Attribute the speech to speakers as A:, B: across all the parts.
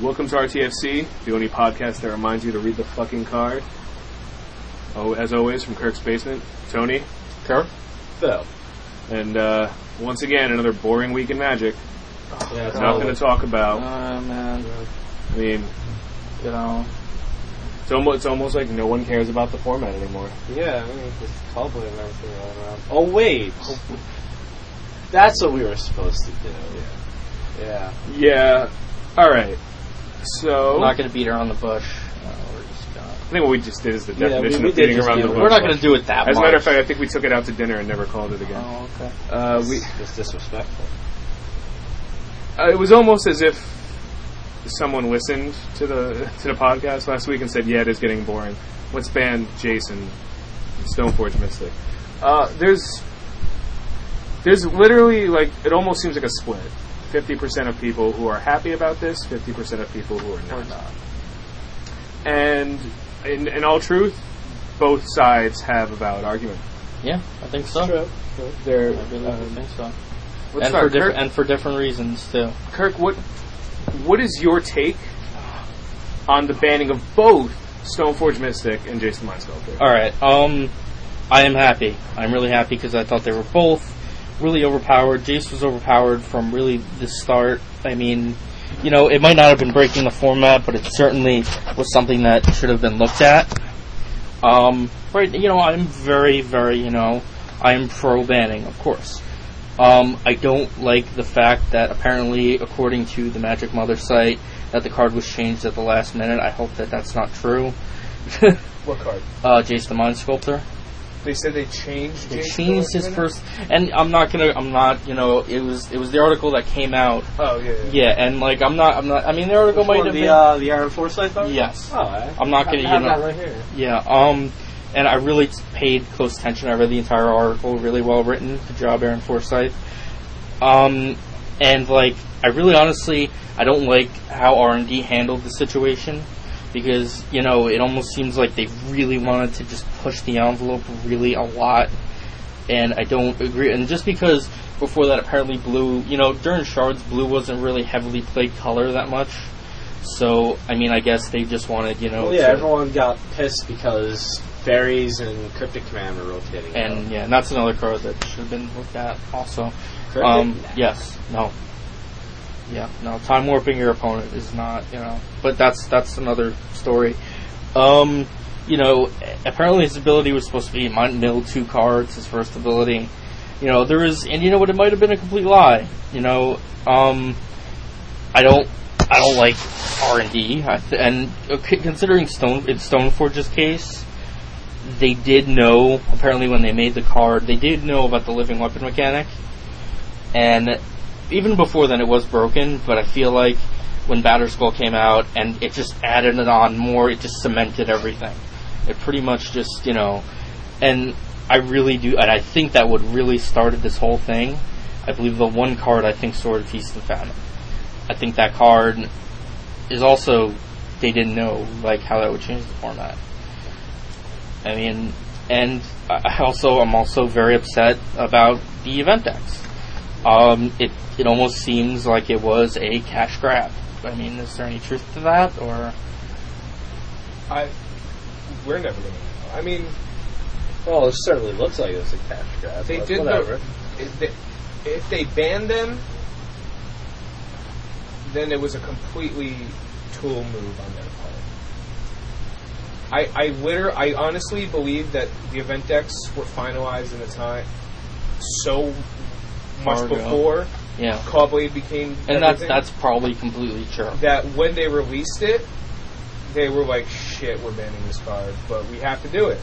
A: Welcome to RTFC, the only podcast that reminds you to read the fucking card. Oh, as always, from Kirk's basement, Tony,
B: Kirk?
C: Phil.
A: and uh, once again, another boring week in Magic.
C: Yeah, it's
A: Nothing to talk
B: Oh,
C: Uh.
A: about.
B: man.
A: I mean,
B: You know.
A: it's almost, it's almost like no one cares about the format anymore.
C: Yeah, I mean, it's just Cobblin' and everything rolling around. Oh, wait! That's what we were supposed to do. Yeah.
A: Yeah. All right. So
B: I'm not going to beat her on the bush. No, we're just gonna,
A: I think what we just did is the
C: Yeah,
A: definition
C: we- we
A: of
C: did
A: beating
C: just
A: around
C: do
A: the
C: it.
A: bush.
B: we're not going to do it that
A: As a
B: much.
A: matter of fact, I think we took it out to dinner and never called it again.
B: Oh, okay.
A: Uh, we,
C: It's disrespectful.
A: uh, it was almost as if someone listened to the to the podcast last week and said, "Yeah, it is getting boring. Let's ban Jason and Stoneforge Mystic." Uh, there's there's literally like it almost seems like a split. Fifty percent of people who are happy about this, fifty percent of people who are
B: We're
A: not.
B: not.
A: And in, in all truth, both sides have a valid argument.
B: Yeah, I think so.
C: True.
A: They're
B: I really
A: um,
B: think so.
A: let's
B: And
A: start.
B: for, different
A: Kirk-
B: and for different reasons, too.
A: Kirk, what what is your take on the banning of both Stoneforge Mystic and Jason Mind Sculptor?
B: All right. Um, I am happy. I'm really happy because I thought they were both really overpowered. Jace was overpowered from really the start. I mean, you know, it might not have been breaking the format, but it certainly was something that should have been looked at. Um, right. You know, I'm very, very. You know, I am pro banning, of course. Um, I don't like the fact that apparently, according to the Magic Mother site, that the card was changed at the last minute. I hope that that's not true.
A: What card?
B: uh, Jace the Mind Sculptor.
A: They said they changed.
B: They
A: Jason
B: changed
A: Mind
B: his
A: Sculptor?
B: first, and I'm not gonna, I'm not, you know, it was, it was the article that came out,
A: Oh yeah. yeah.
B: yeah, and like, I'm not, I'm not, I mean, the article might have been,
C: uh, the Iron Foresight though?
B: yes,
C: Oh, I,
B: I'm not
C: I
B: gonna, you
C: have that
B: know,
C: right here.
B: yeah, um, and I really t- paid close attention. I read the entire article, really well written. Good job, Aaron Forsyth. Um, and like, I really honestly, I don't like how R and D handled the situation because you know it almost seems like they really wanted to just push the envelope really a lot, and I don't agree. And just because before that, apparently blue, you know, during shards, blue wasn't really heavily played color that much. So I mean, I guess they just wanted you know
C: Well, yeah,
B: to-
C: everyone got pissed because fairies and Cryptic Command were rotating.
B: And yeah, and that's another card that should have been looked at also.
C: Cryptic?
B: Um,
C: Nah.
B: yes, no, yeah, no. Time warping your opponent is not, you know, but that's that's another story. Um, you know, apparently his ability was supposed to be might mill two cards. His first ability, you know, there is, and you know what, it might have been a complete lie. You know, um, I don't, I don't like R and D, I th- and uh, c- considering Stone in Stoneforge's case, they did know apparently when they made the card, they did know about the living weapon mechanic, and even before then it was broken. But I feel like when Batterskull came out and it just added it on more, it just cemented everything. It pretty much just you know, and I really do, and I think that would really started this whole thing. I believe the one card I think Sword of Feast and Famine. I think that card is also they didn't know like how that would change the format. I mean, and I I also I'm also very upset about the event decks. Um, it it almost seems like it was a cash grab. I mean, is there any truth to that, or
D: I we're never gonna know. I mean,
C: well, it certainly looks like it was a cash grab.
D: They
C: but
D: did
C: whatever.
D: if they, if they banned them, then it was a completely tool move on their part. I I liter I honestly believe that the event decks were finalized in a time so much
B: Far ago.
D: before
B: yeah?
D: Cobblade became
B: And that's
D: everything
B: that's probably completely true.
D: that when they released it, they were like, "Shit, we're banning this card, but we have to do it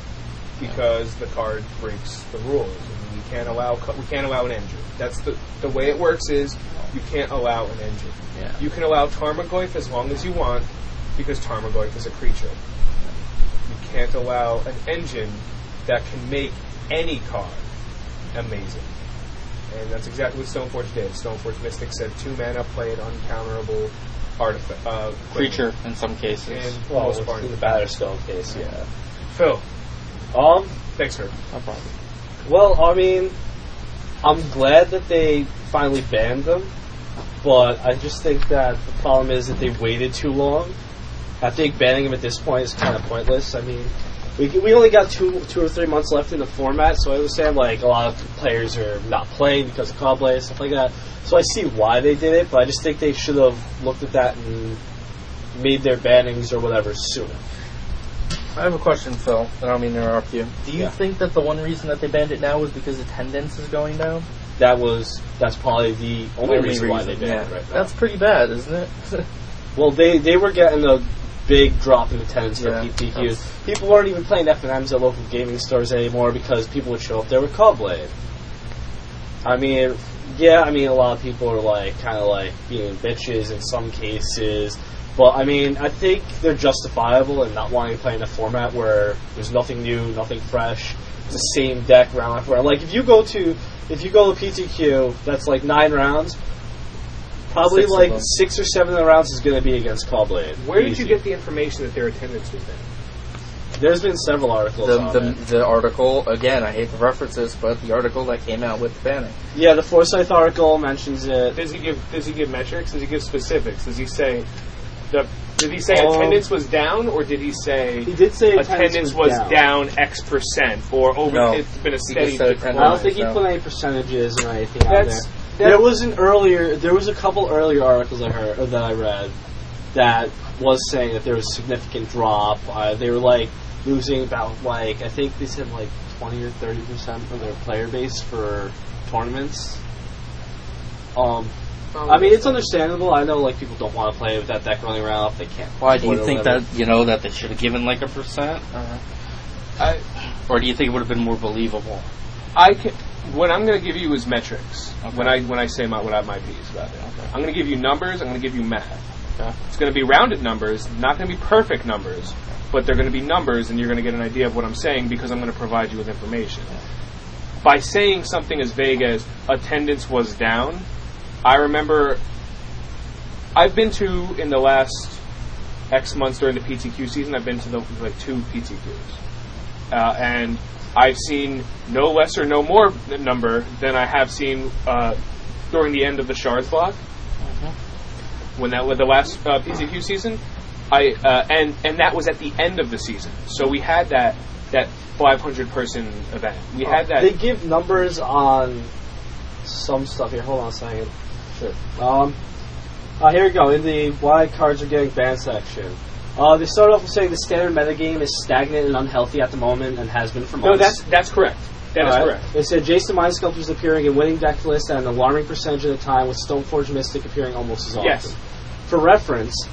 D: because the card breaks the rules. And we can't allow co- we can't allow an engine. That's the the way it works is you can't allow an engine.
B: Yeah.
D: You can allow Tarmogoyf as long as you want because Tarmogoyf is a creature. You can't allow an engine that can make any card amazing. And that's exactly what Stoneforge did. Stoneforge Mystic said two mana play an uncounterable artifact uh,
B: Creature in some cases.
D: And
C: Well,
D: most part.
C: in the Batterskull case, yeah.
D: Phil,
C: Um,
D: thanks for
B: No problem.
C: Well, I mean, I'm glad that they finally banned them. But I just think that the problem is that they waited too long. I think banning him at this point is kind of pointless. I mean, we, we only got two two or three months left in the format, so I understand like a lot of players are not playing because of Cobblade and stuff like that. So I see why they did it, but I just think they should have looked at that and made their bannings or whatever sooner.
B: I have a question, Phil, and I don't mean to interrupt you. Do you
C: Yeah.
B: think that the one reason that they banned it now is because attendance is going down?
C: That was that's probably the only, reason, why they banned it
B: yeah.
C: right now.
B: That's pretty bad, isn't it?
C: Well, they they were getting a big drop in attendance
B: Yeah.
C: for PPQs. People weren't even playing F&Ms at local gaming stores anymore because people would show up there with Cobblade. I mean, yeah, I mean a lot of people are like kind of like being bitches in some cases, but I mean I think they're justifiable in not wanting to play in a format where there's nothing new, nothing fresh, it's the same deck round after round. Like if you go to if you go to PTQ, that's like nine rounds. Probably
B: Six of
C: like
B: them.
C: six or seven of the rounds is going to be against Callblade.
D: Where did you
C: Easy.
D: get the information that their attendance was down?
C: There's been several articles.
B: the,
C: on
B: the,
C: it.
B: the article, again, I hate the references, but the article that came out with the banning.
C: Yeah, the Forsyth article mentions it.
A: Does he give Does he give metrics? Does he give specifics? Does he say the Did he say
C: Um,
A: attendance was down, or did he say
C: He did say attendance,
A: attendance was down. X percent, or over?
B: No.
A: It's been a
B: He
A: steady
B: just said
C: I
A: decline.
B: attendance.
C: don't think he
B: So-
C: put any percentages or anything out there.
D: That's
C: There was an earlier, there was a couple earlier articles I heard or that I read that was saying that there was a significant drop. Uh, they were like losing about like I think they said like twenty or thirty percent of their player base for tournaments. Um, I mean it's understandable. I know like people don't want to play with that deck running around if they can't.
B: Why
C: afford
B: do you
C: it or
B: think
C: whatever.
B: that, you know, that they should have given like a percent?
A: I,
B: Or do you think it would have been more believable?
A: I can, what I'm going to give you is metrics.
B: Okay.
A: When I when I say my what I, my piece about it, I'm going to give you numbers. I'm going to give you math.
B: Okay.
A: It's going to be rounded numbers, not going to be perfect numbers, but they're going to be numbers, and you're going to get an idea of what I'm saying because I'm going to provide you with information. By saying something as vague as attendance was down, I remember I've been to in the last X months during the PTQ season. I've been to the, like two PTQs uh, and I've seen no less or no more n- number than I have seen uh, during the end of the Shards block
C: Mm-hmm.
A: when that was the last uh, PCQ season. I uh, and and that was at the end of the season, so we had that that 500 person event. We had that.
C: They give numbers on some stuff here. Hold on a second. Sure. Um, uh, here we go. In the why cards are getting banned section. Uh, they start off with saying the standard metagame is stagnant and unhealthy at the moment and has been for months.
A: no, that's that's correct. That is
C: All right.
A: correct.
C: They said Jason Mind Sculptor is appearing in winning deck lists at an alarming percentage of the time, with Stoneforge Mystic appearing almost as often.
A: Yes.
C: For reference,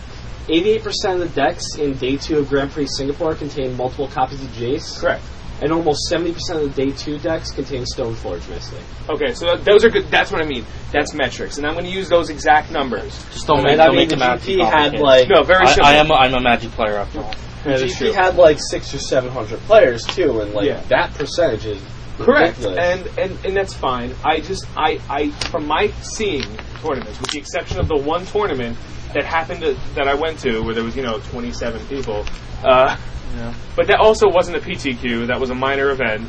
C: 88% of the decks in Day 2 of Grand Prix Singapore contain multiple copies of Jace.
A: Correct.
C: And almost 70% of the Day 2 decks contain Stoneforge Mystic.
A: Okay, so th- those are good. That's what I mean. That's metrics, and I'm going to use those exact numbers.
B: Just don't
C: And
B: make,
C: I
B: don't
C: mean,
B: make
C: the
B: them out to be
C: GP had
B: complicated.
C: like
A: No, very
B: I,
A: simple.
B: I am. I'm a magic player after all.
C: the GP had like six or seven hundred players too, and like
A: Yeah.
C: that percentage is
A: Correct,
C: ridiculous.
A: and, and and that's fine. I just I I from my seeing tournaments, with the exception of the one tournament that happened to, that I went to where there was you know 27 people, uh,
B: Yeah.
A: but that also wasn't a PTQ. That was a minor event.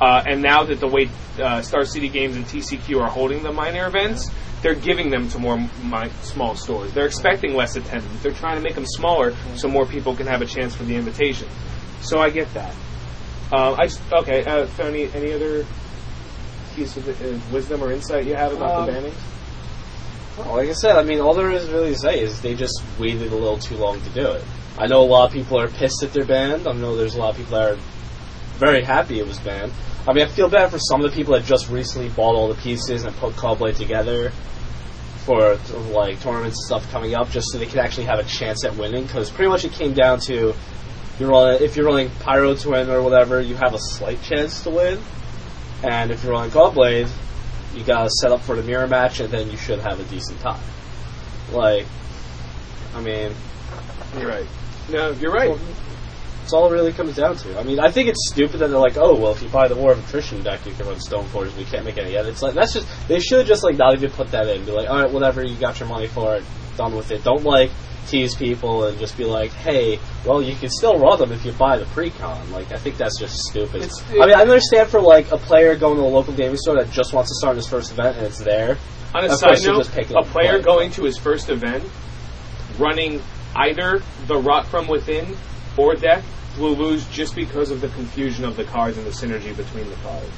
A: Uh, and now that the way uh, Star City Games and TCQ are holding the minor events, they're giving them to more my, small stores. They're expecting less attendance. They're trying to make them smaller so more people can have a chance for the invitation. So I get that. Um, I just, okay. Uh, so any any other piece of uh, wisdom or insight you have about the
C: Um,
A: bannings?
C: Well, like I said, I mean, all there is really to say is they just waited a little too long to do it. I know a lot of people are pissed that they're banned. I know there's a lot of people that are very happy it was banned. I mean, I feel bad for some of the people that just recently bought all the pieces and put Callblade together for like tournaments and stuff coming up, just so they could actually have a chance at winning. Because pretty much it came down to you're running, if you're running Pyro to win or whatever, you have a slight chance to win, and if you're running Callblade, you gotta set up for the mirror match and then you should have a decent time. Like, I mean,
A: You're right. No, you're right.
C: It's all it really comes down to. I mean, I think it's stupid that they're like, oh, well, if you buy the War of Attrition deck, you can run Stoneforge. We can't make any edits. Like that's just they should just like not even put that in. Be like, all right, whatever, you got your money for it, done with it. Don't like tease people and just be like, hey, well, you can still run them if you buy the pre-con. Like, I think that's just stupid.
D: It's-
C: I mean, I understand for like a player going to a local gaming store that just wants to start his first event and it's there.
A: On a
C: Of
A: side
C: course, you
A: note,
C: just pick it
A: a
C: up and play
A: player
C: it.
A: going to his first event, running either the Rot from Within or deck will lose just because of the confusion of the cards and the synergy between the cards.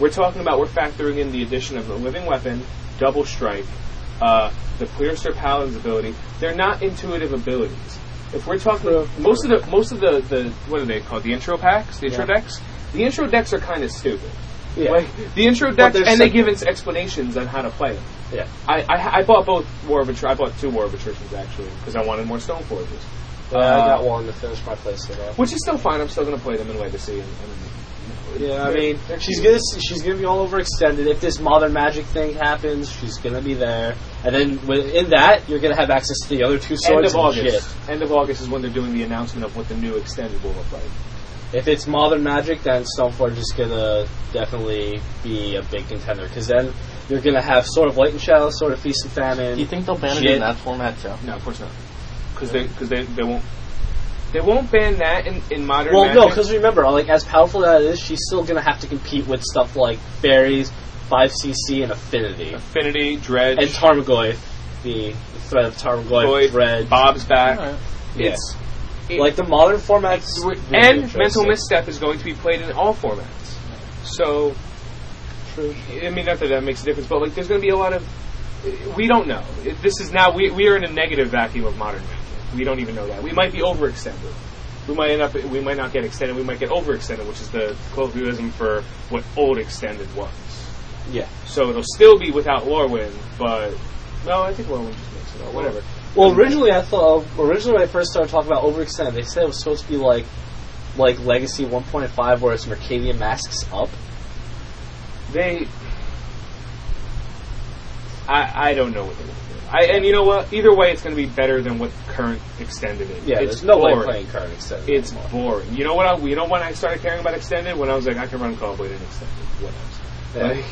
A: We're talking about we're factoring in the addition of the Living Weapon, Double Strike, uh, the Clear Sir Paladin's ability. They're not intuitive abilities. If we're talking most of the most of the, the what are they called? The intro packs, the intro
C: Yeah.
A: decks. The intro decks are kind of stupid.
C: Yeah.
A: Like the intro
C: But
A: decks,
C: they're
A: and they
C: sim-
A: give us explanations on how to play them.
C: yeah.
A: I, I, I bought both War of Attrition. I bought two War of Attritions actually because I wanted more Stone Forges,
C: Yeah, I got one to finish my playset off.
A: which is still fine. I'm still going to play them in Legacy. And, and, you know,
C: Yeah, I
A: they're-
C: mean,
A: they're
C: she's
A: cute.
C: gonna she's gonna be all overextended. If this modern magic thing happens, she's gonna be there, and then within that, you're gonna have access to the other two
A: End of
C: swords and
A: August. End of August is when they're doing the announcement of what the new extended will look like.
C: shit. If it's modern magic, then Stoneforge is gonna definitely be a big contender because then you're gonna have sort of light and shadow, sort of feast and famine.
B: Do you think they'll ban it
C: Shit.
B: in that format, Joe?
A: No, of course not, because they because they, they won't they won't ban that in, in modern.
C: well,
A: Magic.
C: no, because remember, like as powerful that it is, she's still gonna have to compete with stuff like fairies, five CC, and affinity,
A: Affinity, Dredge,
C: and Tarmogoyf. The the threat of Tarmogoyf,
A: Void,
C: Dread,
A: Bob's back.
B: Alright.
C: Yeah.
A: It's it-
C: like the modern formats
A: We're-
C: really
A: and
C: interesting.
A: mental misstep is going to be played in all formats. So, I mean, not that that makes a difference, but like, there's going to be a lot of. We don't know. It- This is now we we are in a negative vacuum of modern magic. We don't even know that. We might be overextended. We might end up. We might not get extended. We might get overextended, which is the colloquialism for what old extended was.
C: Yeah.
A: So it'll still be without Lorwyn, but no, I think Lorwyn just makes it up. Whatever.
C: Well, originally I thought originally when I first started talking about overextend, they said it was supposed to be like like Legacy 1.5, where it's Mercadian masks up.
A: they I, I don't know what they're going to do. I, and you know what? Either way, it's going to be better than what current extended is.
C: Yeah,
A: it's
C: there's no
A: boring.
C: way playing current extended.
A: It's
C: anymore.
A: boring. You know what? I, you know when I started caring about extended when I was like, I can run Callblade and extended. What else?
C: Yeah.
A: Like,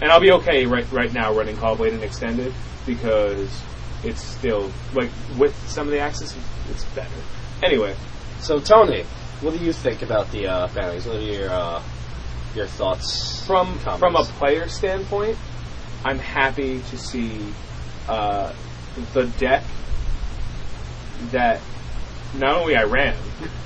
A: and I'll be okay right right now running Callblade and extended because it's still like with some of the axes, it's better. Anyway,
C: So Tony, what do you think about the uh, bannings? What are your uh, your thoughts?
A: from
C: comments?
A: from a player standpoint, I'm happy to see uh, the deck that not only I ran.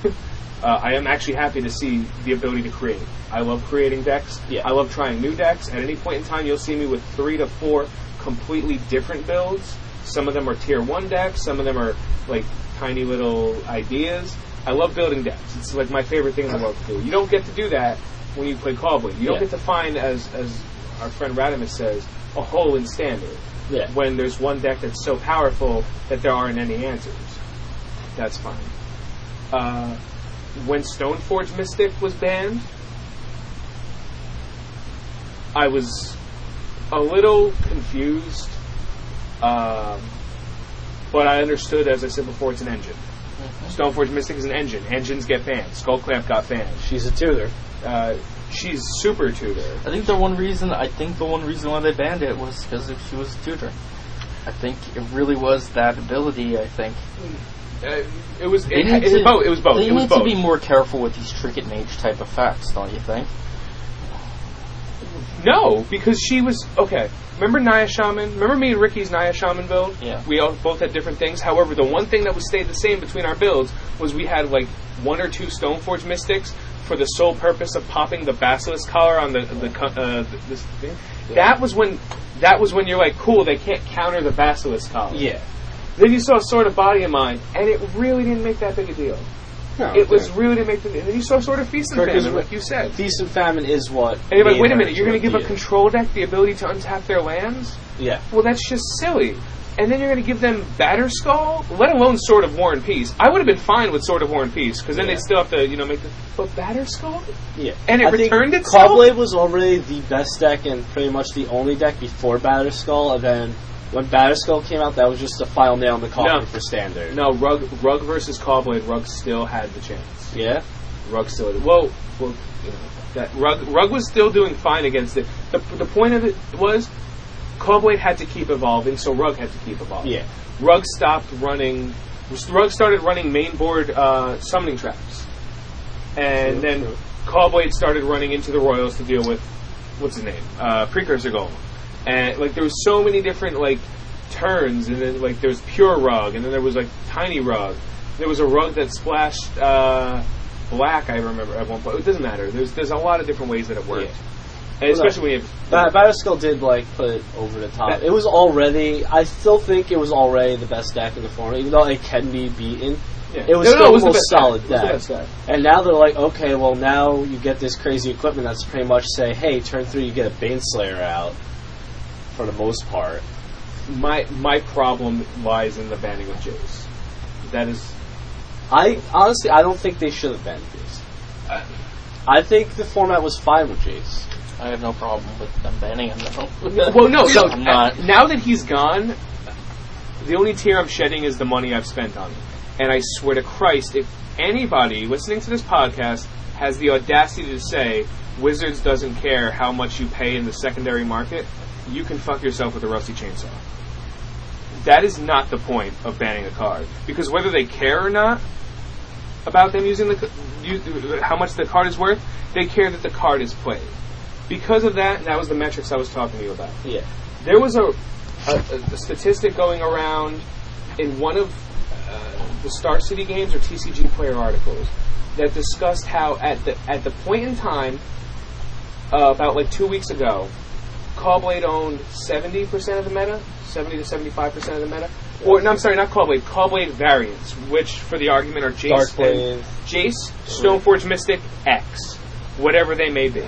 A: uh, I am actually happy to see the ability to create. I love creating decks.
C: Yeah.
A: I love trying new decks. At any point in time, you'll see me with three to four completely different builds. Some of them are tier one decks. Some of them are like tiny little ideas. I love building decks. It's like my favorite thing in the world to do. You don't get to do that when you play Callblade. You don't
C: Yeah.
A: get to find, as as our friend Radimus says, a hole in standard
C: yeah.
A: when there's one deck that's so powerful that there aren't any answers. That's fine. Uh, when Stoneforge Mystic was banned, I was a little confused, um, but I understood, as I said before, it's an engine.
B: Mm-hmm.
A: Stoneforge Mystic is an engine. Engines get banned. Skullclamp got banned.
C: She's a tutor.
A: Uh, she's super tutor.
B: I think the one reason I think the one reason why they banned it was because she was a tutor. I think it really was that ability. I think
A: Uh, it was
B: They
A: it,
B: need
A: it,
B: to-
A: both. It was both.
B: They
A: It was
B: need
A: both.
B: to be more careful with these trinket mage type effects, don't you think?
A: No, because she was okay. Remember Naya Shaman? Remember me and Ricky's Naya Shaman build?
B: Yeah.
A: We all both had different things. However, the one thing that was stayed the same between our builds was we had like one or two Stoneforge Mystics for the sole purpose of popping the Basilisk collar on the the co- uh, th- this thing. That was when that was when you're like, cool. They can't counter the Basilisk collar.
C: Yeah.
A: Then you saw Sword of Body of Mine, and it really didn't make that big a deal.
C: No,
A: it was really didn't make the. And then you saw Sword of Feast and
C: Kirk is
A: Famine,
C: wi-
A: like you said.
C: feast and famine is what.
A: And you're
C: me
A: like, wait a
C: her
A: minute, you're going to give a
C: did.
A: control deck the ability to untap their lands?
C: Yeah.
A: Well, that's just silly. And then you're going to give them Batterskull, let alone Sword of War and Peace. I would have been fine with Sword of War and Peace because then
C: Yeah.
A: they'd still have to, you know, make the. But Batterskull?
C: Yeah.
A: And it
C: I think
A: returned itself?
C: Cobblade was already the best deck and pretty much the only deck before Batterskull, and then When Batterskull came out, that was just the final nail in the coffin
A: No.
C: for standard.
A: No, Rug Rug versus Callblade. Rug still had the chance.
C: Yeah?
A: Rug still. Whoa, well, you know, that Rug Rug was still doing fine against it. The, the point of it was, Callblade had to keep evolving, so Rug had to keep evolving.
C: Yeah.
A: Rug stopped running. Rug started running mainboard uh, summoning traps,
D: True,
A: and then
D: true.
A: Callblade started running into the Royals to deal with what's his name, uh, Precursor Golem, and like there was so many different like turns, and then like there was pure rug, and then there was like tiny rug. There was a rug that splashed uh, black. I remember at one point. It doesn't matter. There's there's a lot of different ways that it worked, and
C: Well,
A: especially when you have
C: Ba- Batterskull did like put it over the top.
A: That-
C: It was already. I still think it was already the best deck in the format, even though it can be beaten.
A: yeah.
C: It was
A: No, no,
C: still
A: it was
C: the
A: the
C: most
A: best
C: solid
A: deck. It
C: deck.
A: was the best
C: And now they're like, okay, well now you get this crazy equipment that's pretty much say, hey, turn three, you get a Baneslayer out. For the most part,
A: deck. My my problem lies in the banning of Jace. That is
C: I honestly I don't think they should have banned Jace.
A: I-
C: I think the format was fine with Jace.
B: I have no problem with them banning him though.
A: well, no, no.
B: I'm not.
A: uh, Now that he's gone, the only tear I'm shedding is the money I've spent on him. And I swear to Christ, if anybody listening to this podcast has the audacity to say Wizards doesn't care how much you pay in the secondary market, you can fuck yourself with a rusty chainsaw. That is not the point of banning a card because whether they care or not about them using the c- u- how much the card is worth, they care that the card is played. Because of that, that was the metrics I was talking to you about
C: Yeah.
A: there was a, a, a statistic going around in one of uh, the Star City games or TCG player articles that discussed how at the at the point in time uh, about like two weeks ago, Callblade owned seventy percent of the meta, seventy to seventy five percent of the meta. Or no, I'm sorry, not Callblade, Callblade variants, which for the argument are Jace
C: Darkblade.
A: and Jace, Stoneforge Mystic, X, whatever they may be.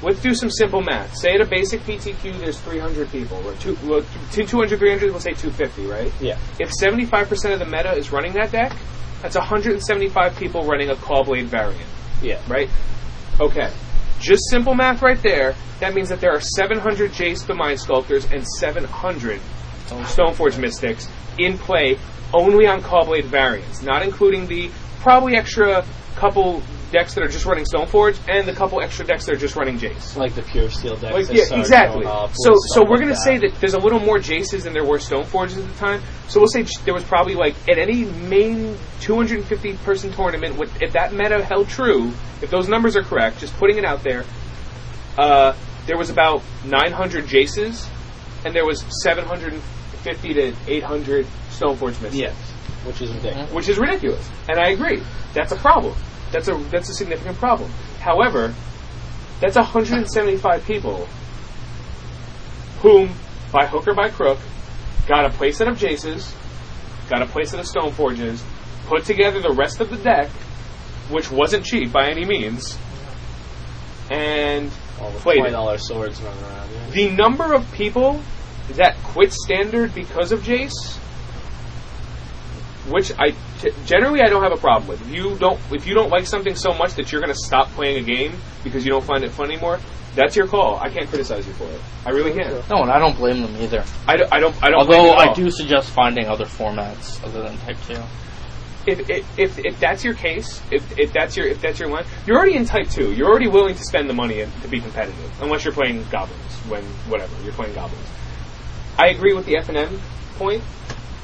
A: Let's do some simple math. Say at a basic PTQ, there's 300 people. Or two, well, two- 200, 300, we'll say 250, right?
C: Yeah.
A: If 75% of the meta is running that deck, that's 175 people running a Callblade variant,
C: Yeah.
A: right? Okay. Just simple math right there. That means that there are 700 Jace the Mind Sculptors and 700 Stoneforge Mystics in play only on Callblade variants, not including the probably extra couple decks that are just running Stoneforge and the couple extra decks that are just running Jace.
C: Like the pure steel decks.
A: Like,
C: that
A: yeah,
C: started
A: exactly.
C: going up and
A: So, so
C: stuff
A: we're
C: like
A: gonna
C: uh, that.
A: say that there's a little more Jaces than there were Stoneforges at the time. So we'll say j- there was probably like at any main 250 person tournament, with, if that meta held true, if those numbers are correct, just putting it out there, uh, there was about 900 Jaces, and there was 750 to 800 Stoneforge mystics
C: Yeah. Which is ridiculous.
A: which is ridiculous. And I agree. That's a problem. That's a that's a significant problem. However, that's 175 people whom, by hook or by crook, got a playset of Jaces, got a playset of Stoneforges, put together the rest of the deck, which wasn't cheap by any means, and
C: All the
A: played
C: twenty
A: it
C: dollar swords running around. Yeah.
A: the number of people that quit standard because of Jace, which I t- generally I don't have a problem with. If you don't if you don't like something so much that you're going to stop playing a game because you don't find it fun anymore, that's your call. I can't criticize you for it. I really can't.
B: No, and I don't blame them either.
A: I, don't- I don't. I don't. blame you
B: Although
A: at
B: I
A: all.
B: do suggest finding other formats other than Type 2.
A: If, if, if, if that's your case, if, if that's your if that's your line, you're already in Type Two. You're already willing to spend the money in, to be competitive, unless you're playing goblins. When whatever you're playing goblins, I agree with the F and M point.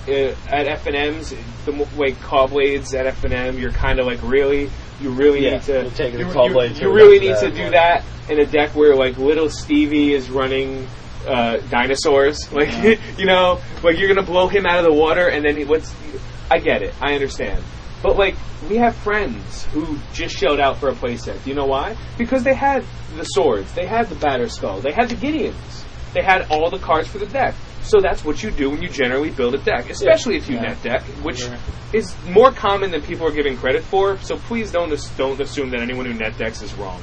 A: Uh, at F and M's, the mo- way Cobblades at F and M, you're kind of like really, you really
C: Yeah,
A: need to,
C: you're taking the
A: you,
C: Cobblade
A: you-
C: to
A: you really
C: another
A: need to
C: level.
A: do that in a deck where like little Stevie is running uh, dinosaurs. Like you know, like you're gonna blow him out of the water, and then he, what's? I get it, I understand. But like we have friends who just showed out for a playset. You know why? Because they had the swords, they had the batter skull, they had the Gideons, they had all the cards for the deck. So that's what you do when you generally build a deck, especially if you net deck, which is more common than people are giving credit for. So please don't as- don't assume that anyone who net decks is wrong.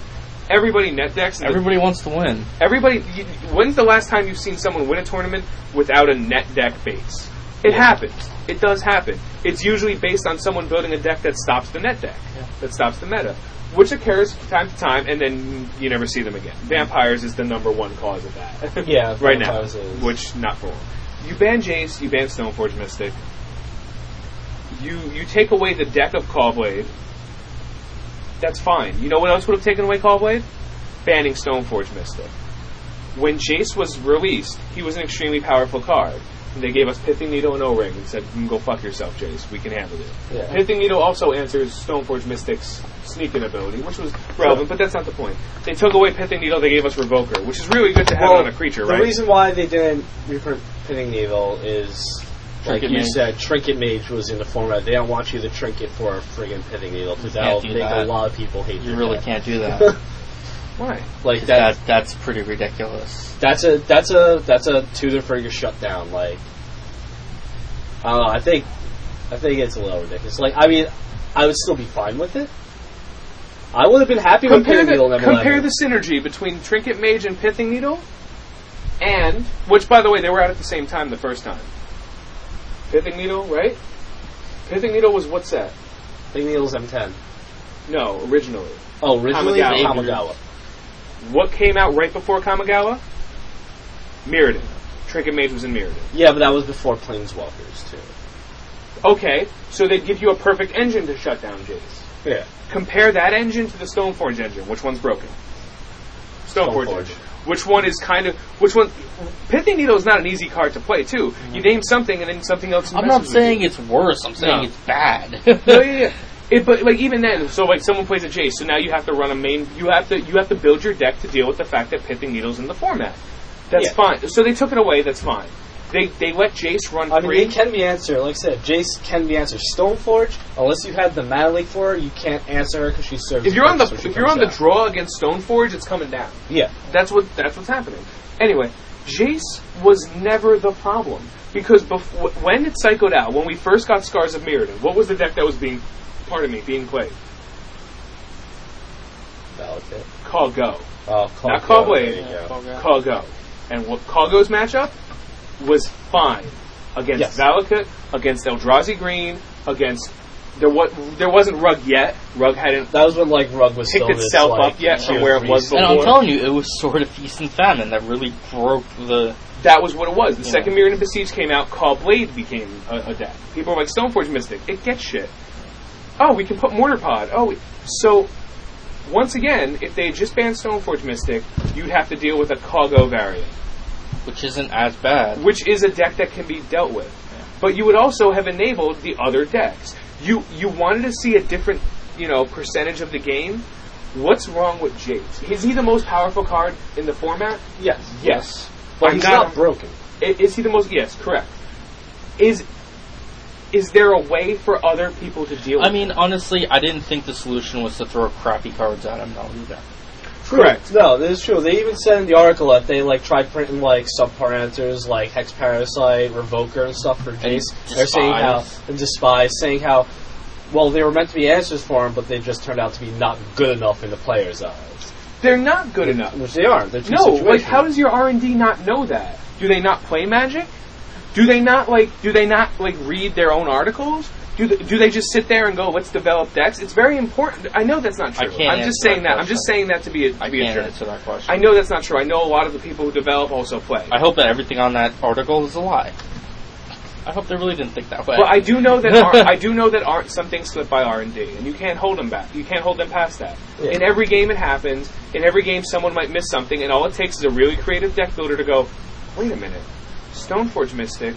A: Everybody net decks. and the
B: Everybody wants to win.
A: Everybody, you, when's the last time you've seen someone win a tournament without a net deck base? It happens. It does happen. It's usually based on someone building a deck that stops the net deck, that stops the meta, which occurs from time to time, and then you never see them again. Vampires is the number one cause of that.
C: Yeah,
A: right now,
C: vampires is-
A: which not for long. you ban Jace, you ban Stoneforge Mystic. You you take away the deck of Callblade. That's fine. You know what else would have taken away Callblade? Banning Stoneforge Mystic. When Jace was released, he was an extremely powerful card. And they gave us Pithing Needle and O-Ring and said, "Mm, "Go fuck yourself, Jace. We can handle it."
C: Yeah.
A: Pithing Needle also answers Stoneforge Mystic's sneaking ability, which was relevant, but that's not the point. They took away Pithing Needle, they gave us Revoker, which is really good to have
C: Well,
A: on a creature,
C: The
A: right?
C: reason why they didn't reprint Pinning Needle is, like
B: Trinket
C: you
B: Mage.
C: said, Trinket Mage was in the format. They don't want you to trinket for a friggin' Pinning Needle because
B: can't
C: that'll
B: do
C: make a
B: that.
C: lot of people hate
B: You
C: your
B: really
C: deck.
B: can't do that.
A: Why?
C: Like that.
B: that that's pretty ridiculous.
C: That's a that's a that's a Tudor Fergus shutdown. Like, I don't know. I think I think it's a little ridiculous. Like, I mean, I would still be fine with it. I would have been happy with
A: compare
C: Pinning
A: the,
C: Needle number
A: compare
C: 11.
A: the synergy between Trinket Mage and Pithing Needle, and which, by the way, they were out at the same time the first time. Pithing Needle, right? Pithing Needle was what's that?
C: Pinning Needle's M10.
A: No, originally.
C: Oh, originally it was
B: Kamigawa.
C: Kamigawa.
A: What came out right before Kamigawa? Mirrodin. Trinket Mage was in Mirrodin.
C: Yeah, but that was before Planeswalkers too.
A: Okay, so they'd give you a perfect engine to shut down Jace.
C: Yeah.
A: Compare that engine to the Stoneforge engine. Which one's broken? Stoneforge,
C: Stoneforge.
A: engine. Which one is kind of which one? Pithing Needle is not an easy card to play too. You name something and then something else.
B: Mm-hmm. I'm not
A: messes with you.
B: saying it's worse. I'm saying
A: No.
B: it's bad.
A: No, yeah, yeah. It, but like even then, so like someone plays a Jace, so now you have to run a main. You have to you have to build your deck to deal with the fact that Pithing Needle's in the format. That's
C: Yeah.
A: fine. So they took it away. That's fine. They they let Jace run
C: I mean,
A: free.
C: it can be answered. Like I said, Jace can be answered. Stoneforge, unless you had the Mana Leak for her, you can't answer her because she serves.
A: if you're on the
C: purpose when she
A: if you're on
C: comes
A: the
C: out.
A: draw against Stoneforge, it's coming down.
C: yeah,
A: That's what that's what's happening. Anyway, Jace was never the problem because before, when it psychoed out, when we first got Scars of Mirrodin, what was the deck that was being, pardon me, being played?
C: valid tip.
A: Call Go,
C: Oh, Call
A: not
C: Go,
A: Call
C: there you
A: Blade,
C: go.
A: Call Go, and what Call Go's matchup was fine against
C: Yes.
A: Valakut, against Eldrazi Green, against there what there wasn't Rug yet. Rug hadn't
C: That was when like Rug was
A: Picked
C: still this,
A: itself
C: like,
A: up yet from
C: tier
A: where it
C: three
A: was
C: seed.
B: and I'm
A: Before-
B: telling you, it was sort of feast and famine that really broke the.
A: that was what it was. The
B: Yeah.
A: second Mirrodin Besiege came out, Call Blade became a, a deck. People were like, Stoneforge Mystic, it gets shit. Oh, we can put Mortar Pod. Oh, we- so once again, if they had just banned Stoneforge Mystic, you'd have to deal with a Coggo variant,
B: which isn't as bad.
A: which is a deck that can be dealt with. But you would also have enabled the other decks. You you wanted to see a different, you know, percentage of the game. What's wrong with Jace? Is he the most powerful card in the format?
C: Yes,
A: Yes.
C: but
A: I'm
C: he's
A: not-
C: not, broken.
A: I- Is he the most? Yes, correct. Is is there a way for other people to deal? with
B: I mean, honestly, I didn't think the solution was to throw crappy cards at him, though, either.
A: Correct.
C: No, this is true. They even said in the article that they like tried printing like subpar answers like Hex Parasite, Revoker, and stuff for Jace. They're saying how
B: Despise.
C: and Despise, saying how well they were meant to be answers for him, but they just turned out to be not good enough in the players' eyes,
A: they're not good enough?
C: which they aren't. They're two
A: No, like
C: situations.
A: how does your R and D not know that? Do they not play Magic? Do they not like? Do they not like read their own articles? Do they, do they just sit there and go, let's develop decks? It's very important. I know that's not
B: I
A: true.
B: can't
A: am just
B: answer
A: saying
B: that
A: that. I'm just
B: question.
A: saying that to be a, to
B: I
A: be a
B: can't
A: jerk.
B: answer that question.
A: I know that's not true. I know a lot of the people who develop also play.
B: I hope that everything on that article is a lie. I hope they really didn't think that way.
A: But I do know that R- I do know that R- some things slip by R and D, and you can't hold them back. You can't hold them past that.
C: Yeah.
A: In every game, it happens. In every game, someone might miss something, and all it takes is a really creative deck builder to go, "Wait a minute, Stoneforge Mystic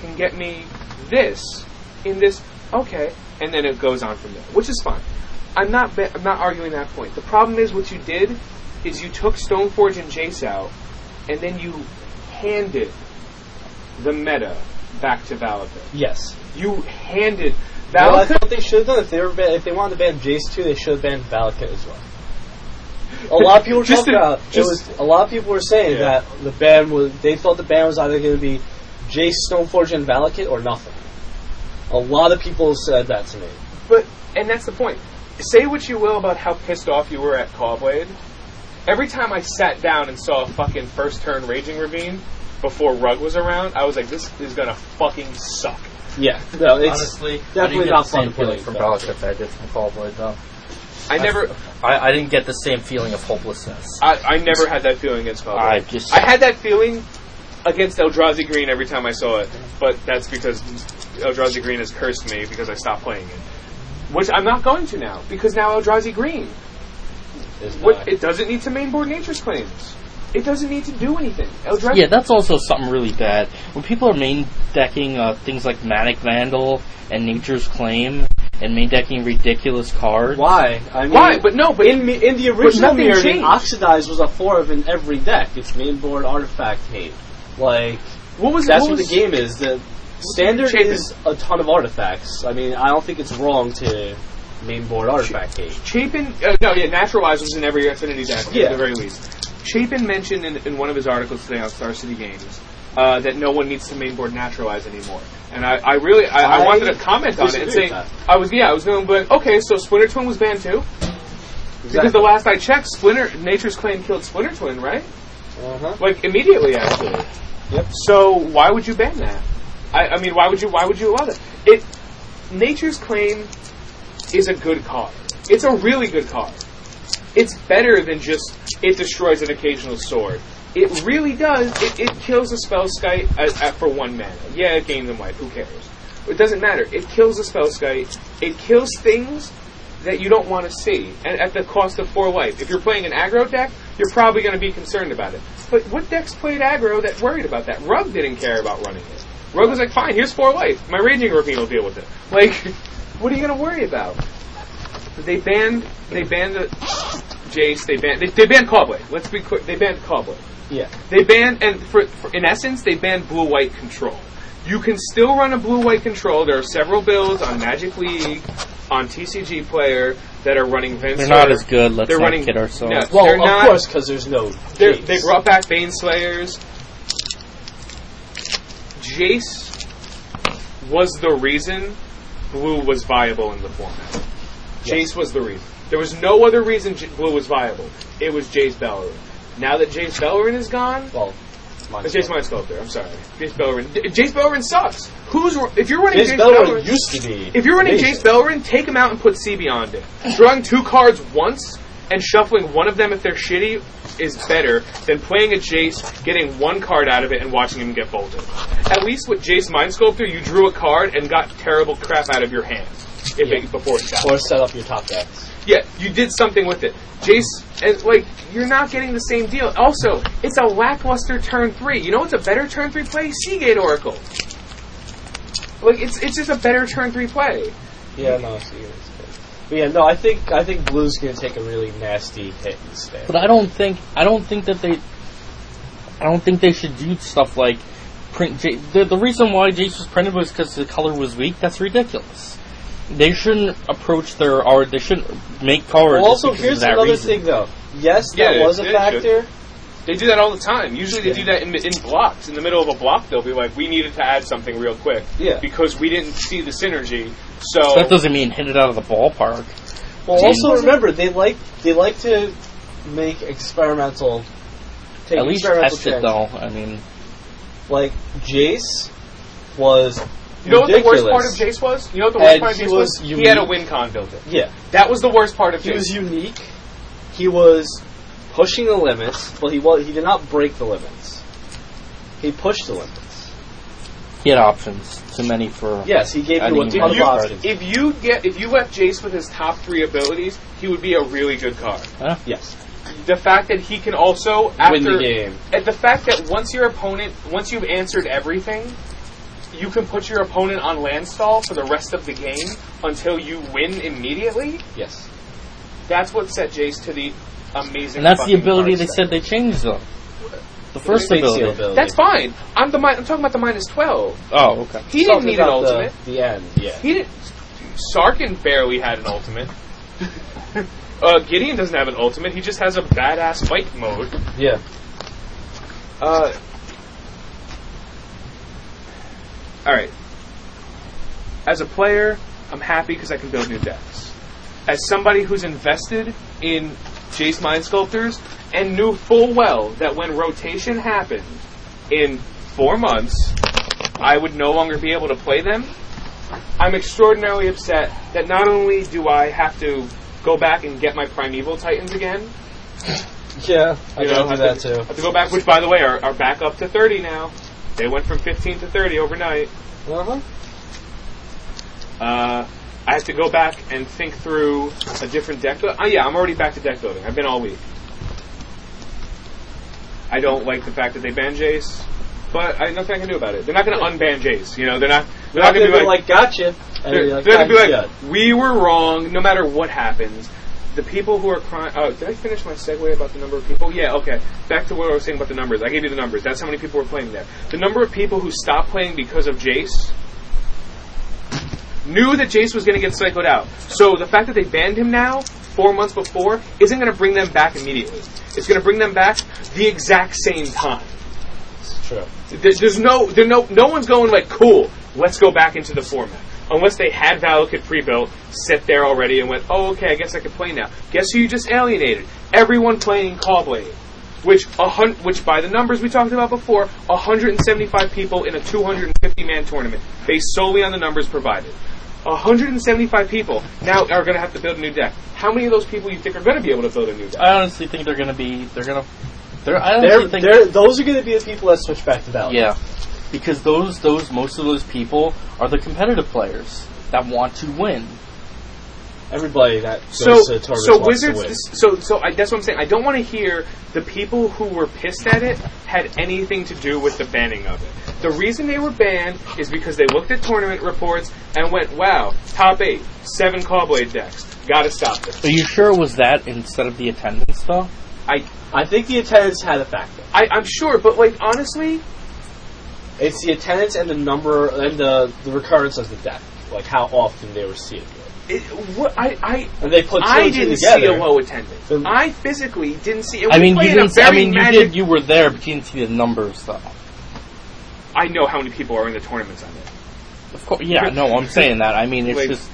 A: can get me this in this." Okay, and then it goes on from there, which is fine. I'm not be- I'm not arguing that point. The problem is what you did is you took Stoneforge and Jace out, and then you handed the meta back to Valakut.
C: Yes.
A: You handed
C: Well, that's
A: Valakut.
C: what they should have done. If they were ban- if they wanted to ban Jace too, they should have banned Valakut as well. A lot of people were
A: Just
C: talking
A: to-
C: about it
A: just-
C: was a lot of people were saying
D: Yeah.
C: that the ban was they thought the ban was either going to be Jace, Stoneforge, and Valakut or nothing. A lot of people said that to me.
A: But and that's the point. Say what you will about how pissed off you were at Callblade. Every time I sat down and saw a fucking first turn Raging Ravine before Rug was around, I was like, this is gonna fucking suck.
C: Yeah, no, it's
B: honestly
C: definitely
B: I didn't get
C: not
B: the same
C: fun
B: feeling
C: playing,
B: from
C: though.
B: Belichick that I did from Callboy, though.
A: I never,
B: I, I didn't get the same feeling of hopelessness.
A: I, I never had that feeling against Callblade.
B: just
A: I had that feeling against Eldrazi Green every time I saw it, but that's because Eldrazi Green has cursed me because I stopped playing it. Which I'm not going to now, because now Eldrazi Green
C: Is
A: What,
C: not.
A: it doesn't need to mainboard nature's claims. It doesn't need to do anything. Eldrazi.
B: Yeah, that's also something really bad. When people are main decking uh, things like Manic Vandal and Nature's Claim and main decking ridiculous cards.
C: Why? I mean,
A: Why? But no. But
C: in me- in the original
A: nothing
C: mirror, the
A: changed.
C: oxidized was a four of in every deck. It's mainboard artifact hate. Like
A: what was
C: that's
A: what
C: what the
A: was,
C: game is. The standard
A: Chapin.
C: is a ton of artifacts. I mean, I don't think it's wrong to mainboard artifact hate.
A: Chapin. Uh, no, yeah. Naturalize was in every Affinity deck
C: Yeah.
A: at the very least. Chapin mentioned in, in one of his articles today on Star City Games uh, that no one needs to mainboard naturalize anymore. And I, I really I, I
C: I
A: wanted to comment on it and
C: disagree
A: say
C: with that.
A: I was yeah I was going but okay so Splinter Twin was banned too because the last I checked Splinter Nature's Claim killed Splinter Twin right
C: Uh-huh.
A: like immediately actually.
C: Yep.
A: So why would you ban that? I, I mean, why would you why would you allow that? It nature's claim is a good card. It's a really good card. It's better than just it destroys an occasional sword. It really does. It, it kills a spell skite at, at, for one mana. Yeah, it gains in life. Who cares? It doesn't matter. It kills a spell skite. It kills things that you don't want to see and at the cost of four life. If you're playing an aggro deck, you're probably going to be concerned about it. But what decks played aggro that worried about that? Rug didn't care about running it. Rug was like, fine, here's four life. My Raging Rookie will deal with it. Like, what are you going to worry about? They banned, they banned the Jace, they banned, they, they banned Cobblade. Let's be quick, they banned Cobblade.
C: Yeah.
A: They banned, and for, for, in essence, they banned blue white control. You can still run a blue white control. There are several builds on Magic League, on TCG Player that are running Vince.
B: They're not as good, let's
A: They're
B: not
A: running-
B: kid ourselves.
A: no.
C: Well,
A: They're
C: of
A: not-
C: course, because there's no.
A: They're-
C: hate.
A: They brought back Bane Slayers. Jace was the reason blue was viable in the format. Jace was the reason. There was no other reason J- blue was viable. It was Jace Bellerin. Now that Jace Bellerin is gone,
C: Well, my
A: it's Jace Mind Sculptor. I'm sorry, Jace Bellerin. D- Jace Bellerin sucks. Who's if you're running Jace,
C: Bellerin
A: Bellerin?
C: used to be.
A: if you're running
C: amazing.
A: Jace Bellerin, take him out and put C beyond it. Drawing two cards once and shuffling one of them if they're shitty is better than playing a Jace, getting one card out of it, and watching him get bolted. At least with Jace Mind Sculptor, you drew a card and got terrible crap out of your hand if it, before it died.
C: or set up your top decks.
A: Yeah, you did something with it. Jace, and like, you're not getting the same deal. Also, it's a lackluster turn three. You know what's a better turn three play? Seagate Oracle. Like, it's it's just a better turn three play.
C: Yeah, no, serious. But yeah, no, I think I think Blue's gonna take a really nasty hit instead.
B: But I don't think I don't think that they I don't think they should do stuff like print J- the, the reason why Jace was printed was because the color was weak. That's ridiculous. They shouldn't approach their or they shouldn't make cards.
C: Well, also,
B: because of
C: here's
B: that
C: another
B: reason.
C: thing though. Yes,
A: Yeah,
C: that
A: it-
C: was a
A: it
C: factor.
A: They do that all the time. Usually they do that in, in blocks. In the middle of a block, they'll be like, we needed to add something real quick.
C: Yeah.
A: Because we didn't see the synergy,
B: So
A: so...
B: that doesn't mean hit it out of the ballpark.
C: Well,
B: Gee.
C: also remember they like they like to make experimental. Take
B: At least
C: experimental
B: test it
C: chances.
B: though. I mean,
C: Like Jace was
A: you know what the worst part of
C: ridiculous.
A: Jace was? You know what the worst
C: And
A: part of
C: he
A: Jace was?
C: was
A: He had a
C: unique.
A: win con built in.
C: Yeah,
A: That was the worst part of
C: he
A: Jace.
C: was unique. He was pushing the limits, but he was he did not break the limits. He pushed the limits.
B: he had options. Too many for
C: Yes, he gave
B: I
C: you a
B: think he
A: if
C: ton of
B: was.
A: you,
C: options.
A: if you get if you left Jace with his top three abilities, he would be a really good card.
C: Yes,
A: The fact that he can also after
C: win the game.
A: and the fact that once your opponent once you've answered everything, you can put your opponent on land stall for the rest of the game until you win immediately.
C: Yes.
A: That's what set Jace to the amazing.
B: and that's the
A: fucking
B: ability
A: card
B: they
A: set.
B: said they changed though. The first
C: Big seal
B: ability.
C: ability.
A: That's fine. I'm the mi- I'm talking about the minus twelve.
B: Oh, okay.
A: He
C: Talking
A: didn't need an
C: about the-
A: ultimate.
C: The end. Yeah.
A: He didn't. Sarkin barely had an ultimate. uh, Gideon doesn't have an ultimate. He just has a badass fight mode.
C: Yeah.
A: Uh, all right. As a player, I'm happy because I can build new decks. As somebody who's invested in Jace Mind Sculptors and knew full well that when rotation happened in four months, I would no longer be able to play them, I'm extraordinarily upset that not only do I have to go back and get my Primeval Titans again,
C: Yeah, I
A: You
C: gotta
A: know,
C: do
A: have
C: that
A: to,
C: too.
A: Have to go back, which by the way are, are back up to 30 now. They went from 15 to 30 overnight.
C: Uh-huh.
A: Uh, I have to go back and think through a different deck. bu- Oh yeah, I'm already back to deck building. I've been all week. I don't like the fact that they ban Jace, but I, nothing I can do about it. They're not going to unban Jace. You know, they're not. They're not
C: I'm
A: going to be like.
C: gotcha. And
A: They're,
C: you're like,
A: they're gonna be like,
C: "Ah,
A: we were wrong. No matter what happens, the people who are crying. Oh, did I finish my segue about the number of people? Yeah, okay. Back to what I was saying about the numbers. I gave you the numbers. That's how many people were playing there. The number of people who stopped playing because of Jace knew that Jace was going to get psychoed out. So the fact that they banned him now, four months before, isn't going to bring them back immediately. It's going to bring them back the exact same time.
C: It's true.
A: There, there's no, there no, no one's going like, cool. Let's go back into the format. Unless they had Valakut pre-built, sit there already, and went, oh, okay, I guess I can play now. Guess who you just alienated? Everyone playing Callblade, which a hun- which by the numbers we talked about before, 175 people in a 250-man tournament, based solely on the numbers provided. 175 people now are going to have to build a new deck. How many of those people you think are going to be able to build a new deck?
B: I honestly think they're gonna be. They're gonna. They're. I honestly
C: They're,
B: think.
C: they're, those are going to be the people that switch back to Valor.
B: yeah, because those those most of those people are the competitive players that want to win.
C: Everybody that
A: so
C: goes to Torres
A: so
C: wants to
A: wizards
C: win.
A: so so I, that's what I'm saying. I don't want to hear the people who were pissed at it had anything to do with the banning of it. The reason they were banned is because they looked at tournament reports and went, "Wow, top eight, seven Callblade decks. Got to stop this."
B: Are you sure it was that instead of the attendance though?
A: I,
C: I think the attendance had a factor.
A: I I'm sure, but like honestly,
C: It's the attendance and the number and the, the recurrence of the death, like how often they were seeing it.
A: it, what I I.
C: And they put two
A: I
C: and two
A: didn't
C: together.
A: see a low attendance.
C: Then-
A: I physically didn't see. It
B: I mean,
A: we
B: you
A: played a
B: didn't. I
A: very
B: mean, you
A: magic-
B: did. You were there, but you didn't see the numbers though.
A: I know how many people are in the tournaments on it.
B: Of course, yeah. No, I'm saying that. I mean, it's
A: Like-
B: just.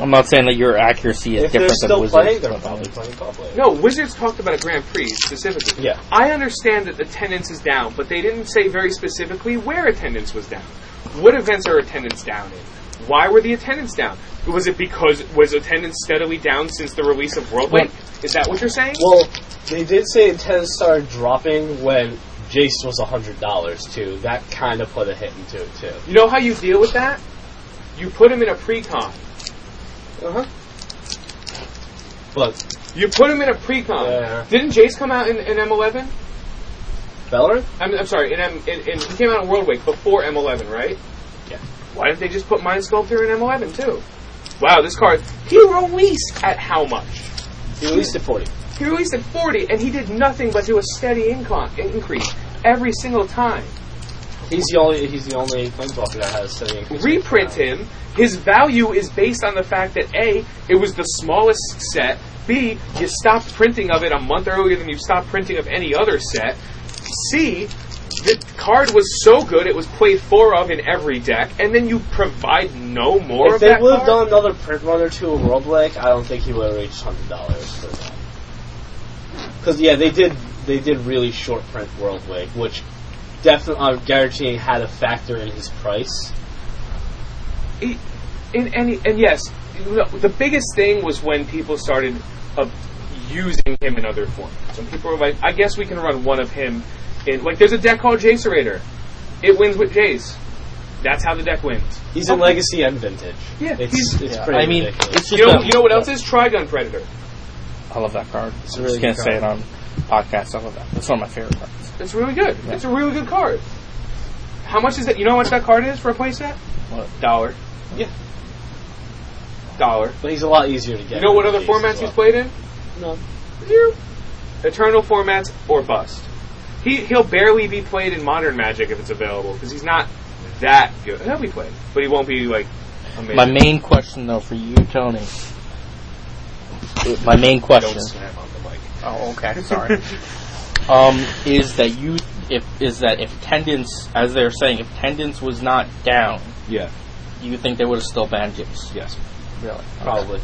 B: I'm not saying that your accuracy is
C: if they're
B: different than
C: still
B: Wizards.
C: playing, they're
B: but-
C: probably playing Cobblade.
A: No, Wizards talked about a Grand Prix specifically.
C: Yeah.
A: I understand that attendance is down, but they didn't say very specifically where attendance was down. What events are attendance down in? Why were the attendance down? Was it because was attendance steadily down since the release of World
B: Wait.
A: Link? Is that what you're saying?
C: Well, they did say attendance started dropping when Jace was $100 too. That kind of put a hit into it too.
A: you know how you deal with that? You put him in a pre-con.
C: Uh-huh. But,
A: You put him in a pre-con.
C: Yeah.
A: Didn't Jace come out in, in M11?
C: Valorant?
A: I'm, I'm sorry, in, M, in, in, he came out in World Wake before M11, right?
C: Yeah.
A: Why didn't they just put Mind Sculptor in M11 too? Wow, this card. He released at how much?
C: He released at 40.
A: He released at 40, and he did nothing but do a steady incon- increase every single time.
C: He's the only, he's the only planeswalker that has steady increase.
A: Reprint him. His value is based on the fact that A, it was the smallest set. B, you stopped printing of it a month earlier than you stopped printing of any other set. C, the card was so good it was played four of in every deck, and then you provide no more
C: If
A: of
C: they
A: that
C: would have
A: card.
C: done another print run or two of World Lake, I don't think he would have reached hundred dollars for that. Because yeah, they did they did really short print World Lake, which definitely I'm guaranteeing had a factor in his price.
A: in any and yes, you know, the biggest thing was when people started uh, using him in other formats. When people were like, I guess we can run one of him in like there's a deck called Jacerator. It wins with Jace. That's how the deck wins.
C: He's in Legacy and Vintage.
A: Yeah,
C: it's,
A: he's-
C: it's
B: Yeah,
C: pretty
B: I mean,
C: ridiculous.
B: it's just
A: You know,
B: that-
A: you know what else is Trigun Predator.
B: I love that card.
C: It's
B: I'm
C: a really
B: just
C: good
B: gonna say it on podcast. I love that. It's one of my favorite cards.
A: It's really good. It's a really good card. How much is that? You know how much that card is for a playset?
B: What?
A: Dollar.
C: Yeah.
A: Dollar.
C: but he's a lot easier to get.
A: You know what
C: than
A: other
C: Jace as
A: formats he's
C: well.
A: played in?
C: No.
A: Eternal formats or bust. He he'll barely be played in modern Magic if it's available because he's not that good. He'll be played, but he won't be like amazing.
B: My main question, though, for you, Tony. My main question.
A: Don't snap on the mic.
B: Oh, okay. Sorry. um, is that you? If is that if attendance, as they're saying, if attendance was not down,
A: Yeah.
B: you think they would have still banned Jace?
A: Yes.
B: Really?
C: Probably.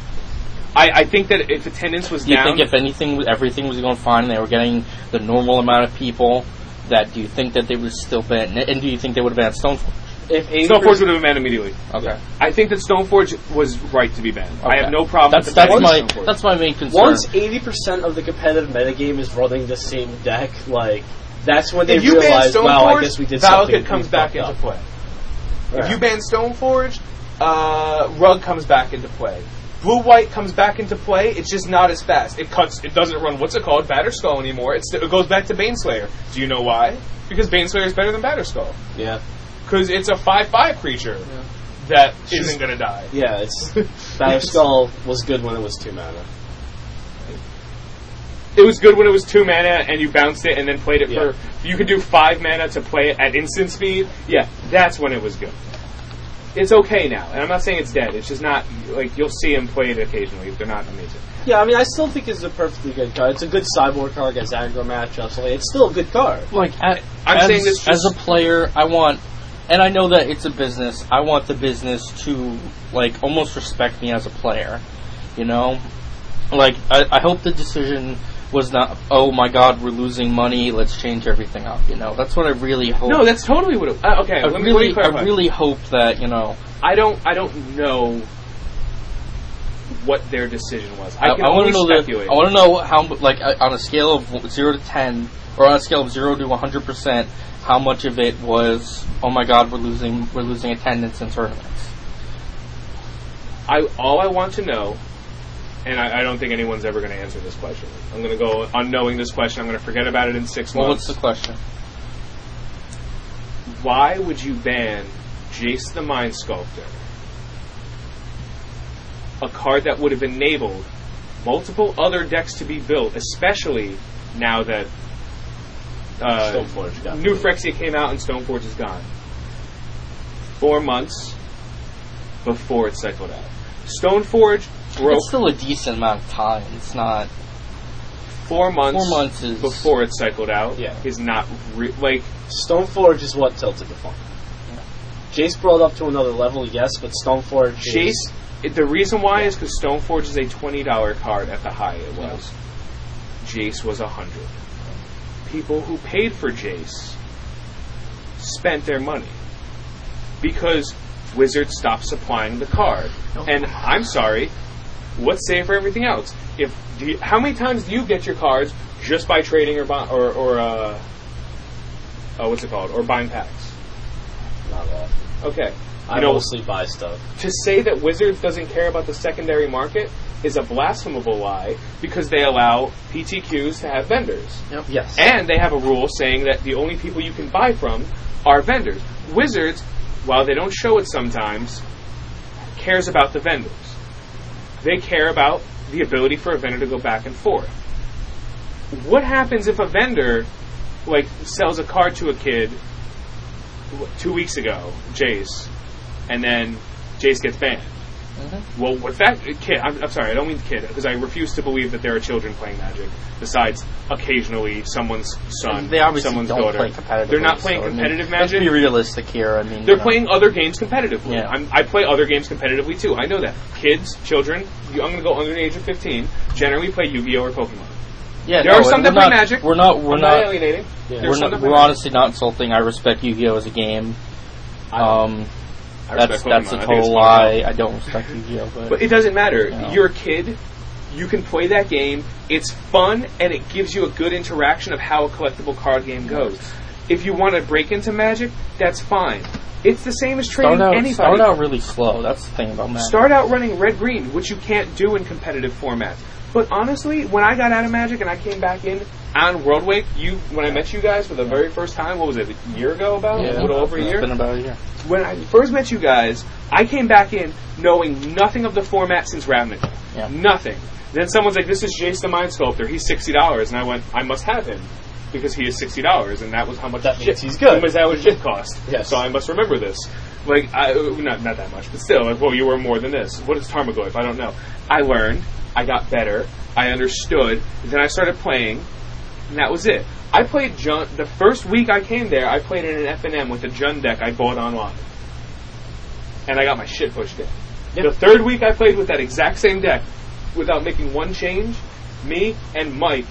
A: I, I think that if attendance was
B: Do you
A: down,
B: think if anything, everything was going fine, and they were getting the normal amount of people, that do you think that they would still ban? And do you think they would have banned Stoneforge?
C: if 80
A: Stoneforge would have been banned immediately.
B: Okay.
A: I think that Stoneforge was right to be banned. I
B: Okay.
A: have no problem.
B: That's
A: with
B: that's
A: the
B: my
A: banning of Stoneforge.
B: that's my main concern.
C: once eighty percent of the competitive metagame is running the same deck, like that's when they
D: if you ban
C: realize,
D: Stoneforge,
C: wow, I guess we did something.
D: Valakut
C: we
D: comes back
C: fucked
D: into
C: up.
D: play.
C: Yeah.
D: If you ban Stoneforge, uh, Rug comes back into play. Blue White comes back into play. It's just not as fast. It cuts. It doesn't run. What's it called? Batterskull anymore. It's, it goes back to Baneslayer. Do you know why? Because Baneslayer is better than Batterskull.
C: yeah,
D: Because it's a five-five creature that not going to die.
C: yeah, it's Battle Skull was good when it was two mana.
A: It was good when it was two mana and you bounced it and then played it
C: Yeah.
A: for. You could do five mana to play it at instant speed. Yeah, that's when it was good. It's okay now, and I'm not saying it's dead. It's just not like you'll see him play it occasionally if they're not amazing.
C: Yeah, I mean, I still think it's a perfectly good card. It's a good sideboard card against aggro matchups. Like, it's still a good card.
B: like a-
A: I'm
B: as,
A: saying this
B: as a player, I want, and I know that it's a business. I want the business to like almost respect me as a player. You know, like I, I hope the decision was not. Oh my God, we're losing money. Let's change everything up. You know, that's what I really hope.
A: No, that's totally what it. Uh, okay,
B: I
A: let me, let me
B: really,
A: clarify.
B: I really hope that you know.
A: I don't. I don't know what their decision was. I,
B: I,
A: can
B: I want
A: only
B: to know
A: speculate.
B: that. I want to know how, mu- like, uh, on a scale of zero to ten, or on a scale of zero to one hundred percent, how much of it was, oh my God, we're losing, we're losing attendance in tournaments.
A: I all I want to know, and I, I don't think anyone's ever going to answer this question. I'm going to go on knowing this question. I'm going to forget about it in six
B: Well, what's
A: months.
B: the question?
A: Why would you ban Jace the Mind Sculptor, a card that would have enabled multiple other decks to be built, especially now that uh,
C: Stoneforge got
A: New Phyrexia came out and Stoneforge is gone. Four months before it cycled out. Stoneforge broke
B: It's still a decent amount of time. It's not
A: four months,
B: four months is
A: before it cycled out.
C: Yeah.
A: Is not re- like
C: Stoneforge is what tilted the funk. Jace brought up to another level, yes, but Stoneforge.
A: Chase.
C: is-
A: it- the reason why is because Stoneforge is a twenty dollar card at the high it was. Jace was a hundred. People who paid for Jace spent their money because Wizard stopped supplying the card. And I'm sorry, what's safe for everything else? If do you, how many times do you get your cards just by trading or bu- or, or uh, oh, what's it called or buying packs?
C: Not bad.
A: Okay,
C: I
A: You know-
C: mostly buy stuff.
A: to say that Wizards doesn't care about the secondary market is a blasphemable lie because they allow PTQs to have vendors.
C: Yes.
A: And they have a rule saying that the only people you can buy from are vendors. Wizards, while they don't show it sometimes, cares about the vendors. They care about the ability for a vendor to go back and forth. What happens if a vendor like sells a card to a kid w- two weeks ago, Jace, and then Jace gets banned?
B: Mm-hmm.
A: Well, what's that kid? I'm, I'm sorry, I don't mean kid because I refuse to believe that there are children playing Magic. Besides, occasionally someone's son,
B: They obviously
A: someone's
B: don't
A: daughter.
B: play competitive.
A: They're not playing competitive Magic.
B: Let's be realistic here. I mean,
A: They're
B: you know,
A: playing other games competitively.
B: Yeah.
A: I'm, I play other games competitively too. I know that. Kids, children, you, I'm going to go under the age of 15, generally play Yu-Gi-Oh or Pokemon.
B: Yeah,
A: there
B: no,
A: are some
B: we're
A: that play
B: not-
A: Magic.
B: We're not. We're
A: I'm not,
B: not.
A: alienating.
C: Yeah.
A: There's
B: We're,
A: some
B: not,
A: that
B: we're
A: play Magic.
B: honestly not insulting. I respect Yu-Gi-Oh as a game.
C: don't.
B: Um,
A: I
B: that's
A: respect
B: that's
A: Pokemon. I
B: a
A: think it's
B: total
A: Pokemon.
B: lie. I don't respect Yu-Gi-Oh, but,
A: But it doesn't matter.
B: No.
A: You're a kid. You can play that game. It's fun, and it gives you a good interaction of how a collectible card game goes. If you want to break into Magic, that's fine. It's the same as trading
B: start out,
A: anybody.
B: start out really slow. That's the thing about Magic.
A: Start out running red green, which you can't do in competitive formats. But honestly, when I got out of Magic and I came back in on Worldwake, you when I met you guys for the very first time, what was it, a year ago about?
B: Yeah.
A: A little over a
B: It's
A: year?
B: been about a year.
A: when I first met you guys, I came back in knowing nothing of the format since Ravnica.
B: Yeah.
A: Nothing. Then someone's like, "This is Jace the Mind Sculptor. He's sixty dollars," and I went, "I must have him because he is sixty dollars, and that was how much
C: That
A: shit
C: means he's
A: that
C: good.
A: Was how much shit cost?
C: Yes.
A: So I must remember this. Like, I, not not that much, but still, like, well, you were more than this. What is Tarmogoyf? I don't know. I learned. I got better. I understood. Then I started playing and that was it. I played Jun. The first week I came there, I played in an F and M with a Jun deck I bought online, and I got my shit pushed in. The third week I played with that exact same deck, without making one change. Me and Mike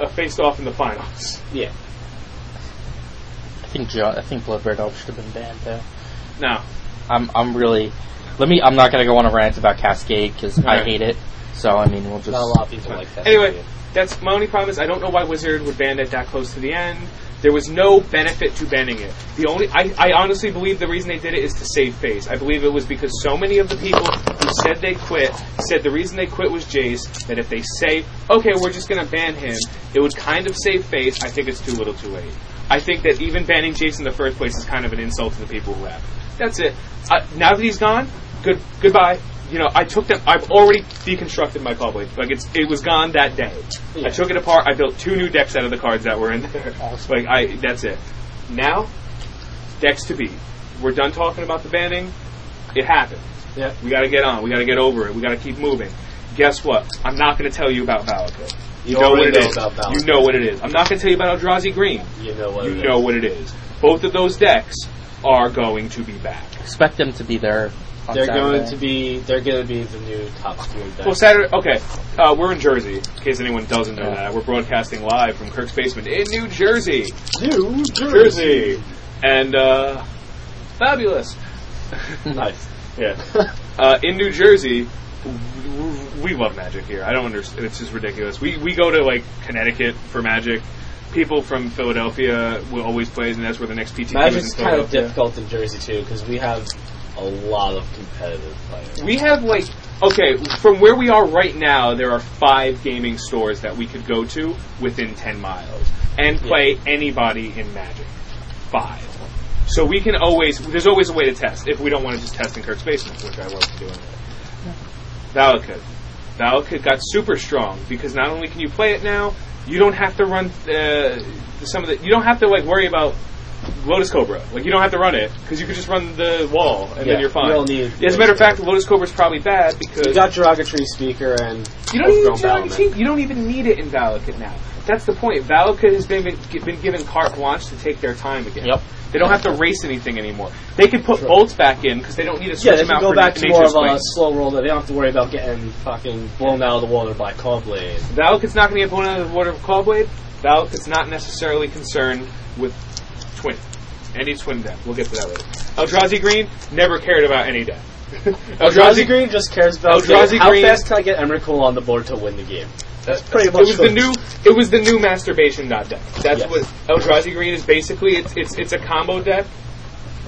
A: uh, faced off in the finals.
C: yeah.
B: I think jo- I think Blood Red Elf should have been banned though.
A: No.
B: I'm I'm really. Let me. I'm not gonna go on a rant about Cascade because I
A: Alright.
B: hate it. So I mean, we'll just.
C: Not a lot of people like that.
A: Anyway, that's my only problem is I don't know why Wizard would ban it that close to the end. There was no benefit to banning it. The only I, I honestly believe the reason they did it is to save face. I believe it was because so many of the people who said they quit said the reason they quit was Jace, that if they say, okay, we're just gonna ban him, it would kind of save face. I think it's too little too late. I think that even banning Jace in the first place is kind of an insult to the people who have. it. That's it. I, now that he's gone, good goodbye. You know, I took them. I've already deconstructed my public. Like it's it was gone that day. I took it apart. I built two new decks out of the cards that were in there. Like I, that's it. Now, decks to beat. We're done talking about the banning. It happened.
C: Yeah.
A: We got to get on. We got to get over it. We got to keep moving. Guess what? I'm not going to tell you about Valakut. You, know what
C: already
A: it
C: know
A: is.
C: about Valakut.
A: You know what it is. I'm not going to tell you about Eldrazi Green.
C: you know what?
A: You
C: it is.
A: know what it is. Both of those decks are going to be back.
B: expect them to be there. On
C: They're
B: Saturday.
C: going to be. They're going to be the new top three. Back.
A: Well, Saturday. Okay, uh, we're in Jersey. In case anyone doesn't know
B: Yeah.
A: that, we're broadcasting live from Kirk's basement in New Jersey.
C: New
A: Jersey, and uh, fabulous.
C: Nice.
A: Yeah. uh, in New Jersey, w- we love magic here. I don't understand. It's just ridiculous. We we go to like Connecticut for magic. People from Philadelphia will always play, and that's where the next PTQ is
C: Magic's
A: in
C: kind of
A: Philadelphia.
C: difficult in Jersey too because we have a lot of competitive players.
A: We have like okay, from where we are right now, there are five gaming stores that we could go to within ten miles and play anybody in Magic. Five. So we can always there's always a way to test if we don't want to just test in Kirk's basement, which I love to do anyway. Valakut. Valakut got super strong because not only can you play it now, you don't have to run uh, some of the you don't have to like worry about Lotus Cobra. Like you don't have to run it because you could just run the wall and
C: Yeah,
A: then you're fine.
C: you don't need-
A: As a matter of fact, the Lotus Cobra is probably bad because
C: You got derogatory speaker and
A: you don't, even,
C: overgrown
A: you, don't
C: Balaman.
A: even need, you don't even need it in Valakut now. That's the point. Valakut has been been given carte blanche to take their time again.
B: Yep.
A: They don't have to race anything anymore. They could put bolts back in because they don't need to switch
C: Yeah, they
A: them
C: can
A: out
C: go
A: for
C: back to
A: nature's
C: more of a
A: play.
C: slow roll that they don't have to worry about getting fucking blown out of the water by Cobblade.
A: Valakut's not going to get blown out of the water of Clawblade. Valakut's not necessarily concerned with twin. Any twin deck. We'll get to that later. Eldrazi Green never cared about any deck.
C: Eldrazi Green just cares about
A: Oh, Eldrazi
C: how
A: Green-
C: fast can I get Emrakul on the board to win the game. That's pretty
A: it
C: much
A: was
C: what
A: the new it was the new masturbation dot deck. That's
C: Yes.
A: what Eldrazi Green is basically it's it's it's a combo deck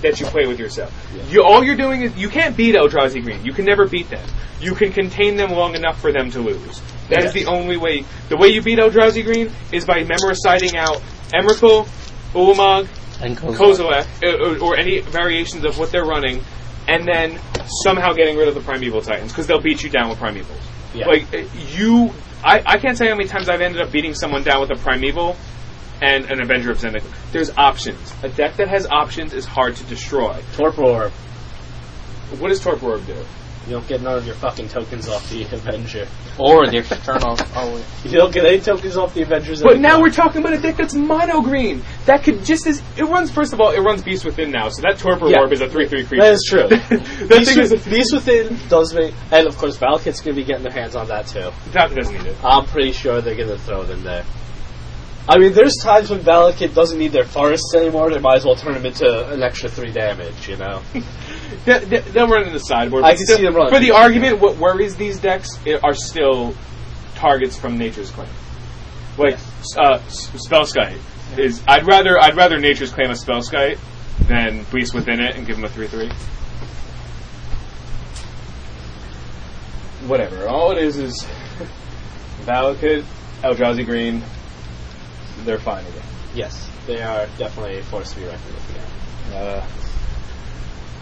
A: that you play with yourself.
C: Yeah.
A: You all you're doing is you can't beat Eldrazi Green. You can never beat them. You can contain them long enough for them to lose. That is
C: Yes.
A: the only way the way you beat Eldrazi Green is by memorizing out Emrakul, Ulamog,
B: And Kozilek.
A: Kozilek, or, or any variations of what they're running, and then somehow getting rid of the Primeval Titans because they'll beat you down with Primevals.
C: Yeah.
A: Like uh, you, I, I can't say how many times I've ended up beating someone down with a Primeval and an Avenger of Zendikar. There's options. A deck that has options is hard to destroy.
C: Torpor Orb.
A: What does Torpor Orb do?
C: You don't get none of your fucking tokens off the Avenger.
B: or they could turn off. Oh, wait.
C: You don't get any tokens off the Avengers.
A: But now we're talking about a deck that's mono green. That could just as it runs. First of all, it runs Beast Within now, so that Torpor
C: Yeah.
A: Orb is a three-three creature.
C: That is true.
A: that
C: Beast,
A: thing is
C: With- Beast Within does make, and of course Valakut's gonna be getting their hands on that too.
A: that doesn't need it.
C: I'm pretty sure they're gonna throw it in there. I mean, there's times when Valakut doesn't need their forests anymore. They might as well turn them into an extra three damage. You know,
A: They- they- They'll run in the sideboard.
C: I
A: but
C: can
A: still-
C: see them running.
A: For the argument, what worries these decks i- are still targets from Nature's Claim. Like uh, S- Spellskite is. I'd rather I'd rather Nature's Claim a Spellskite than Beast within it and give him a three three. Whatever. All it is is Valakut, Eldrazi Green. They're fine again.
C: yes, they are definitely a force to be reckoned with. Yeah.
A: Uh,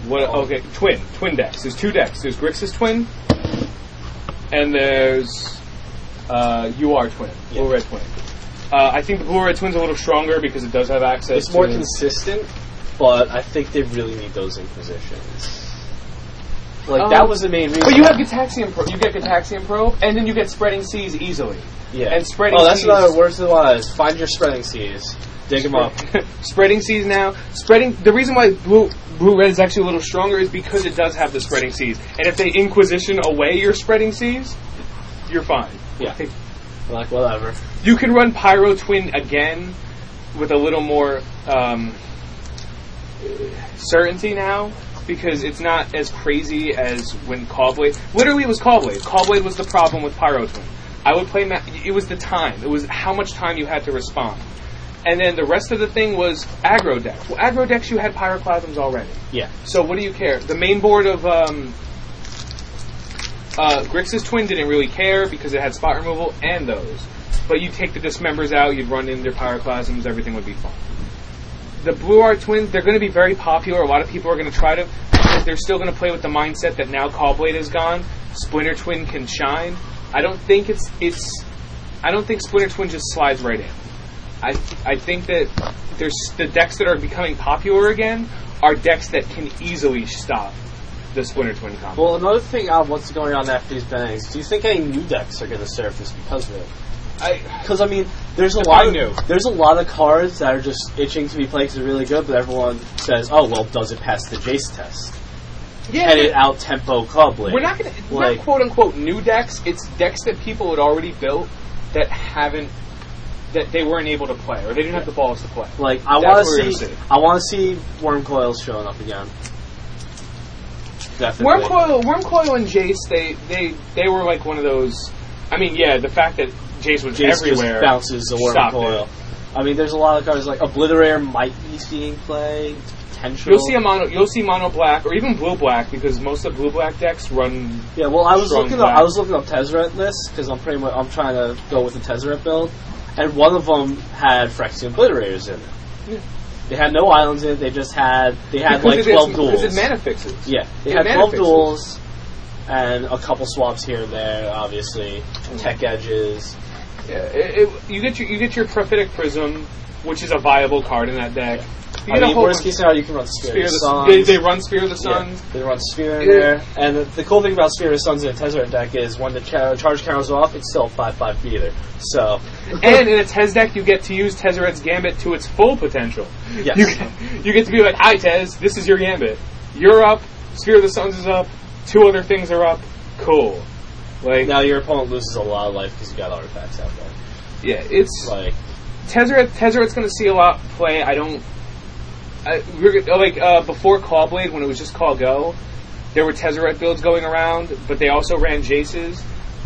A: what? Okay, twin, twin decks. There's two decks. There's Grixis twin, and there's uh, UR twin,
C: Yeah.
A: blue red twin. Uh, I think the blue red twin's a little stronger because it does have access.
C: It's more
A: to-
C: consistent, but I think they really need those Inquisitions. Like
A: Um,
C: that was the main reason.
A: but you have Gataxian Pro. You get Gataxian Probe, and then you get Spreading Seas easily.
C: yeah.
A: and spreading
C: Oh, that's
A: seas.
C: another word to the wise. Find your spreading seas. Dig them up.
A: spreading seas now. Spreading. The reason why blue blue red is actually a little stronger is because it does have the spreading seas. And if they Inquisition away your spreading seas, you're fine.
C: Yeah. Like whatever.
A: You can run Pyro Twin again with a little more um, certainty now because it's not as crazy as when Callblade. Literally, it was Callblade. Callblade was the problem with Pyro Twin. I would play. Ma- it was the time. It was how much time you had to respond. And then the rest of the thing was aggro decks. Well, aggro decks you had pyroclasms already.
C: Yeah.
A: So what do you care? The main board of um, uh, Grix's twin didn't really care because it had spot removal and those. But you take the dismembers out, you'd run in their pyroclasms, everything would be fine. The blue art twins, they're going to be very popular. A lot of people are going to try to. because They're still going to play with the mindset that now Callblade is gone. Splinter Twin can shine. I don't think it's it's. I don't think Splinter Twin just slides right in. I I think that there's the decks that are becoming popular again are decks that can easily stop the Splinter Twin combo.
C: Well, another thing on what's going on after these bannings, do you think any new decks are going to surface because of it?
A: I,
C: Because I mean, there's a
A: If
C: lot
A: I
C: of
A: knew.
C: there's a lot of cards that are just itching to be played because they're really good, but everyone says, "Oh, well, does it pass the Jace test?"
A: yeah,
C: And it out tempo Cobblade.
A: We're not gonna it's
C: Like-
A: not quote unquote new decks. It's decks that people had already built that haven't that they weren't able to play or they didn't have the balls to play.
C: Like I
A: That's
C: want
A: what we're
C: to
A: gonna
C: see,
A: see.
C: I want to see Worm Coils showing up again. Definitely.
A: Worm Coil, Worm Coil, and Jace they they they were like one of those. I mean, yeah, the fact that Jace was
C: Jace
A: everywhere.
C: just bounces the Worm
A: Stop
C: Coil. I mean, there's a lot of cards like Obliterator might be seeing play potential.
A: You'll see a mono. You'll see mono black or even blue black because most of blue black decks run.
C: Yeah, well, I was
A: Strong
C: looking up.
A: black.
C: I was looking up Tezzeret lists because I'm pretty much I'm trying to go with the Tezzeret build, and one of them had Phyrexian Obliterators in it. They had no islands in it. They just had they had
A: because
C: like
A: it-
C: twelve
A: it's-
C: duels.
A: Because it mana fixes.
C: yeah, they
A: it
C: had twelve
A: manifests.
C: duels and a couple swaps here and there. Obviously,
A: Hmm.
C: tech edges.
A: Yeah, it, it- you get your you get your prophetic prism, which is a viable card in that deck. You
C: I
A: get a
C: mean,
A: whole
C: worst case scenario, you can run Spear,
A: Spear
C: of
A: of
C: the
A: the,
C: Suns.
A: they, they run Spear of the
C: Yeah,
A: Suns.
C: They run Spear in
A: Yeah.
C: there. And the, the cool thing about Spear of the Suns in a Tezzeret deck is when the cha- charge counters off, it's still a 5-5 beater. So,
A: And in a Tez deck, you get to use Tezzeret's Gambit to its full potential.
C: Yes.
A: You get, you get to be like, hi Tez, this is your Gambit. You're up, Spear of the Suns is up, two other things are up, cool. Like,
C: Now your opponent loses a lot of life because you got artifacts out there.
A: yeah, it's...
C: Like,
A: Tezzeret, Tezzeret's going to see a lot play. I don't... I, we're, gonna- like, uh, before Callblade, when it was just Call Go, there were Tezzeret builds going around, but they also ran Jaces.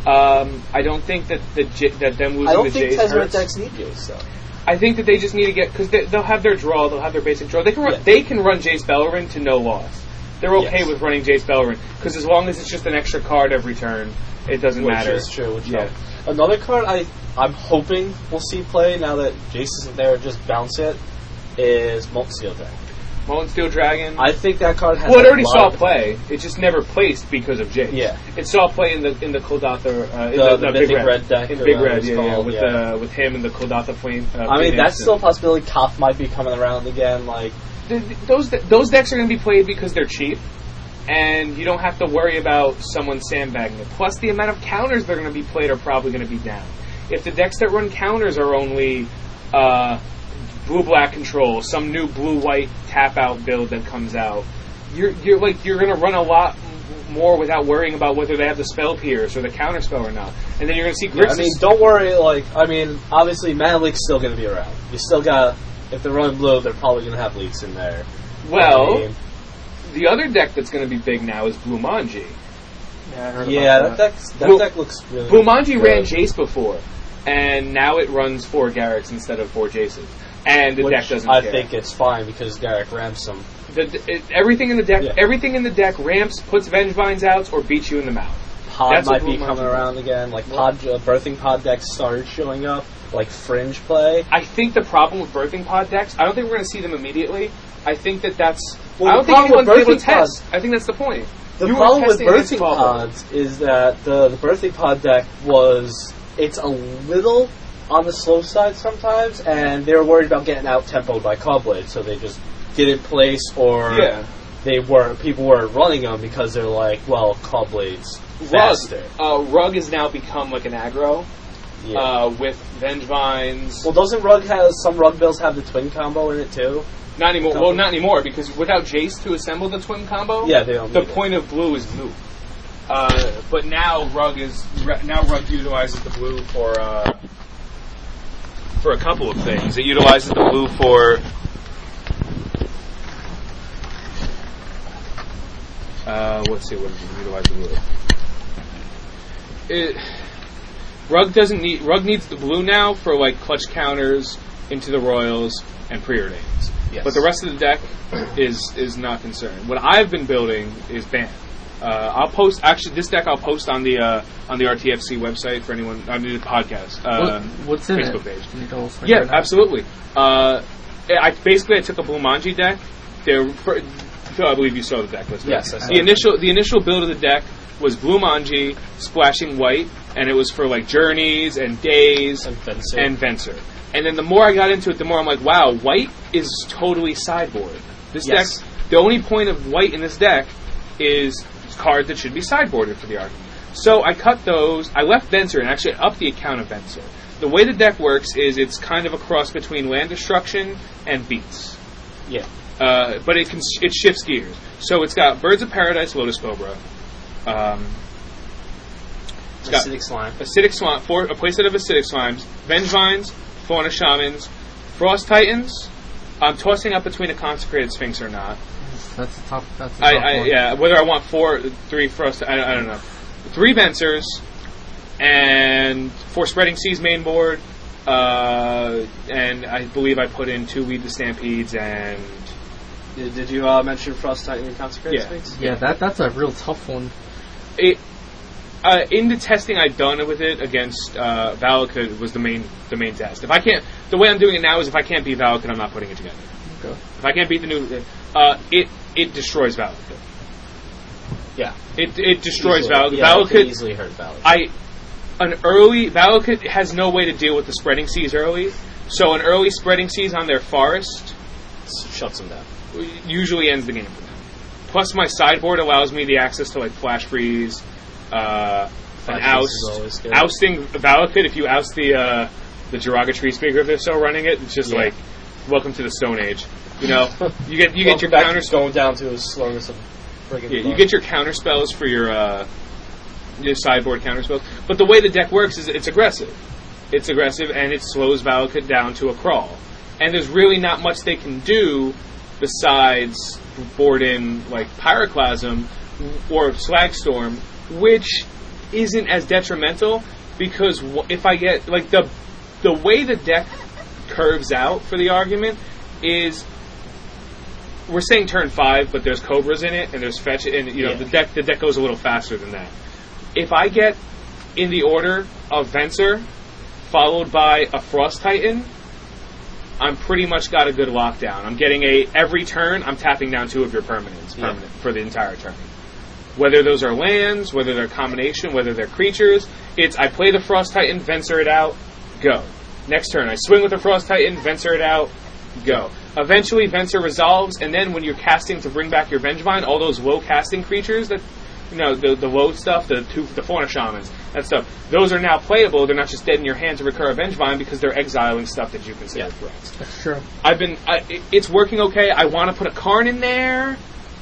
A: Um, I don't think that the J- that them losing
C: I don't
A: the
C: think
A: Jace
C: Tezzeret
A: hurts.
C: decks need Jace though.
A: I think that they just need to get because they, they'll have their draw, they'll have their basic draw. They can run,
C: Yeah.
A: they can run Jace Bellerin to no loss. They're okay
C: Yes.
A: with running Jace Bellerin because as long as it's just an extra card every turn, it doesn't
C: Which
A: matter.
C: is true. Which
A: Yeah.
C: helps. Another card I I'm hoping we'll see play now that Jace isn't there. Just bounce it. Is Molten Steel deck.
A: Mullen Steel Dragon.
C: I think that card has.
A: well, it
C: a
A: already
C: lot
A: saw
C: of-
A: play. It just never placed because of Jace.
C: Yeah.
A: it saw play in the in the Koldatha, uh, in
C: The-
A: the,
C: the
A: Big
C: Mythic
A: Red,
C: Red deck
A: in
C: or
A: Big
C: whatever
A: Red,
C: it's
A: yeah, yeah,
C: called,
A: with
C: yeah.
A: Uh, with him and the Koldatha Flame. Uh,
C: I mean,
A: Phoenix
C: that's
A: and-
C: still a possibility. Koth might be coming around again. Like,
A: th- th- those de- those decks are going to be played because they're cheap, and you don't have to worry about someone sandbagging it. Plus, the amount of counters they're going to be played are probably going to be down. If the decks that run counters are only uh, blue black control, some new blue white tap out build that comes out, you're you're like you're going to run a lot m- more without worrying about whether they have the spell pierce or the counter spell or not. And then you're going to see
C: I
A: Grixis
C: mean, don't worry. Like, I mean, obviously, Mana Leak's still going to be around. You still got. If they're running blue, they're probably going to have leaks in there.
A: well.
C: I mean,
A: the other deck that's going to be big now is Blue Manji.
B: Yeah, I heard
C: yeah, that,
B: about that.
C: deck's, that
A: Well,
C: deck looks really.
A: Bumanji
C: good.
A: ran Jace before, and now it runs four Garrick's instead of four Jaces. And the
C: Which
A: deck doesn't
C: I
A: care.
C: think it's fine because Garrick ramps him.
A: The- the- it- everything in the deck,
C: Yeah.
A: everything in the deck ramps, puts Vengevines out, or beats you in the mouth.
C: Pod
A: That's what
C: might be
A: Blue
C: coming
A: Mountain-
C: around again. Like pod, uh, birthing pod decks started showing up. Like fringe play.
A: I think the problem with birthing pod decks, I don't think we're going to see them immediately. I think that that's.
C: Well,
A: I
C: the
A: don't think
C: problem
A: anyone's
C: with
A: able to
C: birthing pod-
A: test. I think that's the point.
C: The
A: You were
C: problem with
A: testing against
C: birthing
A: Bubble.
C: pods is that the the birthing pod deck was it's a little on the slow side sometimes, and they were worried about getting out tempoed by Cobblade, so they just didn't place or
A: Yeah.
C: they were people weren't running them because they're like, well, Cobblade's
A: Rug,
C: faster.
A: uh, Rug has now become like an aggro
C: Yeah.
A: uh, with Vengevines.
C: well, doesn't rug has some rug bills have the twin combo in it too?
A: Not anymore.
C: Couple.
A: Well, not anymore because without Jace to assemble the twin combo,
C: Yeah, they don't
A: the
C: need it.
A: point of blue is blue. Uh,
D: But now Rug is re- now Rug utilizes the blue for uh, for a couple of things. It utilizes the blue for
A: Uh, let's see what is it utilizing blue. It, Rug doesn't need Rug needs the blue now for like clutch counters into the Royals and preordains.
B: Yes.
A: But the rest of the deck is is not concerned. What I've been building is ban. Uh, I'll post actually this deck I'll post on the uh, on the RTFC website for anyone on the podcast. Uh,
B: What- what's in
A: Facebook
B: it?
A: page.
B: Can you tell us
A: Yeah,
B: right now?
A: absolutely. Uh, I basically I took a Blumanji deck. They're, fir- Phil, I believe you saw the deck list. right?
C: Yes, I saw
A: the
C: it.
A: initial the initial build of the deck was Blumanji, splashing white, and it was for like journeys and days
C: And Fencer.
A: and Venser. And then the more I got into it, the more I'm like, wow, white is totally sideboard. This
C: Yes.
A: deck, the only point of white in this deck is card that should be sideboarded for the arc. So I cut those. I left Venser and actually upped the account of Venser. The way the deck works is it's kind of a cross between land destruction and beats
C: yeah.
A: uh, but it can it shifts gears. So it's got Birds of Paradise, Lotus Cobra, um, got-
C: Acidic slime.
A: acidic slime, for, a playset of acidic slimes, Venge Vines, Fauna Shamans, Frost Titans. I'm tossing up between a consecrated sphinx or not.
B: That's the top. That's the
A: I,
B: top
A: I
B: one.
A: yeah, whether I want four, three frost, I, I don't know, three Vensers, and four spreading seas main board, uh, and I believe I put in two weed the stampedes and
C: Did, did you uh, mention Frost Titan and Consecrated
A: Yeah.
C: Sphinx?
B: Yeah, that that's a real tough one.
A: it uh, in the testing I've done with it against uh, Valakut was the main the main test. If I can't, the way I'm doing it now is if I can't beat Valakut, I'm not putting it together.
B: Okay.
A: If I can't beat the new, uh, it it destroys Valakut.
C: Yeah.
A: It it destroys
C: Easily.
A: Valakut.
C: Yeah, I
A: Valakut,
C: could easily hurt Valakut.
A: I an early Valakut has no way to deal with the spreading seas early, so an early spreading seas on their forest
C: S- shuts him down.
A: usually ends the game for them. Plus, my sideboard allows me the access to like flash freeze, uh, an
C: Flash freeze is always
A: oust,
C: good.
A: ousting Valakut. If you oust the uh, the Jiraga tree speaker, if they're still running it, it's just
C: Yeah.
A: like welcome to the Stone Age. You know, you get you get your
C: Welcome back
A: counter
C: to going down to his slowness of friggin'
A: yeah, you
C: luck.
A: get your counter spells for your uh, your sideboard counter spells. But the way the deck works is it's aggressive. It's aggressive and it slows Valakut down to a crawl. And there's really not much they can do besides board in like Pyroclasm or Slagstorm, which isn't as detrimental because wh- if I get like the the way the deck curves out for the argument is we're saying turn five, but there's cobras in it and there's fetch, and you know
C: Yeah.
A: the deck the deck goes a little faster than that. If I get in the order of Venser, followed by a Frost Titan, I'm pretty much got a good lockdown. I'm getting a every turn I'm tapping down two of your permanents
C: Yeah.
A: permanent for the entire turn. Whether those are lands, whether they're combination, whether they're creatures, it's I play the Frost Titan, Venser it out, go. Next turn I swing with the Frost Titan, Venser it out, go. Eventually Venser resolves, and then when you're casting to bring back your Vengevine, all those low casting creatures that you know, the the low stuff, the two the fauna shamans, that stuff, those are now playable, they're not just dead in your hand to recur a Vengevine because they're exiling stuff that you consider
C: Yeah.
A: threats.
B: That's true.
A: I've been. I, it- it's working okay. I want to put a Karn in there,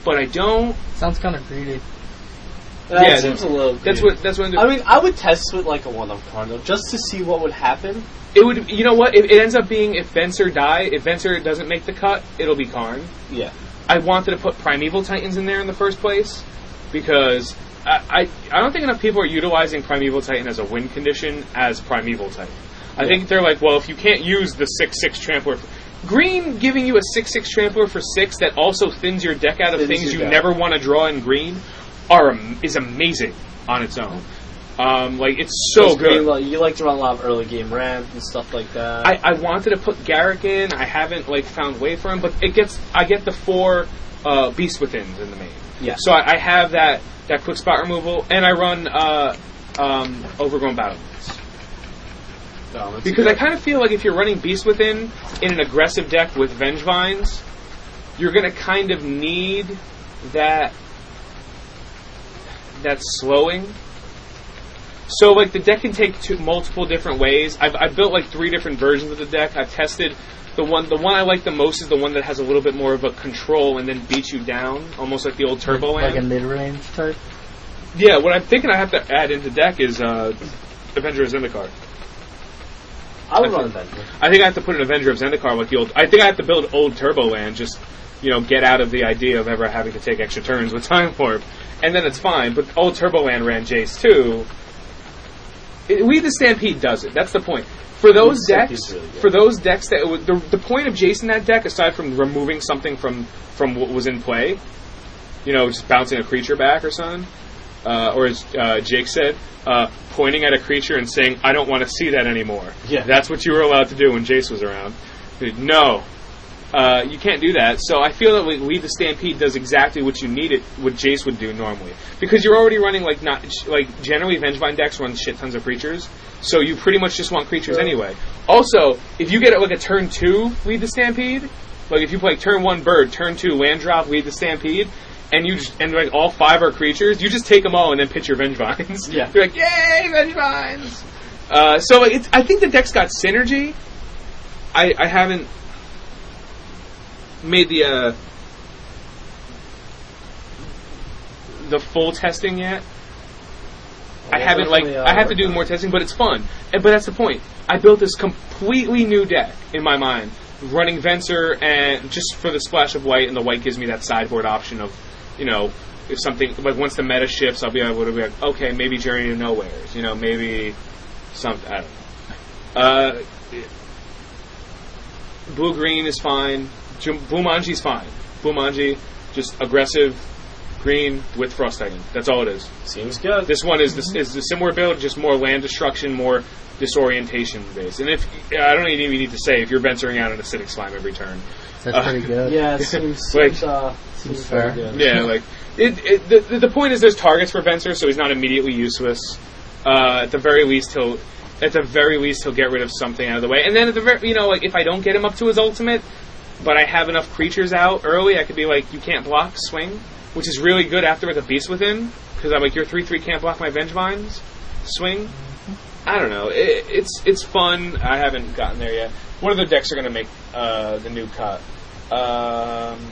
A: but I don't.
B: Sounds kind of greedy.
C: That
A: yeah,
C: seems
A: that-
C: a little.
A: That's
C: greedy.
A: what. That's what.
C: I mean, I would test with like a one of Carno just to see what would happen.
A: it would. You know what? It, it ends up being if Venser die, if Venser doesn't make the cut, it'll be Karn.
C: Yeah.
A: I wanted to put Primeval Titans in there in the first place because I, I, I don't think enough people are utilizing Primeval Titan as a win condition as Primeval Titan. I think they're like, well, if you can't use the 6 6 Trampler. Green giving you a 6 6 Trampler for 6 that also thins your deck out of
C: Thins
A: things you
C: you down.
A: never want to draw in green are am- is amazing on its own. Um, like, it's so
C: Those
A: good.
C: green li- you like to run a lot of early game ramp and stuff like that.
A: I, I wanted to put Garrick in. I haven't like found way for him, but it gets I get the four uh, Beast Within's in the main.
C: Yeah.
A: So I, I have that that quick spot removal, and I run uh, um, Overgrown Battle Lines.
C: Um, it's
A: because I
C: good.
A: kind of feel like if you're running Beast Within in an aggressive deck with Venge Vines, you're gonna kind of need that that slowing. So like the deck can take two, multiple different ways. I've, I've built like three different versions of the deck. I've tested the one the one I like the most is the one that has a little bit more of a control and then beats you down, almost like the old Turbo
B: like
A: Land.
B: a mid-range type.
A: Yeah, what I'm thinking I have to add into deck is uh, Avenger of Zendikar.
C: I would
A: I
C: run
A: think-
C: that.
A: I think I have to put an Avenger of Zendikar with the old. I think I have to build old Turbo Land just you know, get out of the idea of ever having to take extra turns with Time Warp, and then it's fine. But old Turboland ran Jace too. It- we the Stampede does it. That's the point. For those
C: Stampede's
A: decks,
C: really good.
A: for those decks that w- the, the point of Jace in that deck, aside from removing something from from what was in play, you know, just bouncing a creature back or something, uh, or as uh, Jake said, uh, pointing at a creature and saying, "I don't want to see that anymore."
C: Yeah.
A: that's what you were allowed to do when Jace was around. No, uh, you can't do that. So I feel that like, Lead the Stampede does exactly what you need it, what Jace would do normally, because you're already running like not like generally Vengevine decks run shit tons of creatures, so you pretty much just want creatures anyway. Also, if you get like a turn two Lead the Stampede, like if you play turn one Bird, turn two Land Drop, Lead the Stampede. And you just, and like all five are creatures. You just take them all and then pitch your Vengevines.
C: Yeah.
A: You're like, yay, Vengevines! Uh, so like, it's, I think the deck's got synergy. I, I haven't made the uh, the full testing yet. I
C: Well,
A: haven't like
C: definitely, uh,
A: I have to do
C: work
A: more testing, but it's fun. And, but that's the point. I built this completely new deck in my mind, running Venser and just for the splash of white, and the white gives me that sideboard option of, you know, if something like once the meta shifts, I'll be able to be like, okay, maybe Journey to Nowhere's, you know, maybe something. I don't know. Uh, Blue Green is fine. Jum- Boomanji's fine. Boomanji, just aggressive green with frost titan. That's all it is.
C: Seems good.
A: This one is this is the similar build, just more land destruction, more disorientation based. And if I don't even need to say if you're venturing out an acidic slime every turn,
E: That's
A: Uh,
E: pretty good.
C: yeah, it seems,
A: Like-
C: seems, uh,
E: Seems
C: seems
E: fair.
C: very good.
A: yeah, like it, it, the- the the point is there's targets for Venser, so he's not immediately useless. Uh, at the very least, he'll at the very least he'll get rid of something out of the way, and then at the very you know like if I don't get him up to his ultimate, but I have enough creatures out early, I could be like you can't block swing, which is really good after with a beast within because I'm like your three three can't block my Vengevines swing. I don't know. It, it's it's fun. I haven't gotten there yet. What other decks are going to make uh, the new cut? Um,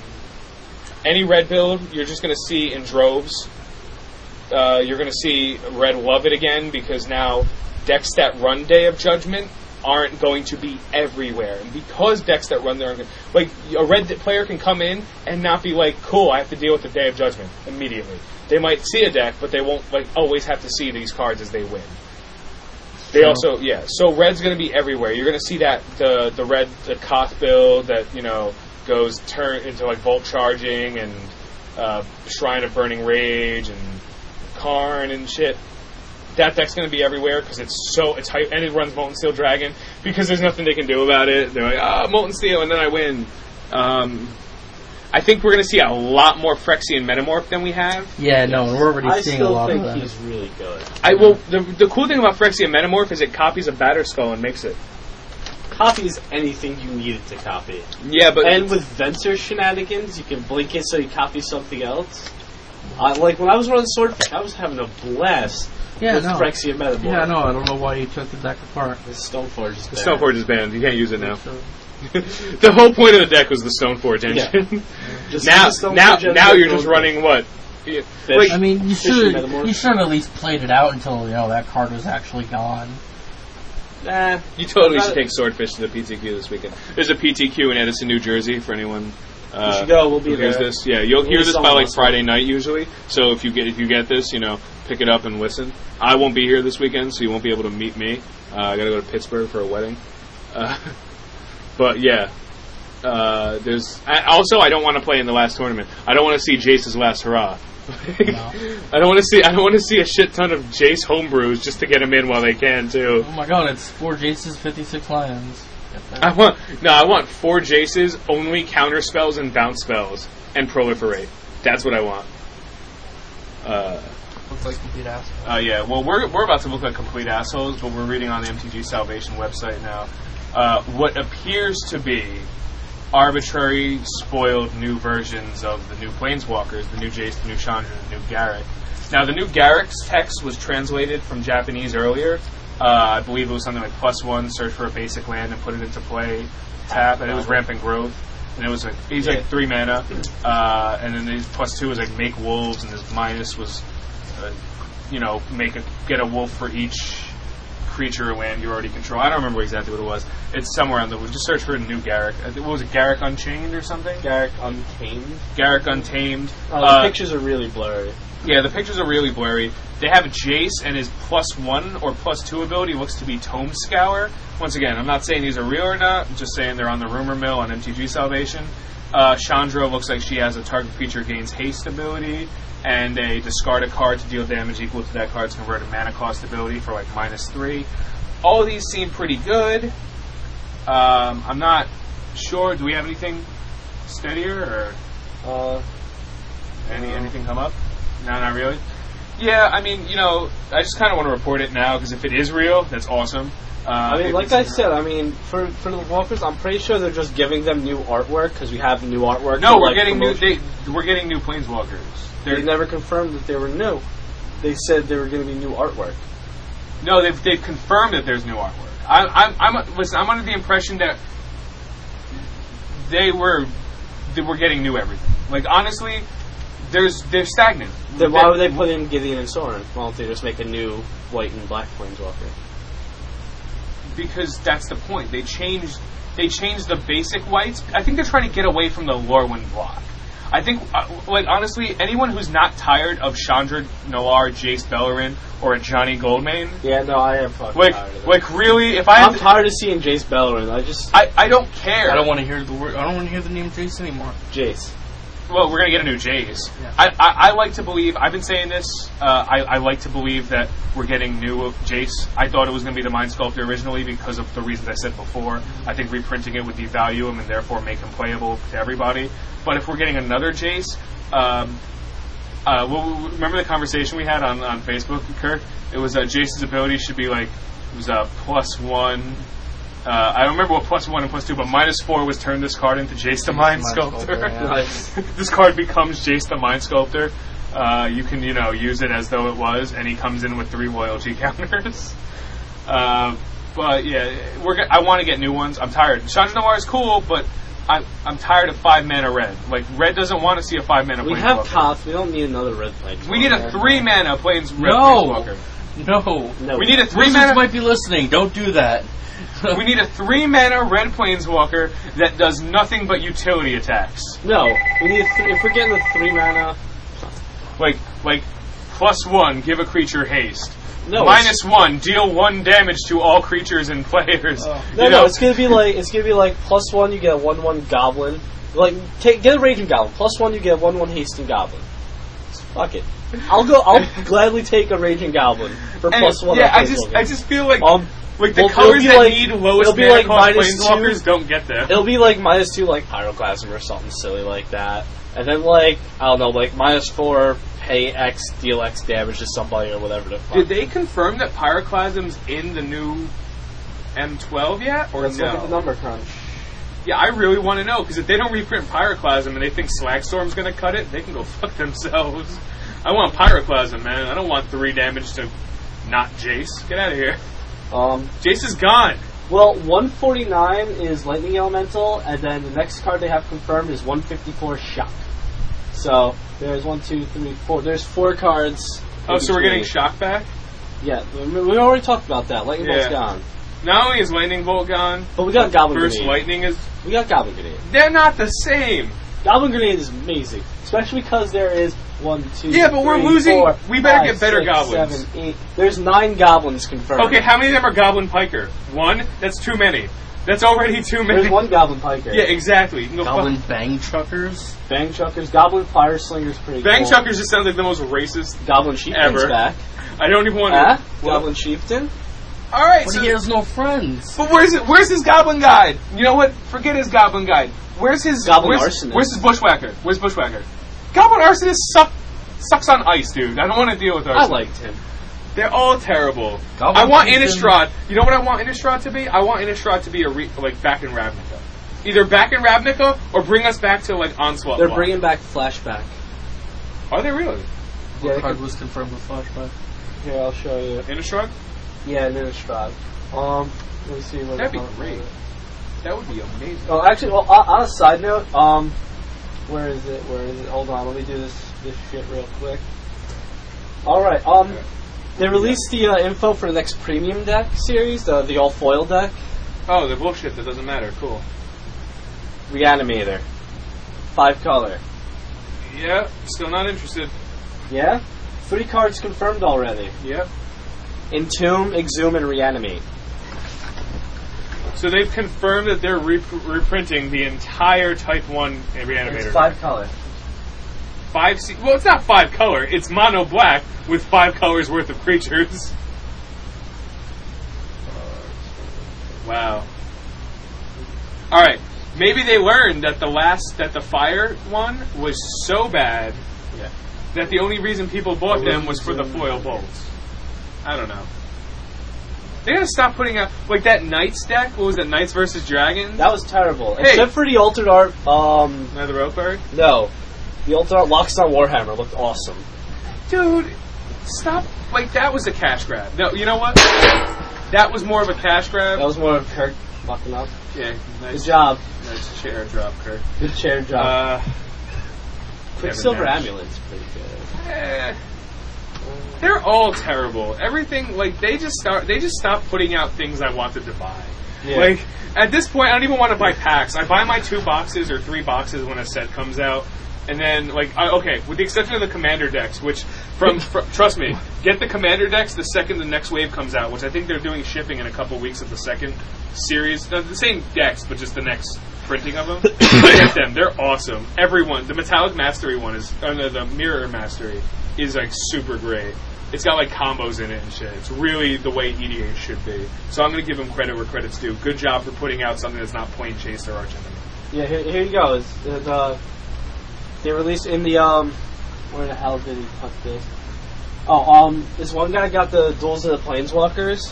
A: any red build, you're just going to see in droves. Uh, you're going to see red love it again because now decks that run Day of Judgment aren't going to be everywhere, and because decks that run there, are like a red d- player can come in and not be like, cool, I have to deal with the Day of Judgment immediately. They might see a deck, but they won't like always have to see these cards as they win. They also yeah. So red's going to be everywhere. You're going to see that the the red the Koth build that you know goes turn into like Volt Charging and uh, Shrine of Burning Rage and Karn and shit. That deck's going to be everywhere because it's so it's hype and it runs Molten Steel Dragon because there's nothing they can do about it. They're like ah Molten Steel and then I win. Um, I think we're going to see a lot more Phyrexian Metamorph than we have.
E: Yeah, no, and we're already
C: I
E: seeing a
C: still
E: lot
C: think
E: of that.
C: he's really good.
A: I well the the cool thing about Phyrexian Metamorph is it copies a Batterskull and makes it.
C: Copies anything you need it to copy.
A: Yeah, but
C: And with Venser shenanigans, you can blink it so you copy something else. I, like when I was running Swordfish, I was having a blast
E: Yeah,
C: with
E: no.
C: Phyrexian Metamorph.
E: Yeah, no, I don't know why you took the deck apart.
C: The Stoneforge is bad.
A: Stoneforge is banned. You can't use it now. the whole point of the deck was the Stoneforge engine.
C: Just
A: now,
C: use the Stoneforge
A: now,
C: engine
A: now
C: for
A: you're just
C: Stoneforge.
A: running what? Yeah,
C: Fish.
A: Like,
E: I mean, you
C: Fishing
E: should
C: metamorph.
E: you should at least played it out until you know that card was actually gone.
C: Nah,
A: you totally
C: Not-
A: should take Swordfish to the PTQ this weekend. There's a PTQ in Edison, New Jersey for anyone.
C: we
A: Uh,
C: should go. We'll
A: who
C: be there.
A: hears this? Yeah, you'll
C: We'll
A: hear
C: be
A: this by
C: somewhere
A: like
C: else.
A: Friday night usually. So if you get if you get this, you know, pick it up and listen. I won't be here this weekend, so you won't be able to meet me. Uh, I got to go to Pittsburgh for a wedding. Uh, but yeah, uh, there's I, also I don't want to play in the last tournament. I don't want to see Jace's last hurrah. I don't want to see I don't want to see a shit ton of Jace homebrews just to get him in while they can too.
E: Oh my god, it's four Jaces, fifty six lions.
A: I want no, I want four Jaces, only counter spells and bounce spells, and proliferate. That's what I want. Uh,
E: Looks like complete ass.
A: uh, yeah. Well, we're we're about to look like complete assholes, but we're reading on the MTG Salvation website now uh, what appears to be arbitrary, spoiled new versions of the new Planeswalkers, the new Jace, the new Chandra, the new Garrick. Now, the new Garrick's text was translated from Japanese earlier. Uh, I believe it was something like plus one, search for a basic land and put it into play, tap, and it was rampant growth. And it was like, he's like three mana, uh, and then these plus two was like make wolves, and his minus was, uh, you know, make a, get a wolf for each creature or land you already control. I don't remember exactly what it was. It's somewhere on the. Just search for a new Garrick. I think- What was it, Garrick Unchained or something?
C: Garrick Untamed.
A: Garrick Untamed.
C: Oh, the
A: Uh,
C: pictures are really blurry.
A: Yeah, the pictures are really blurry. They have Jace and his plus one or plus two ability looks to be Tome Scour. Once again, I'm not saying these are real or not. I'm just saying they're on the rumor mill on MTG Salvation. Uh, Chandra looks like she has a target creature gains haste ability and a discard a card to deal damage equal to that card's converted mana cost ability for like minus three. All these seem pretty good. Um, I'm not sure. Do we have anything steadier or?
C: Uh,
A: Any anything come up? No, not really. Yeah, I mean, you know, I just kind of want to report it now because if it is real, that's awesome. Uh,
C: I mean,
A: if
C: like
A: it's
C: I
A: not-
C: said, I mean, for for the walkers, I'm pretty sure they're just giving them new artwork because we have new artwork.
A: no,
C: for,
A: we're
C: like,
A: getting
C: promotion.
A: new. They, we're getting new planeswalkers.
C: They,
A: They're,
C: never confirmed that they were new. They said they were going to be new artwork.
A: no, they've, they've confirmed that there's new artwork. I, I'm I'm listen. I'm under the impression that they were they were getting new everything. Like honestly, there's they're stagnant.
C: Then why would they put in Gideon and Soren? Why don't they just make a new white and black planeswalker?
A: because that's the point. They changed they changed the basic whites. I think they're trying to get away from the Lorwyn block. I think, uh, like honestly, anyone who's not tired of Chandra Noir, Jace Bellerin, or a Johnny Goldman,
C: Yeah, no, I am fucking
A: like,
C: tired of it.
A: like really, if I,
C: I'm
A: had to,
C: tired of seeing Jace Bellerin. I just
A: I, I don't care.
B: I don't want to hear the word. I don't want to hear the name Jace anymore.
C: Jace.
A: well, we're gonna get a new Jace.
B: Yeah.
A: I, I, I like to believe. I've been saying this. Uh, I, I like to believe that we're getting new Jace. I thought it was gonna be the Mind Sculptor originally because of the reasons I said before. I think reprinting it would devalue him and therefore make him playable to everybody. But if we're getting another Jace, um, uh, well, w- remember the conversation we had on, on Facebook, Kirk? It was uh, Jace's ability should be like it was uh, plus one. Uh, I don't remember what plus one and plus two, but minus four was turn this card into Jace the Mind Sculptor.
B: Sculptor, yeah.
C: Nice.
A: this card becomes Jace the Mind Sculptor. Uh, you can, you know, use it as though it was, and he comes in with three loyalty counters. Uh, but yeah, we're. Go- I want to get new ones. I'm tired. Chandra Noir is cool, but I'm I'm tired of five mana red. Like red doesn't want to see a five mana.
C: We have
A: planeswalker.
C: Koth. We don't need another red planeswalker.
A: We need a three mana planes red
B: No.
A: planeswalker.
B: No.
C: No,
A: We need a three
B: Wizards
A: mana.
B: might be listening. Don't do that.
A: We need a three mana red planeswalker that does nothing but utility attacks.
C: No, we need a three, if we're getting a three mana.
A: Like like plus one, give a creature haste.
C: No, it's-
A: Minus one, deal one damage to all creatures and players.
C: Oh. No,
A: You
C: no,
A: know,
C: it's gonna be like it's gonna be like plus one, you get a one one goblin. Like take, get a raging goblin. Plus one, you get a one one hasting goblin. Fuck it. I'll go. I'll gladly take a raging goblin for
A: and-
C: plus one.
A: yeah,
C: on
A: I just
C: planeswalker.
A: I just feel like
C: um,
A: like the
C: well, it'll
A: colors
C: be
A: that
C: like-
A: need lowest
C: it'll be
A: mana
C: like
A: cost
C: minus two.
A: planeswalkers don't get there.
C: it'll be like minus two, like pyroclasm or something silly like that. And then like I don't know, like minus four, pay X, deal X damage to somebody or whatever the fuck.
A: Did they confirm that Pyroclasm's in the new M12 yet? Or
C: Let's
A: no?
C: look at the number crunch.
A: Yeah, I really want to know because if they don't reprint Pyroclasm and they think Slagstorm's going to cut it, they can go fuck themselves. I want Pyroclasm, man. I don't want three damage to not Jace. Get out of here.
C: Um,
A: Jace is gone.
C: Well, 149 is Lightning Elemental, and then the next card they have confirmed is 154 Shock. So there's one, two, three, four. There's four cards.
A: Oh, so we're getting
C: Shock.
A: Shock back.
C: Yeah, we we already talked about that. Lightning Bolt's
A: Yeah.
C: gone,
A: Not only is Lightning Bolt gone,
C: but we got Goblin
A: Burst
C: Grenade.
A: Lightning is.
C: We got Goblin Grenade.
A: They're not the same.
C: Goblin Grenade is amazing, especially because there is one, two.
A: Yeah, but we're
C: three,
A: losing-
C: four,
A: we better
C: five,
A: get better
C: six,
A: goblins.
C: seven, eight. There's nine goblins confirmed.
A: Okay, how many of them are Goblin Piker? One? That's too many. That's already too many.
C: There's one Goblin Piker.
A: Yeah, exactly. You can go fuck-
B: Goblin Bang Truckers.
C: Bang Chuckers, Goblin Fire Slingers, pretty
A: Bang
C: cool.
A: Chuckers just sounds like the most racist.
C: Goblin Chieftain's
A: Ever.
C: back.
A: I don't even want to.
C: Huh? Goblin Chieftain?
A: All right,
B: But
A: so
B: he has no friends.
A: But where's it, where's his goblin guide? You know what? Forget his goblin guide. Where's his
C: Goblin
A: where's,
C: arsonist.
A: Where's his bushwhacker? Where's bushwhacker? Goblin arsonist suck, sucks on ice, dude. I don't want to deal with
C: I
A: arsonists.
C: liked him.
A: They're all terrible.
B: Goblin
A: I want
B: Chieftain.
A: Innistrad. You know what I want Innistrad to be? I want Innistrad to be a re, like back in Ravnica. Either back in Ravnica or bring us back to like onslaught.
C: They're
A: Block.
C: bringing back Flashback.
A: Are they really
C: Yeah,
B: What card was confirmed with flashback?
C: Here, I'll show you.
A: Innistrad?
C: Yeah, Innistrad. Um, let me see. What
A: That'd be
C: what-
A: great. That would be amazing.
C: Oh, actually, well, on, on a side note, um, where is it? Where is it? Hold on, let me do this this shit real quick. All right. Um, They released the uh, info for the next premium deck series, the, the all foil deck,
A: Oh, they're bullshit. That doesn't matter. Cool.
C: Reanimator, five color.
A: Yeah, still not interested.
C: Yeah, three cards confirmed already.
A: Yep.
C: Entomb, Exhume, and Reanimate.
A: So they've confirmed that they're re- reprinting the entire Type One
C: And
A: reanimator.
C: It's five color.
A: Five. Se- well, it's not five color. It's mono black with five colors worth of creatures. Wow. All right. Maybe they learned that the last that the fire one was so bad
C: Yeah.
A: that the only reason people bought them was for the foil bolts. I don't know. They gotta stop putting out like that Knights deck. What was it, Knights versus Dragons?
C: That was terrible.
A: Hey.
C: Except for the altered art, um,
A: Another Ropeberg.
C: no. The altered art Lockstar Warhammer looked awesome.
A: dude, stop. Like, that was a cash grab. No, you know what? That was more of a cash
C: That
A: grab.
C: was more of Kirk fucking up.
A: Yeah,
C: Good
A: nice,
C: job.
A: nice chair drop, Kirk.
C: Good chair job.
A: Uh,
C: Quicksilver
A: Kevin Nash.
C: Amulet's pretty good.
A: eh. They're all terrible. Everything, like, they just start, they just stopped putting out things I wanted to buy. Like, at this point, I don't even want to buy packs. I buy my two boxes or three boxes when a set comes out. And then, like, I, okay, with the exception of the commander decks, which, from, fr- trust me, get the commander decks the second the next wave comes out, which I think they're doing shipping in a couple weeks of the second series. Uh, the same decks, but just the next printing of them. get them; they're awesome. Everyone, the metallic mastery one is, uh, no, the mirror mastery is like super great. It's got like combos in it and shit. It's really the way EDH should be. So I'm gonna give them credit where credit's due. Good job for putting out something that's not plain chase or arch enemy.
C: Yeah, here, here you go. It's, it's, uh, they released in the um, where the hell did he put this? Oh, um, this one guy got the Duels of the Planeswalkers,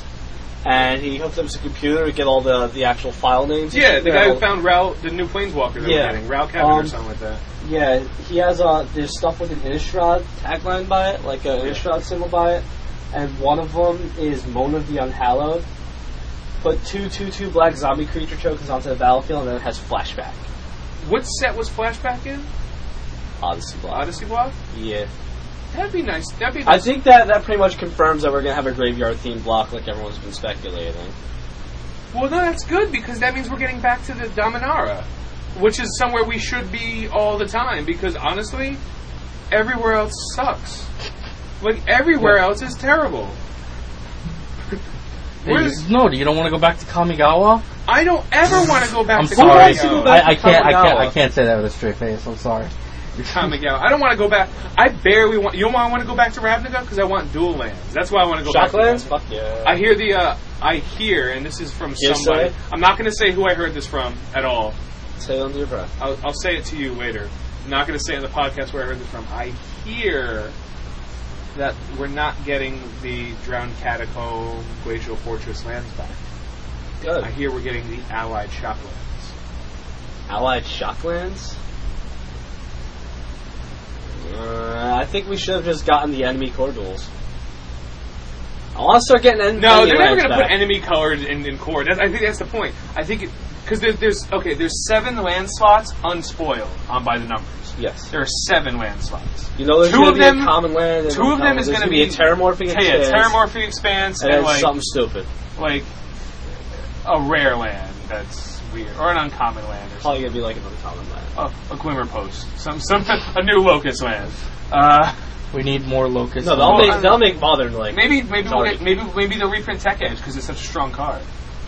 C: and he hooked up his computer to get all the the actual file names.
A: Yeah, the
C: They're
A: guy
C: all-
A: who found Ral, the new planeswalker that
C: Yeah.
A: we're getting, Ral Cabin or
C: Um,
A: something like that.
C: Yeah, he has uh, there's stuff with an Innistrad tagline by it, like a Innistrad symbol by it, and one of them is Mona the Unhallowed. Put two two two black zombie creature tokens onto the battlefield, and then it has flashback.
A: What set was Flashback in?
C: Odyssey block.
A: Odyssey Block.
C: Yeah.
A: That'd be nice. That'd be.
C: I
A: Nice.
C: think that that pretty much confirms that we're gonna have a graveyard themed block, like everyone's been speculating.
A: well, no, that's good because that means we're getting back to the Dominara, which is somewhere we should be all the time. Because honestly, everywhere else sucks. Like everywhere else is terrible. Where's-
B: No, you don't want to go back to Kamigawa?
A: I don't ever want to go back
B: I'm
A: to
B: sorry.
A: Kamigawa.
B: I, I can't. I can't. I
C: Kamigawa.
B: can't say that with a straight face. I'm sorry.
A: Kamigawa. I don't want to go back. I barely want. You know why I want to go back to Ravnica? Because I want dual lands. That's why I want to go back. to
C: Shocklands?
A: Ravnica.
C: Fuck yeah.
A: I hear the. Uh, I hear, and this is from
C: Yes,
A: somebody.
C: sir.
A: I'm not going to say who I heard this from at all.
C: Say it under your breath.
A: I'll, I'll say it to you later. I'm not going to say in the podcast where I heard this from. I hear that we're not getting the Drowned Catacomb Glacial Fortress lands back.
C: Good.
A: I hear we're getting the Allied Shocklands.
C: Allied Shocklands? Uh, I think we should have just gotten the enemy core duels. I want to start getting en-
A: No,
C: enemy
A: they're never
C: lands
A: going to
C: back.
A: put enemy colored in, in core. That's, I think that's the point. I think because there, there's okay, there's seven land slots unspoiled on by the numbers.
C: Yes.
A: There are seven land slots.
C: You know, there's
A: Two
C: gonna
A: of
C: be
A: them-
C: a common land. and
A: Two of them
C: uncommon.
A: is
C: There's
A: going to
C: gonna a terramorphing
A: yeah,
C: expanse,
A: terramorphic expanse,
C: and
A: and,
C: then
A: like
C: something stupid.
A: like a rare land that's weird or an uncommon land or something.
C: Probably gonna be like an uncommon land.
A: A, a glimmer post, some some a new locust land. Uh,
B: We need more locusts.
C: No,
A: Well,
C: they'll
A: I-
C: make they'll make modern like
A: maybe maybe we'll
C: Sorry.
A: get, maybe maybe they'll reprint Tech Edge because it's such a strong card.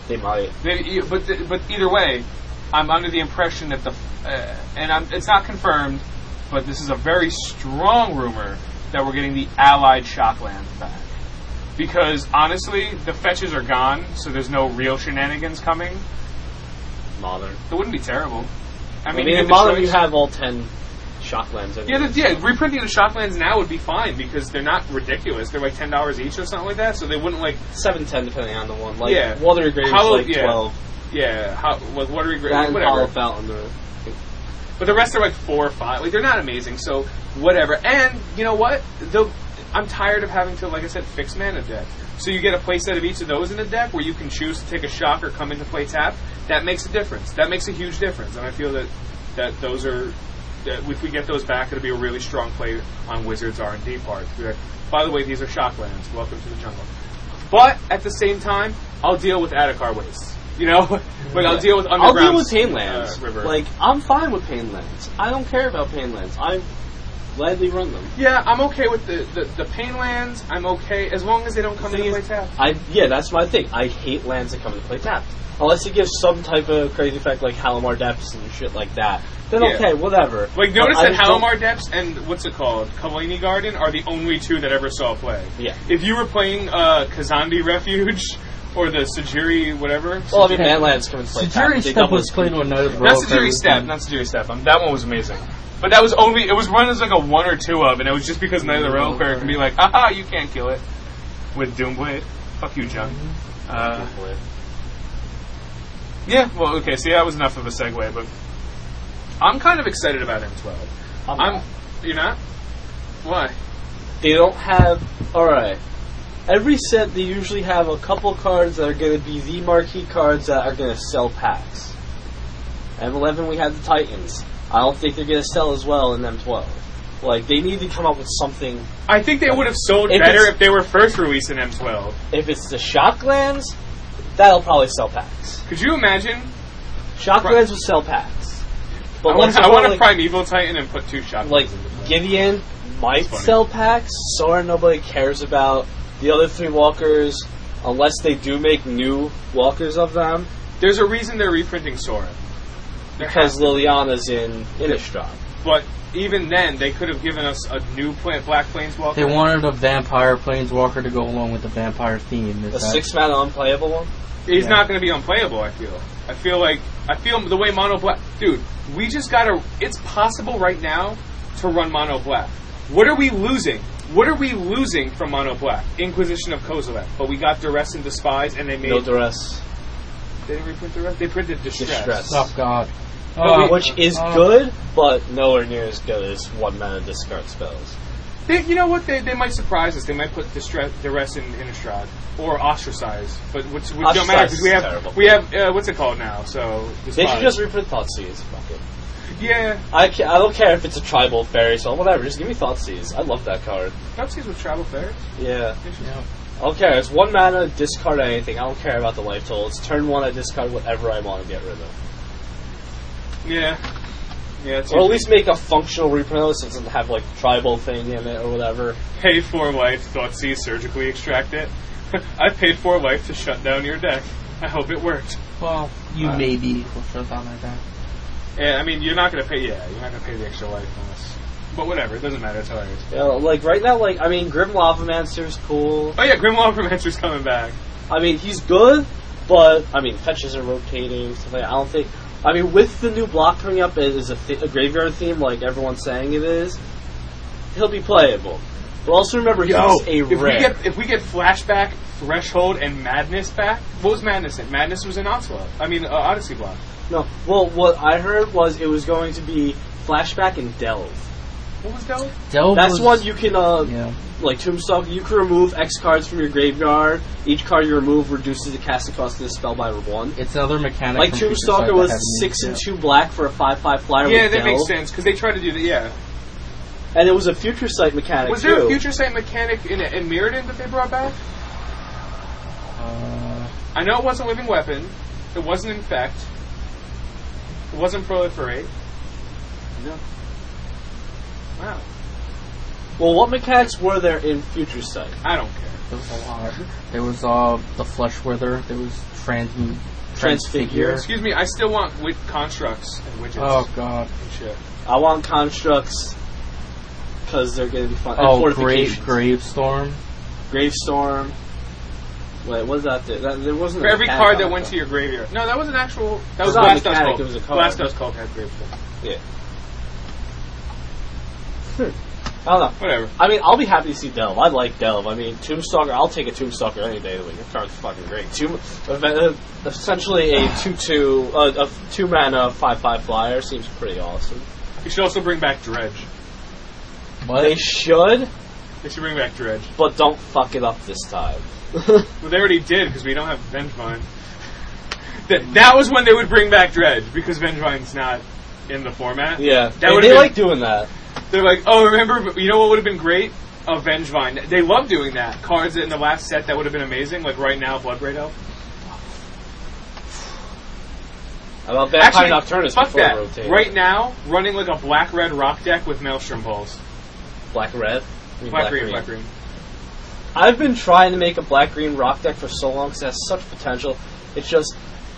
C: they might.
A: Maybe, e- but th- but either way, I'm under the impression that the uh, and I'm, it's not confirmed, but this is a very strong rumor that we're getting the Allied Shocklands back. Because honestly, the fetches are gone, so there's no real shenanigans coming.
C: Modern.
A: It wouldn't be terrible. I
C: I
A: mean,
C: mean,
A: you get
C: in
A: the
C: modern
A: choice-
C: you have all ten shocklands.
A: yeah, the, yeah. Reprinting the Shocklands now would be fine because they're not ridiculous. They're like ten dollars each or something like that, so they wouldn't like
C: seven, ten, depending on the one. Like
A: Yeah.
C: water graves
A: Hollow-
C: like
A: yeah.
C: twelve.
A: yeah, how, like watery gra-
C: That and
A: whatever.
C: Hollow Fountain. Or,
A: But the rest are like four or five. Like they're not amazing, so whatever. And you know what? They'll, I'm tired of having to, like I said, fix mana deck. So you get a playset of each of those in the deck where you can choose to take a shock or come into play tap. That makes a difference. That makes a huge difference. And I feel that that those are that if we get those back, it'll be a really strong play on Wizards R and D part. We're like, By the way, these are shocklands. Welcome to the jungle. But at the same time, I'll deal with Attakar wastes. You know, like I'll deal with
C: I'll
A: underground.
C: deal with Pain
A: uh,
C: Lands.
A: river.
C: like I'm fine with Pain Lands. I don't care about Pain Lands. I gladly run them.
A: yeah, I'm okay with the the, the Painlands. I'm okay as long as they don't come
C: thing
A: into
C: is-
A: play tap.
C: I yeah, that's my thing. I hate lands that come into play tapped. Unless it gives some type of crazy effect like Halimar Depths and shit like that. Then
A: Yeah.
C: okay, whatever.
A: Like
C: But
A: notice
C: I
A: that
C: just don't-
A: Halimar Depths and what's it called, Kalani Garden, are the only two that ever saw play.
C: Yeah.
A: If you were playing uh, Kazandi Refuge or the Sajiri whatever,
C: Well, I mean, Manlands come into play
F: Saturi
C: tapped. They
F: Step
C: double
F: was
C: as
F: played
C: creepy.
F: with another
G: Not Sajiri Step, not Sajiri Step. Um, that one was amazing. But that was only, it was run as like a one or two of, and it was just because neither the realm player can be like, aha, you can't kill it. With Doomblade. Fuck you, John. Uh, yeah, well, okay, see, that was enough of a segue, but
A: I'm kind of excited about M12.
C: I'm
A: I'm, you're not. Why?
C: They don't have. Alright. Every set, they usually have a couple cards that are going to be the marquee cards that are going to sell packs. M11, we had the Titans. I don't think they're going to sell as well in M12. Like, they need to come up with something.
A: I think they would have sold
C: If
A: better
C: it's-
A: if they were first released in M12.
C: If it's the Shocklands, that'll probably sell packs.
A: Could you imagine?
C: Shocklands
A: Right.
C: will sell packs.
A: I
C: But
A: want,
C: once
A: I want a
C: like,
A: Primeval Titan and put two shots.
C: like Gideon might
A: funny.
C: sell packs. Sora nobody cares about. The other three walkers, unless they do make new walkers of them,
A: there's a reason they're reprinting Sora. There has
C: because Liliana's in Innistrad.
A: But even then, they could have given us a new plant, Black Planeswalker.
B: They wanted a vampire planeswalker to go along with the vampire theme. Is
C: The
B: that-
C: six mana unplayable one.
A: He's
B: Yeah.
A: not going to be unplayable. I feel. I feel like I feel the way mono black. Dude, we just got to. It's possible right now to run mono black. What are we losing? What are we losing from mono black? Inquisition of Kozilek. But we got duress and despise, and they made.
C: No duress,
A: they didn't reprint duress. They printed distress.
C: distress,
B: Oh God.
A: But we-
C: which is
B: uh,
C: good, but nowhere near as good as one mana discard spells.
A: They, you know what? They, they might surprise us. They might put distress, duress in Innistrad or ostracize. But which, which don't matter
C: Ostracize
A: because
C: is
A: we have
C: terrible.
A: we have uh, what's it called now? So
C: They
A: despise.
C: should just reprint Thoughtseize. Fuck it.
A: yeah.
C: I, ca- I don't care if it's a tribal fairy song, whatever. Just give me Thoughtseize. I love that card.
A: Pepsi's with travel fairs.
C: Yeah.
A: Interesting.
C: I don't care. It's one mana, discard anything. I don't care about the life total. It's turn one, I discard whatever I want to get rid of.
A: Yeah. Yeah, it's
C: Or at
A: usually
C: least make a functional reprint of it so it doesn't have like tribal thing in it or whatever.
A: pay for life, thought C, surgically extract it. I paid for life to shut down your deck. I hope it worked.
B: Well, uh, you may be equal to on like that.
A: Yeah, Eh, I mean, you're not gonna pay, yeah, you're not gonna pay the extra life on this. But whatever, it doesn't matter, it's hilarious.
C: You know, like right now, like I mean, Grim Lava Mancer's cool.
A: Oh yeah, Grimlaw Romancer's coming back.
C: I mean, he's good, but I mean, fetches are rotating. Stuff like that. I don't think. I mean, with the new block coming up it is a, th- a graveyard theme, like everyone's saying it is. He'll be playable, but also remember he's a
A: if we
C: rare.
A: get if we get flashback, threshold, and madness back, what was madness in? Madness was in Oxlow. I mean, uh, Odyssey block.
C: No, well, what I heard was it was going to be flashback and delve.
A: What was Del?
B: Delve
C: That's
B: was-
C: one you can, uh,
B: Yeah.
C: like Tombstone, you can remove X cards from your graveyard. Each card you remove reduces the casting cost of the spell by one.
B: It's another mechanic.
C: Like
B: from Future Sight
C: Tombstalker
B: that
C: was
B: hadn't used
C: six and
B: yet.
C: two black for a five five flyer.
A: Yeah,
C: with
A: that makes
C: Delve,
A: sense because they tried to do that. Yeah,
C: And it was a future sight mechanic
A: was
C: too.
A: there a future sight mechanic in in Mirrodin that they brought back?
B: Uh,
A: I know it wasn't living weapon. It wasn't infect. It wasn't proliferate.
C: No.
A: Wow.
C: Well, what mechanics were there in future sight?
A: I don't care.
B: there was a lot. There was uh the flesh wither. There was trans
C: Transfigure.
A: Excuse me. I still want wit constructs and widgets
B: Oh God.
A: and shit.
C: I want constructs because they're going to be fun. And
B: Oh grave
C: fortifications.
B: grave storm.
C: Gravestorm. Wait, what did that do? That, there wasn't
A: For
C: a
A: every
C: mechanic
A: card
C: on
A: that
C: it,
A: went to
C: though.
A: your graveyard. No, that was an actual. That was
C: It's not a
A: Blast Dust
C: mechanic,
A: Cult.
C: it was a card.
A: Blast Dust Cult had gravestone.
C: I don't know.
A: Whatever.
C: I mean, I'll be happy to see Delve. I like Delve. I mean, Tombstalker, I'll take a Tombstalker any day of the week. That card's fucking great. Two, ev- uh, essentially a 2 2, uh, a 2 mana 5 5 flyer seems pretty awesome.
A: You should also bring back Dredge.
C: They
B: What?
C: should,
A: They should bring back Dredge.
C: but don't fuck it up this time.
A: Well, they already did because we don't have Vengevine. That, that was when they would bring back Dredge because Vengevine's not in the format.
C: Yeah,
A: That
C: they,
A: would've
C: they
A: been-
C: like doing that.
A: They're like, oh, remember, you know what would have been great? Avenge Vine. They love doing that. Cards in the last set that would have been amazing. Like right now, Blood Raid Elf.
C: About that
A: Actually,
C: kind of Nocturnus
A: Fuck
C: before
A: that.
C: rotate.
A: Right now, running like a black red rock deck with Maelstrom Balls.
C: black red, I mean,
A: Black, green, black green.
C: I've been trying to make a black green rock deck for so long because it has such potential. It's just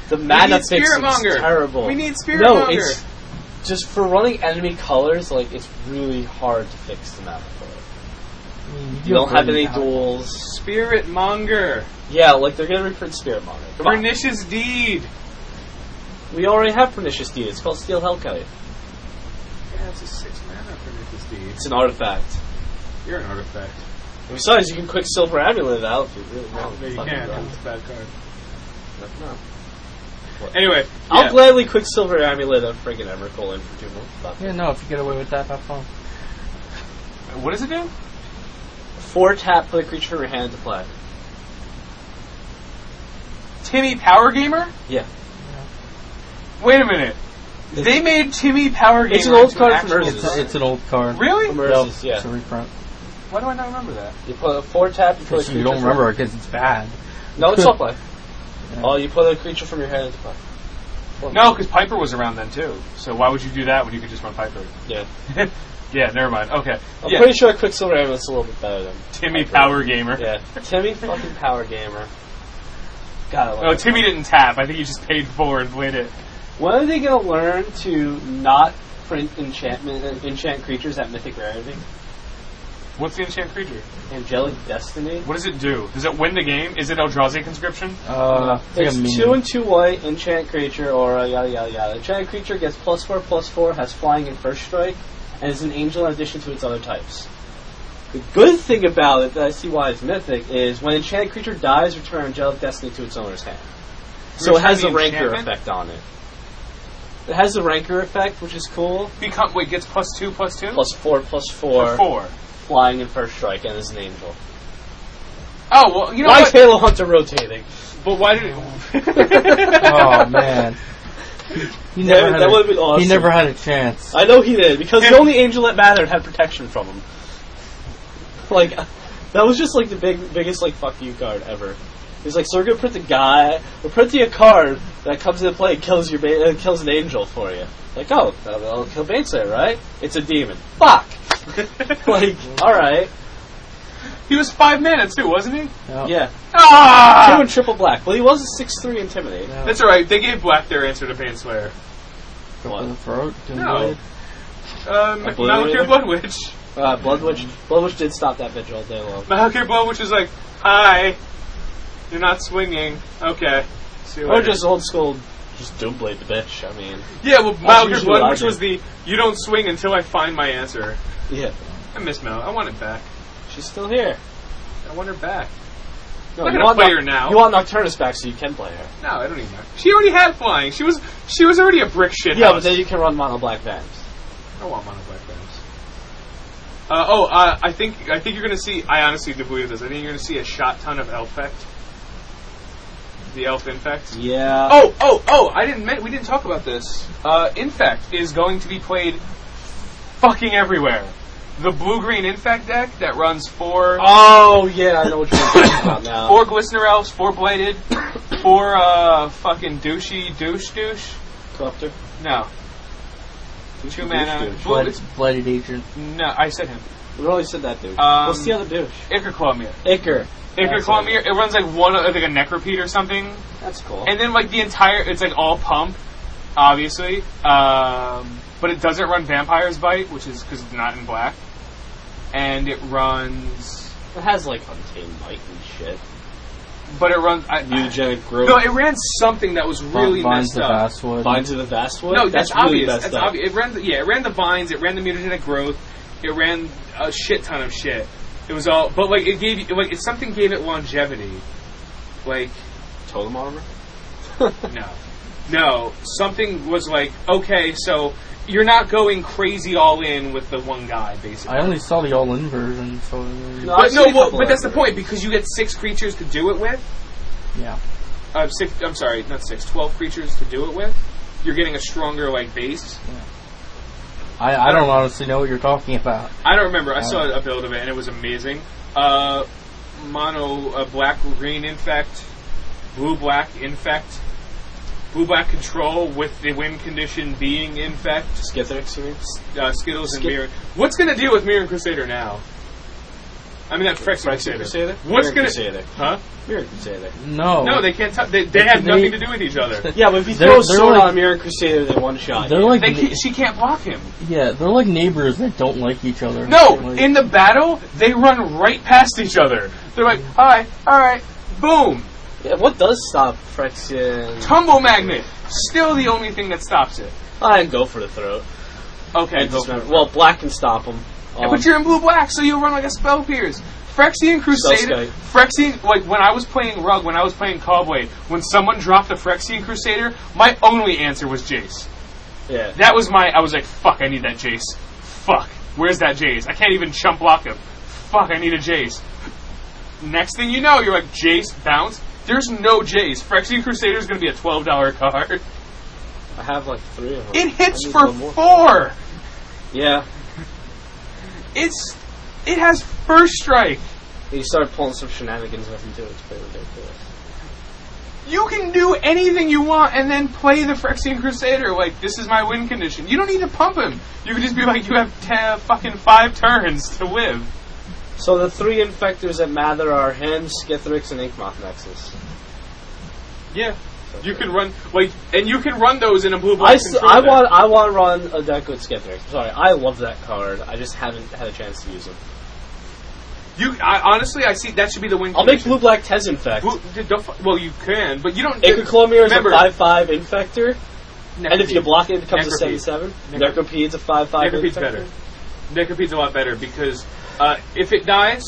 C: the mana
A: need
C: fix is
A: Spiritmonger.
C: terrible.
A: We need Spiritmonger.
C: no, it's just for running enemy colors. Like it's really hard to fix the mana for it. You Mm-hmm. don't have any duels.
A: Spirit Monger.
C: Yeah, like they're gonna reprint Spiritmonger. Come on.
A: Pernicious Deed.
C: We already have Pernicious Deed. It's called Steel Hellkite.
A: Yeah, it's a six mana Pernicious Deed.
C: It's an artifact.
A: You're an artifact.
C: And besides, you can Quicksilver Amulet out if you really want.
A: No, you
C: Fucking
A: can't.
C: dumb.
A: It's a bad card.
C: No.
A: Anyway,
C: I'll
A: yeah.
C: gladly Quicksilver Amulet a friggin' Emrakul in for two months. Fuck.
B: Yeah, no, if you get away with that, that's fine.
A: what does it do?
C: Four tap, put a creature from your hand to play.
A: Timmy Power Gamer?
C: Yeah.
A: Wait a minute. They made Timmy Power Gamer.
C: It's an old
A: into
C: card
A: actual
C: from Urza's.
B: It's, it's an old card.
A: Really?
C: Immerses,
B: It's a
C: yeah.
B: reprint.
A: Why do I not remember that?
C: You put a four tap, you put a
B: Because
C: creature
B: you don't
C: from-
B: remember it because it's bad.
C: No, it's all play.
B: Yeah.
C: Oh, you put a creature from your hand into play.
A: No, because Piper was around then too. So why would you do that when you could just run Piper?
C: Yeah.
A: Yeah, never mind. Okay.
C: I'm
A: yeah,
C: pretty sure Quicksilver Amulet's a little bit better than.
A: Timmy Power Gamer.
C: Yeah. Timmy fucking Power Gamer. God, I love
A: Oh,
C: it.
A: Timmy didn't tap. I think he just paid four and played it.
C: When are they gonna learn to not print enchantment enchant creatures at mythic rarity?
A: What's the enchant creature?
C: Angelic Destiny.
A: What does it do? Does it win the game? Is it Eldrazi conscription?
B: Uh,
C: It's
B: I mean,
C: two and two white, enchant creature, or uh, yada yada yada. Enchant creature gets plus four, plus four, has flying and first strike, and is an angel in addition to its other types. The good thing about it that I see why it's mythic is when enchanted creature dies, return angelic destiny to its owner's hand. So it has the
A: Return the
C: rancor
A: enchantment?
C: effect on it. It has the rancor effect, which is cool.
A: Become wait gets plus two plus two
C: Plus four, plus four,
A: Or four.
C: flying and first strike, and is an angel.
A: Oh well, you know
C: why is
A: what?
C: Halo Hunter rotating?
A: But why did?
B: oh man, he
C: That-
B: never, had
C: that
B: a,
C: would've been awesome.
B: he never had a chance.
C: I know he did because the only angel that mattered had protection from him. Like that was just like the big biggest like fuck you card ever. He's like, so we're gonna print the guy, we're printing a card that comes into play and kills your ba- uh, kills an angel for you. Like, oh, that'll kill Baneslayer, right? It's a demon. Fuck. like, all right,
A: He was five mana too, wasn't he?
B: No.
C: Uh, yeah. Two
A: Ah,
C: and triple black. Well, he was a six three intimidate.
B: No.
A: that's all right. They gave Black their answer to Pain Slayer.
B: With the throat, didn't
A: No.
B: it?
A: Um,
C: Blood
A: Malakir
C: Witch?
A: Blood Witch.
C: Uh, Blood Witch. Blood Witch did stop that vigil all day long.
A: Malakir Blood Witch is like, hi, you're not swinging. Okay. See you
C: Or
A: later.
C: just old school, just Doomblade the bitch. I mean,
A: yeah, well, Malakir
C: usually
A: Blood
C: what I
A: Witch
C: do.
A: was the you don't swing until I find my answer.
C: yeah,
A: I miss Mal. I want it back.
C: she's still here.
A: I want her back.
C: No,
A: Look
C: you
A: at a
C: want
A: player
C: Noc-
A: now.
C: You want Nocturnus back so you can play her.
A: No, I don't even. Know. She already had flying. She was she was already a brick shit.
C: Yeah, but
A: house.
C: then you can run mono black vamps.
A: I want mono black bands. Uh, oh, uh, I think I think you're gonna see. I honestly do believe this. I think you're gonna see a shot ton of Elfect. The Elf Infect.
C: Yeah.
A: Oh, oh, oh! I didn't. men- We didn't talk about this. Uh, Infect is going to be played fucking everywhere. The blue green Infect deck that runs four
C: Oh yeah, I know what you're talking about now.
A: four Glistener Elves, four Bladed, four uh, fucking douchey douche douche.
C: Corruptor.
A: No, two mana.
C: douche.
A: Blue,
B: Blood-
A: it's,
B: blooded agent.
A: no, I said him.
C: We already said that dude.
A: Um,
C: What's the other douche?
A: Icarclomir.
C: Iker.
A: It could
C: That's
A: call me. It runs like one, like a neck repeat or something,
C: That's cool.
A: and then like the entire, it's like all pump, obviously. Um, but it doesn't run Vampire's Bite, which is because it's not in black, and it runs,
C: it has like untamed might and shit.
A: but it runs. I, I,
C: Eugenic growth.
A: Uh, no, it ran something that was really
B: Vines
A: messed
B: of
A: up.
B: Basswood.
C: Binds of the Vastwood.
A: No, that's,
C: really
A: obvious.
C: messed
A: that's
C: up.
A: obvious. It ran, the, yeah, it ran the vines. It ran the mutagenic growth. It ran a shit ton of shit. It was all, but like it gave, you like it something gave it longevity, like.
C: Totem armor.
A: No. No. Something was like, okay, so you're not going crazy all in with the one guy, basically.
B: I only saw the all-in version, so uh,
A: but
C: I've seen
A: no,
C: a
A: well,
C: couple
A: but that's the
C: of
A: point, because you get six creatures to do it with.
B: yeah.
A: Uh, six, I'm sorry, not six, twelve creatures to do it with. You're getting a stronger, like, base.
B: I, I don't honestly know what you're talking about.
A: I don't remember. I saw a build of it and it was amazing. Uh, mono uh, black green infect, blue black infect, blue black control with the wind condition being infect.
C: Skithrix, you mean?
A: uh, Skittles
C: Skip-
A: and Mirror. What's going to deal with Mirror and Crusader now? I mean, that's Frex
C: Frex and
A: Crusader.
C: Crusader?
A: What's going
C: Mirror
A: to
C: Crusader.
A: Huh?
C: Mirror Crusader.
B: No,
A: No, they can't. T- they, they have
B: They-
A: nothing to do with each other.
C: Yeah, but if you
B: They're-
C: throw
B: they're
C: Sona
B: like-
C: on Mirror Crusader, they one shot.
B: they're
C: you.
B: like
A: They
B: na-
A: can't, she can't block him.
B: yeah, they're like neighbors that don't like each other.
A: No,
B: Like-
A: in the battle, they run right past each other. They're like, all right, all right, boom,
C: Yeah, what does stop Frexian?
A: tumble magnet. Still the only thing that stops it.
C: I can go for the throat.
A: Okay, go
C: Just
A: for it.
C: remember- well, black can stop Um, him.
A: Yeah, but you're in blue black, so you'll run like a spell pierce. Frexian Crusader,
C: Spellskite.
A: Frexian, like when I was playing Rug, when I was playing Cobway, when someone dropped a Frexian Crusader, my only answer was Jace.
C: yeah.
A: That was my, I was like, fuck, I need that Jace. Fuck, where's that Jace? I can't even chump block him. Fuck, I need a Jace. Next thing you know, you're like, Jace, bounce. There's no Jace. Frexian Crusader is going to be a $12 card.
C: I have like three of them.
A: It hits
C: need
A: for
C: one more.
A: four.
C: yeah.
A: It's, it has first strike.
C: You start pulling some shenanigans with him too. It's pretty ridiculous.
A: You can do anything you want and then play the Phyrexian Crusader. Like, this is my win condition. You don't need to pump him. You can just be like, you have te- fucking five turns to live.
C: So the three infectors that matter are him, Skithrix, and Inkmoth Nexus.
A: Yeah. You can run, like, and you can run those in a blue
C: I,
A: black.
C: s- I want I want to run a deck with Skithrix. Sorry, I love that card. I just haven't had a chance to use him.
A: You, I, honestly, I see that should be the win
C: I'll make
A: condition.
C: blue black Tez infect.
A: Blue- d- don't fu- well, you can, but you don't.
C: Acroclomir is a
A: Remember-
C: 5 5 infector, and if you block it, it becomes
A: Necropede.
C: a 7 7. Necropede's a 5 5
A: Necropede's
C: infector.
A: better. Necropede's a lot better because uh, if it dies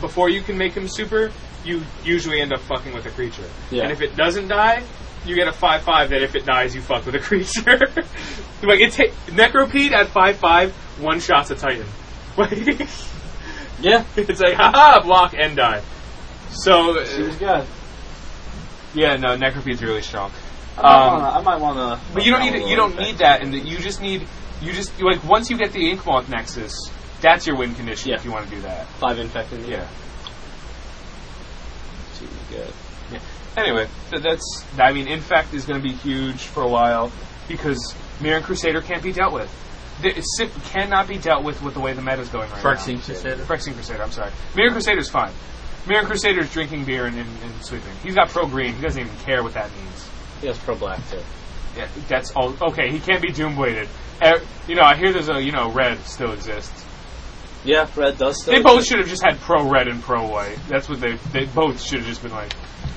A: before you can make him super, you usually end up fucking with a creature.
C: Yeah.
A: And if it doesn't die, you get a five five that if it dies, you fuck with a creature. like it ta- Necropede at five five one shots a Titan. Like
C: Yeah.
A: it's like haha block and die. So
C: See what
A: uh,
C: you got.
A: yeah, no, Necropede's really strong.
C: I
A: Um,
C: might wanna- I might want to.
A: But you don't need you don't need that, and you just need you just like once you get the Ink Moth Nexus, that's your win condition if
C: Yeah.
A: you want to do that.
C: five infected.
A: Yeah.
C: See what you got.
A: Anyway, th- that's I mean, Infect is going to be huge for a while because Mirror and Crusader can't be dealt with. The, it's, sim- cannot be dealt with with the way the meta's going right
B: Phyrexian
A: now.
B: Crusader.
A: Phyrexian Crusader. I'm sorry. Mirror and Crusader's fine. Mirror and Crusader's drinking beer and, and, and sweeping. He's got pro green. He doesn't even care what that means.
C: He has pro black too.
A: Yeah, that's all. Okay, he can't be doombladed. Er, you know, I hear there's a you know red still exists.
C: Yeah, red does still.
A: They both should have just had pro red and pro white. That's what they they both should have just been like.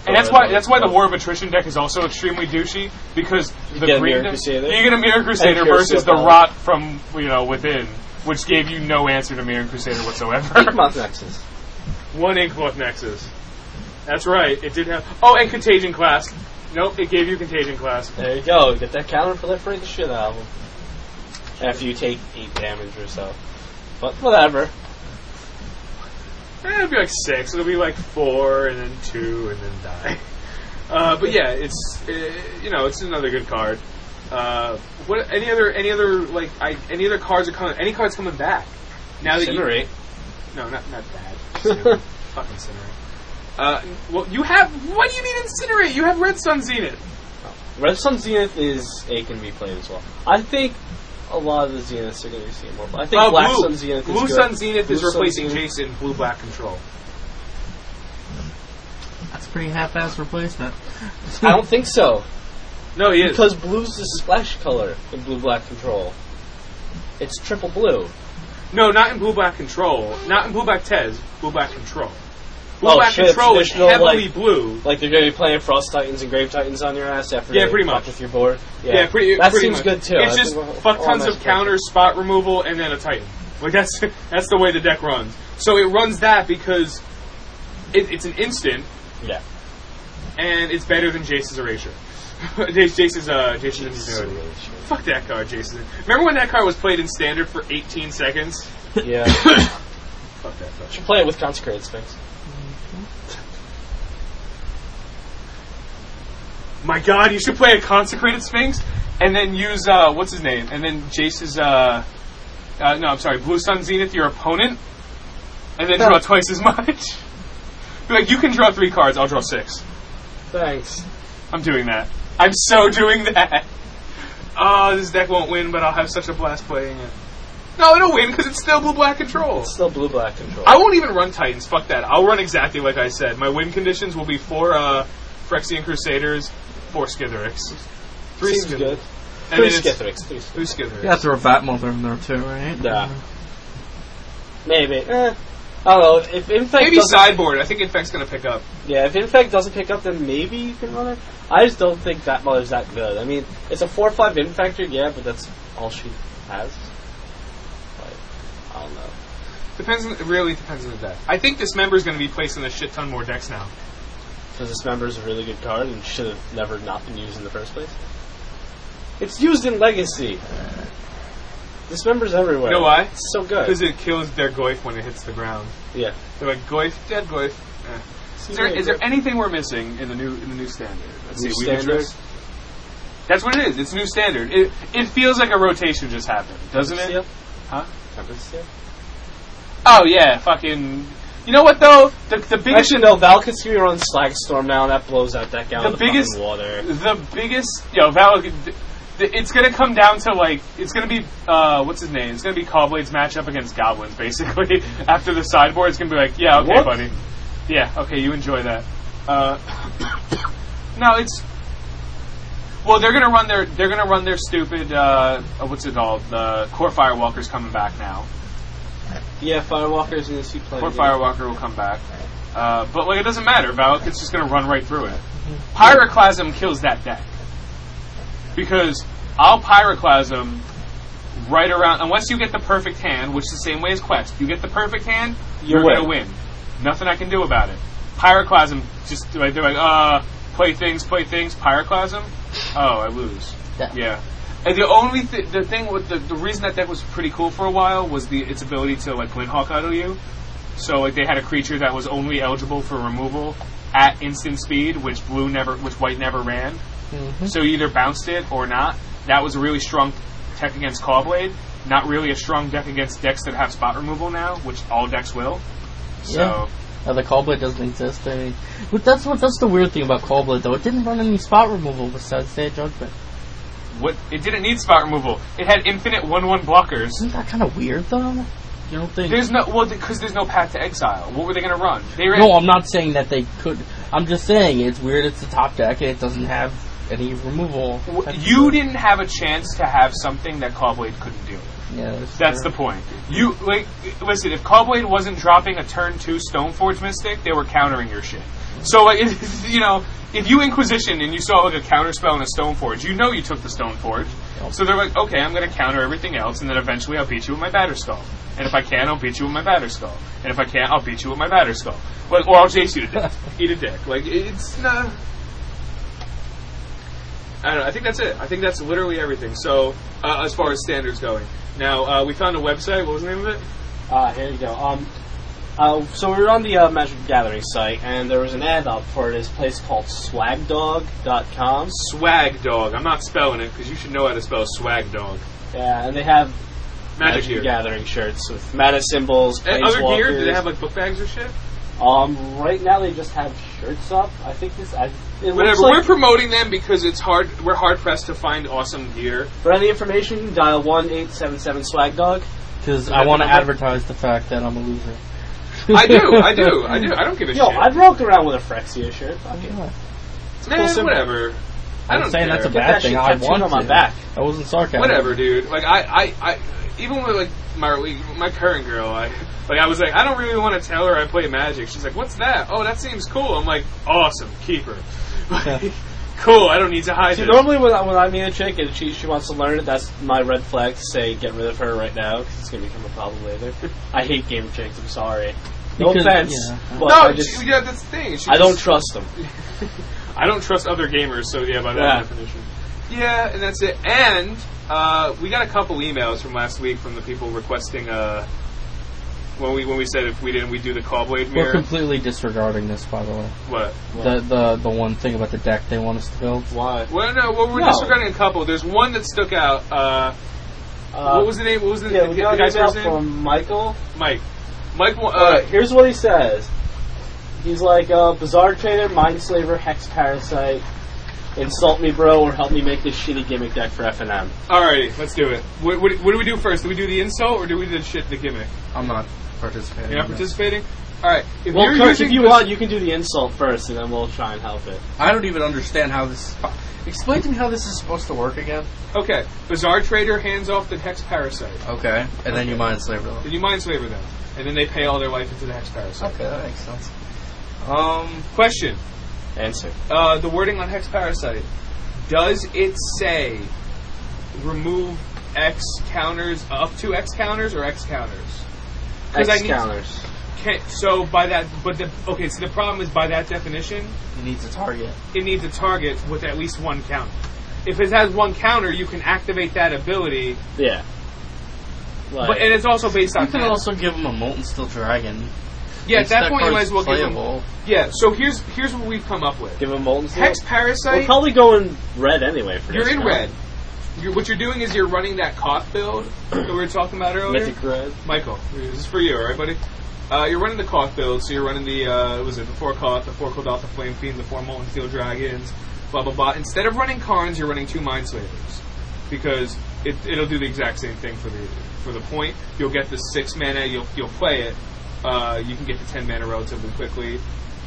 A: And that's why that's why the War of Attrition deck is also extremely douchey because the
C: get a
A: green
C: Mirror
A: deck-
C: Crusader.
A: you get a Mirror Crusader
C: And Cure
A: versus the
C: Silver.
A: rot from you know within, which gave you no answer to Mirror Crusader whatsoever.
C: Inkmoth Nexus.
A: One Inkmoth Nexus. That's right. It did have oh and Contagion Class. Nope, it gave you Contagion Class.
C: There you go. Get that counter proliferate the shit out of him. After you take eight damage or so. But whatever.
A: Eh, it'll be like six. It'll be like four, and then two, and then die. Uh, but yeah, it's uh, you know it's another good card. Uh, what any other any other like I, any other cards are coming? Any cards coming back? Now that you,
C: Incinerate.
A: no, not not bad. Incinerate. Fuck incinerate. Uh, well, you have what do you mean incinerate? You have Red Sun Zenith.
C: Red Sun Zenith is it can be played as well. I think a lot of the Zeniths are going to be seen more. I think
A: Uh,
C: Black
A: blue
C: Sun Zenith is
A: Blue
C: good.
A: Sun Zenith is
C: Blue Sun
A: replacing
C: Zenith-
A: Jason. Blue Black Control.
H: That's a pretty half-ass replacement.
C: I don't think so
A: No, he is.
C: because blue's the splash color in Blue Black Control. It's triple blue.
A: No, not in Blue Black Control. Not in Blue Black Tez. Blue Black Control. Blue
C: Oh,
A: Black
C: shit,
A: Control is
C: traditional,
A: heavily
C: like-
A: blue.
C: Like they're going to be playing Frost Titans and Grave Titans on your ass after
A: Yeah,
C: they
A: pretty
C: fuck
A: much.
C: with your board.
A: Yeah, pretty.
C: that
A: pretty
C: seems
A: much.
C: good too.
A: It's
C: I
A: just
C: think we'll-
A: fuck
C: we'll
A: tons
C: all
A: of
C: match
A: counters, spot removal, and then a Titan. Like that's that's the way the deck runs. So it runs that because it, it's an instant
C: that. Yeah.
A: and it's better than Jace's erasure. Jace- Jace's uh, Jace's ingenuity. Fuck that card, Jace's. Remember when that card was played in standard for 18 seconds?
C: Yeah.
A: Fuck that card.
C: Should play it with Consecrated Sphinx.
A: my god, you should play a consecrated sphinx, and then use uh, what's his name, and then Jace's. Uh, uh, no, I'm sorry, Blue Sun Zenith, your opponent, and then draw twice as much. Be like, you can draw three cards. I'll draw six.
C: Thanks.
A: I'm doing that. I'm so doing that. Ah, this deck won't win, but I'll have such a blast playing it. No, it'll win because it's still blue black control.
C: Still blue black control.
A: I won't even run Titans. Fuck that. I'll run exactly like I said. My win conditions will be four uh, Phyrexian Crusaders, four Skitherix, three
C: Seems
A: Skitherix.
C: good.
A: And
C: Three
A: then it's-
C: Skithrix. Three Skithrix.
A: Who's Skitherix?
I: You have to throw Batmother in there too, right?
C: Nah. Maybe. Eh. I don't know. If, if Infect
A: Maybe
C: doesn't,
A: sideboard. I think Infect's gonna pick up.
C: yeah, if Infect doesn't pick up, then maybe you can run it. I just don't think that mother's that good. I mean, it's a four-five Infector, yeah, but that's all she has. Like, I don't know.
A: Depends. On, it really depends on the deck. I think this member's gonna be placed in a shit ton more decks now.
C: Because this member is a really good card and should have never not been used in the first place. It's used in Legacy. This member's everywhere.
A: You know why?
C: It's so good.
A: Because it kills their Goyf when it hits the ground.
C: yeah.
A: They're like Goyf, dead Goyf. Eh. Is there, is there anything we're missing in the new in the new standard? Let's
C: New
A: see. We've
C: standard?
A: addressed- That's what it is. It's new standard. It it feels like a rotation just happened, doesn't it?
C: Seal?
A: Huh?
C: Tempest Seal?
A: Oh yeah, fucking. You know what though? The the biggest
C: Actually, no. Valkyrie on Slagstorm now, and that blows that deck out
A: The
C: of the
A: biggest-
C: fucking water.
A: the biggest you know Val. th- It's gonna come down to like it's gonna be uh what's his name? It's gonna be Coblade's matchup against goblins basically. After the sideboard, it's gonna be like yeah okay
C: What?
A: buddy, yeah okay you enjoy that. Uh, no, it's well they're gonna run their they're gonna run their stupid uh uh, what's it called the core firewalker's coming back now.
C: Yeah, Firewalker's gonna keep playing.
A: Core Firewalker will come back. Uh, but like it doesn't matter, Valak is just gonna run right through it. Pyroclasm kills that deck. Because I'll pyroclasm right around unless you get the perfect hand, which is the same way as Quest. You get the perfect hand, you're
C: win.
A: gonna win. Nothing I can do about it. Pyroclasm just like they're like, uh play things, play things, pyroclasm. Oh, I lose.
B: Yeah.
A: Yeah. And the only th- the thing with the, the reason that deck was pretty cool for a while was the its ability to like Glinthawk out of you. So like they had a creature that was only eligible for removal at instant speed, which blue never, which white never ran.
B: mm-hmm.
A: So you either bounced it or not. That was a really strong tech against Callblade. Not really a strong deck against decks that have spot removal now, which all decks will. So
B: Yeah. Now, Uh, the Callblade doesn't exist. I mean, but that's what that's the weird thing about Callblade though. It didn't run any spot removal besides Day of Judgment.
A: what? It didn't need spot removal. It had infinite one-one blockers.
B: Isn't that kind of weird though? You don't think?
A: There's no well because there's no path to exile. What were they going to run? They ran
B: No, I'm not saying that they could. I'm just saying it's weird. It's the top deck and it doesn't have any removal.
A: W- You didn't have a chance to have something that Callblade couldn't do.
B: Yeah,
A: That's the point. You like listen. If Callblade wasn't dropping a turn two Stoneforge Mystic, they were countering your shit. So like you know, if you Inquisition and you saw like a counter spell in a Stoneforge, you know you took the Stoneforge. So they're like, okay, I'm going to counter everything else, and then eventually I'll beat you with my Batterstall. And if I can, I'll beat you with my Batterstall. And if I can't, I'll beat you with my Batterstall. Like, or I'll chase you to death. Eat a dick. Like it's not. I don't know. I think that's it. I think that's literally everything. So, uh, as far as standards going, now uh, we found a website. What was the name of it?
C: Uh, here you go. Um, uh, so we were on the uh, Magic the Gathering site, and there was an ad up for this place called swagdog.com.
A: Swag Dog. I'm not spelling it because you should know how to spell Swag Dog.
C: Yeah, and they have
A: Magic
C: the
A: gear.
C: Gathering shirts with mana symbols,
A: And Other gear? Do they
C: planeswalkers.
A: have like book bags or shit?
C: Um, right now they just have shirts up. I think this. I, it looks
A: Whatever.
C: like
A: We're promoting them because it's hard. We're hard pressed to find awesome gear.
C: For any information, dial one eight seven seven swag dog.
B: because I want to advertise the fact that I'm a loser.
A: I do. I do. I do. I don't give a
C: Yo,
A: shit.
C: I'd walk around with a Frexia shirt. Fuck it.
B: Yeah.
A: Man,
C: simple.
A: whatever. I
B: I'm
A: don't
B: saying
A: care.
B: that's a
C: Get
B: bad
C: that
B: thing.
C: shit
B: I
C: tattooed
B: want
C: on my
B: to.
C: back.
B: That wasn't sarcasm.
A: whatever, dude. Like I, I, I even with like my my current girl, I like I was like I don't really want to tell her I play Magic. She's like, what's that? Oh, that seems cool. I'm like, awesome, keeper. Like, cool. I don't need to hide
C: See,
A: it.
C: normally when I, when I meet a chick and she she wants to learn it, that's my red flag to say get rid of her right now because it's gonna become a problem later. I hate game chicks. I'm sorry. No
B: Because-
C: offense,
B: yeah.
C: but
A: no,
C: I just
A: she- yeah, that's the thing. She
C: I don't
A: just-
C: trust them.
A: I don't trust other gamers. So yeah, by that
C: Yeah.
A: definition. Yeah, and that's it. And uh, we got a couple emails from last week from the people requesting uh, when we when we said if we didn't we do the call blade
B: We're
A: mirror.
B: completely disregarding this, by the way.
A: what?
B: The, the the one thing about the deck they want us to build.
C: Why?
A: Well, no, well, we're
C: No.
A: disregarding a couple. There's one that stuck out. Uh, what was the name? What was the,
C: yeah,
A: the,
C: we
A: the
C: got an
A: guy's
C: email
A: first name?
C: from Michael.
A: Mike. Mike. wa-
C: Alright,
A: Uh,
C: here's what he says. He's like, uh, Bizarre Trader, Mind Slaver, Hex Parasite, Insult Me Bro, or Help Me Make This Shitty Gimmick Deck for FNM.
A: Alrighty, let's do it. What, what, what do we do first? Do we do the insult or do we do the shit, the gimmick?
J: I'm not participating.
A: You're not
J: in this.
A: participating. All right. If
C: Well,
A: you're
C: Kirk, if
A: using
C: you
A: this-
C: want, you can do the insult first, and then we'll try and help it.
J: I don't even understand how this. Explain to me how this is supposed to work again.
A: okay, bizarre trader hands off the hex parasite.
J: Okay, and then you mind slaver them.
A: Then you mind slaver them, and then they pay all their life into the hex parasite.
J: Okay, that makes sense.
C: Oh.
A: Um, question:
C: Answer.
A: uh, the wording on hex parasite. Does it say remove X counters up to X counters or X counters? 'Cause I
C: X
A: need-
C: counters.
A: Can, so by that, but the okay. So the problem is by that definition,
J: You need to target.
A: it needs a target with at least one counter. If it has one counter, you can activate that ability,
C: Yeah. Like,
A: but and it's also based
B: You
A: on
B: could
A: mana.
B: also give them a molten steel dragon.
A: yeah. At
B: Since
A: that point, you
B: card's
A: might as well give them.
B: playable.
A: Yeah. So here's here's what we've come up with.
C: give him Molten Steel.
A: Hex
C: We're
A: parasite.
C: probably going red anyway for
A: you're
C: this
A: in
C: round.
A: red. You're, what you're doing is you're running that cough build that we were talking about earlier.
C: Mythic red.
A: Michael, this is for you, all right, buddy? Uh, you're running the Koth build, so you're running the, uh, what was it, the 4 Koth, the 4 Kodoth, the Flame Fiend, the 4 Molten Steel Dragons, blah, blah, blah. Instead of running Karns, you're running two Minesweepers. Because it, it'll do the exact same thing for the for the point. You'll get the 6 mana, you'll, you'll play it. Uh, you can get the 10 mana relatively quickly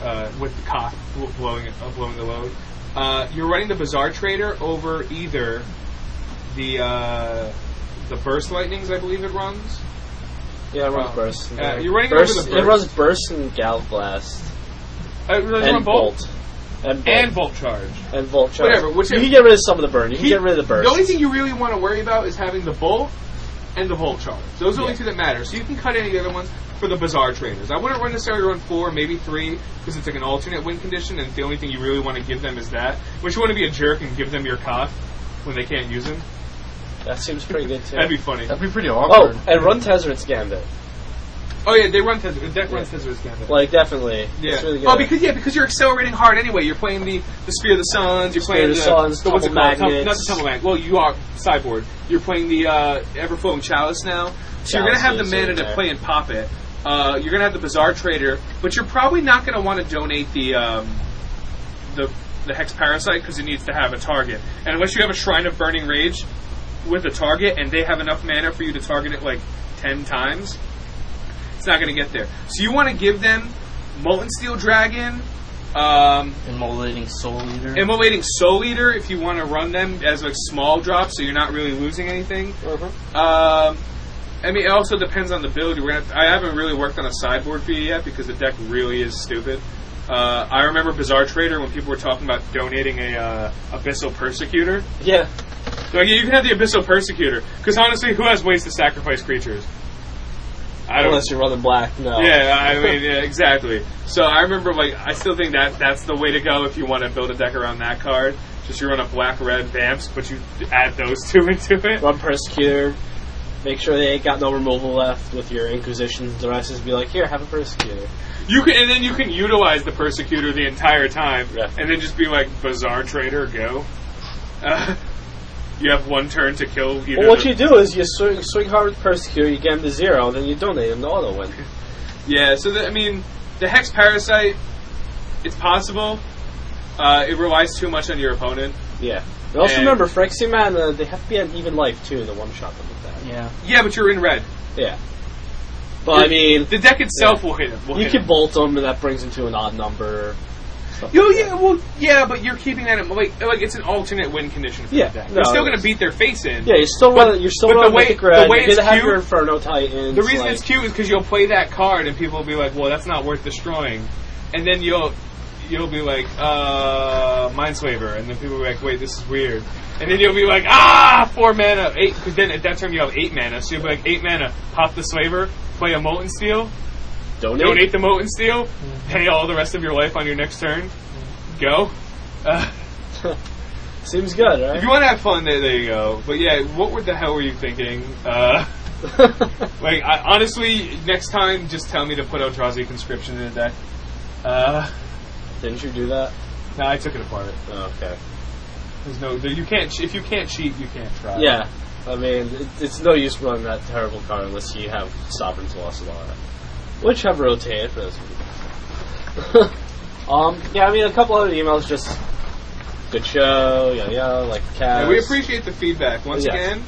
A: uh, with the Koth bl- blowing, uh, blowing the load. Uh, you're running the Bazaar Trader over either the uh, the Burst Lightnings, I believe it runs,
C: Yeah, it runs
A: Oh.
C: burst.
A: Uh, you're running
C: burst,
A: over the
C: It runs burst and Gal Blast.
A: Uh, it was on
C: and
A: bolt.
C: bolt. And bolt.
A: and bolt charge.
C: and Volt Charge.
A: Whatever, which-
C: you can get rid of some of the burn. You can
A: He-
C: get rid of the burst.
A: The only thing you really want to worry about is having the bolt and the bolt charge. Those are the only two that matter. So you can cut any of the other ones for the bizarre trainers. I wouldn't run necessarily run four, maybe three, because it's like an alternate win condition, and the only thing you really want to give them is that. But you want to be a jerk and give them your cock when they can't use them.
C: that seems pretty good too.
A: That'd be funny.
J: That'd be pretty
C: oh,
J: awkward.
C: and run Tezzeret's Gambit.
A: Oh yeah, they run Tez- the deck runs Tezzer's Gambit.
C: Like definitely.
A: Yeah.
C: It's really good.
A: oh, because yeah, because you're accelerating hard anyway. You're playing the the Spear of the Suns. You're
C: Spear
A: playing
C: of the Suns,
A: the what's it
C: Tumble
A: called? Tum-
C: Magnets.
A: not the Tumble Magnet. Well, you are Cyborg. You're playing the uh, Everflowing Chalice now. So you're gonna
C: Chalice
A: have the
C: is
A: mana
C: in
A: to
C: there.
A: play and pop it. Uh, you're gonna have the Bizarre Trader, but you're probably not gonna want to donate the um, the the Hex Parasite because it needs to have a target. And unless you have a Shrine of Burning Rage with a target, and they have enough mana for you to target it like ten times, it's not going to get there. So you want to give them Molten Steel Dragon, um,
B: Immolating Soul Eater.
A: Immolating Soul Eater if you want to run them as like small drops, so you're not really losing anything.
C: Uh-huh.
A: Um, I mean, it also depends on the build. We're gonna, I haven't really worked on a sideboard for you yet because the deck really is stupid. Uh, I remember Bizarre Trader when people were talking about donating a uh, Abyssal Persecutor.
C: Yeah.
A: Like, you can have the Abyssal Persecutor because honestly, who has ways to sacrifice creatures? I don't.
C: Unless you're running black, no.
A: Yeah, I mean, yeah, exactly. So I remember, like, I still think that that's the way to go if you want to build a deck around that card. Just you run a black red vamps, but you add those two into it.
C: Run Persecutor. Make sure they ain't got no removal left with your Inquisition devices. Be like, here, have a Persecutor.
A: You can, and then you can utilize the persecutor the entire time,
C: Yeah.
A: and then just be like bizarre trader go. Uh, you have one turn to kill. Either
C: Well, what
A: the-
C: you do is you swing, swing hard with Persecutor, you get him to zero, and then you donate him to auto win.
A: Yeah, so the, I mean, the hex parasite, it's possible. Uh, it relies too much on your opponent.
C: Yeah. And also
A: And-
C: remember, Frexy Man, uh, they have to be on even life too to one shot them with that.
B: yeah.
A: Yeah, but you're in red.
C: Yeah. But I mean,
A: The deck itself will hit it. will
C: you
A: hit
C: can
A: it.
C: bolt them, and that brings them to an odd number. stuff
A: Yo,
C: like
A: Oh, yeah,
C: that.
A: well, yeah, but you're keeping that in, like, like it's an alternate win condition for
C: Yeah,
A: the deck.
C: no,
A: You're still
C: it
A: going to
C: is.
A: beat their face in.
C: Yeah, you're still
A: But-
C: running. You're still
A: but the
C: running
A: way-
C: Mythic Red.
A: the way
C: you're gonna
A: it's
C: have your
A: cute-
C: Inferno Titans.
A: The reason
C: like,
A: it's cute is because you'll play that card and people will be like, "Well, that's not worth destroying," and then you'll you'll be like, "Uh, Mineswaver," and then people will be like, "Wait, this is weird," and then you'll be like, "Ah, four mana, eight, because then at that turn you have eight mana, so you'll be like, eight mana, pop the Slaver, play a Molten Steel,
C: donate.
A: donate the Molten Steel, pay all the rest of your life on your next turn, go." Uh,
C: Seems good,
A: If
C: right?
A: you want to have fun, there, there you go. But yeah, what were the hell were you thinking? Uh, Like, I, honestly, next time, just tell me to put Eldrazi conscription in a deck. Uh,
C: Didn't you do that?
A: no, I took it apart.
C: okay.
A: There's no, there, you can't. If you can't cheat, you can't try.
C: Yeah. I mean, it, it's no use running that terrible card unless you have Sovereign's Loss and all that. Which have rotated for this week. um, yeah, I mean, a couple other emails just good show, yeah, yeah, like Cavs.
A: Yeah, we appreciate the feedback once
C: Yes.
A: again.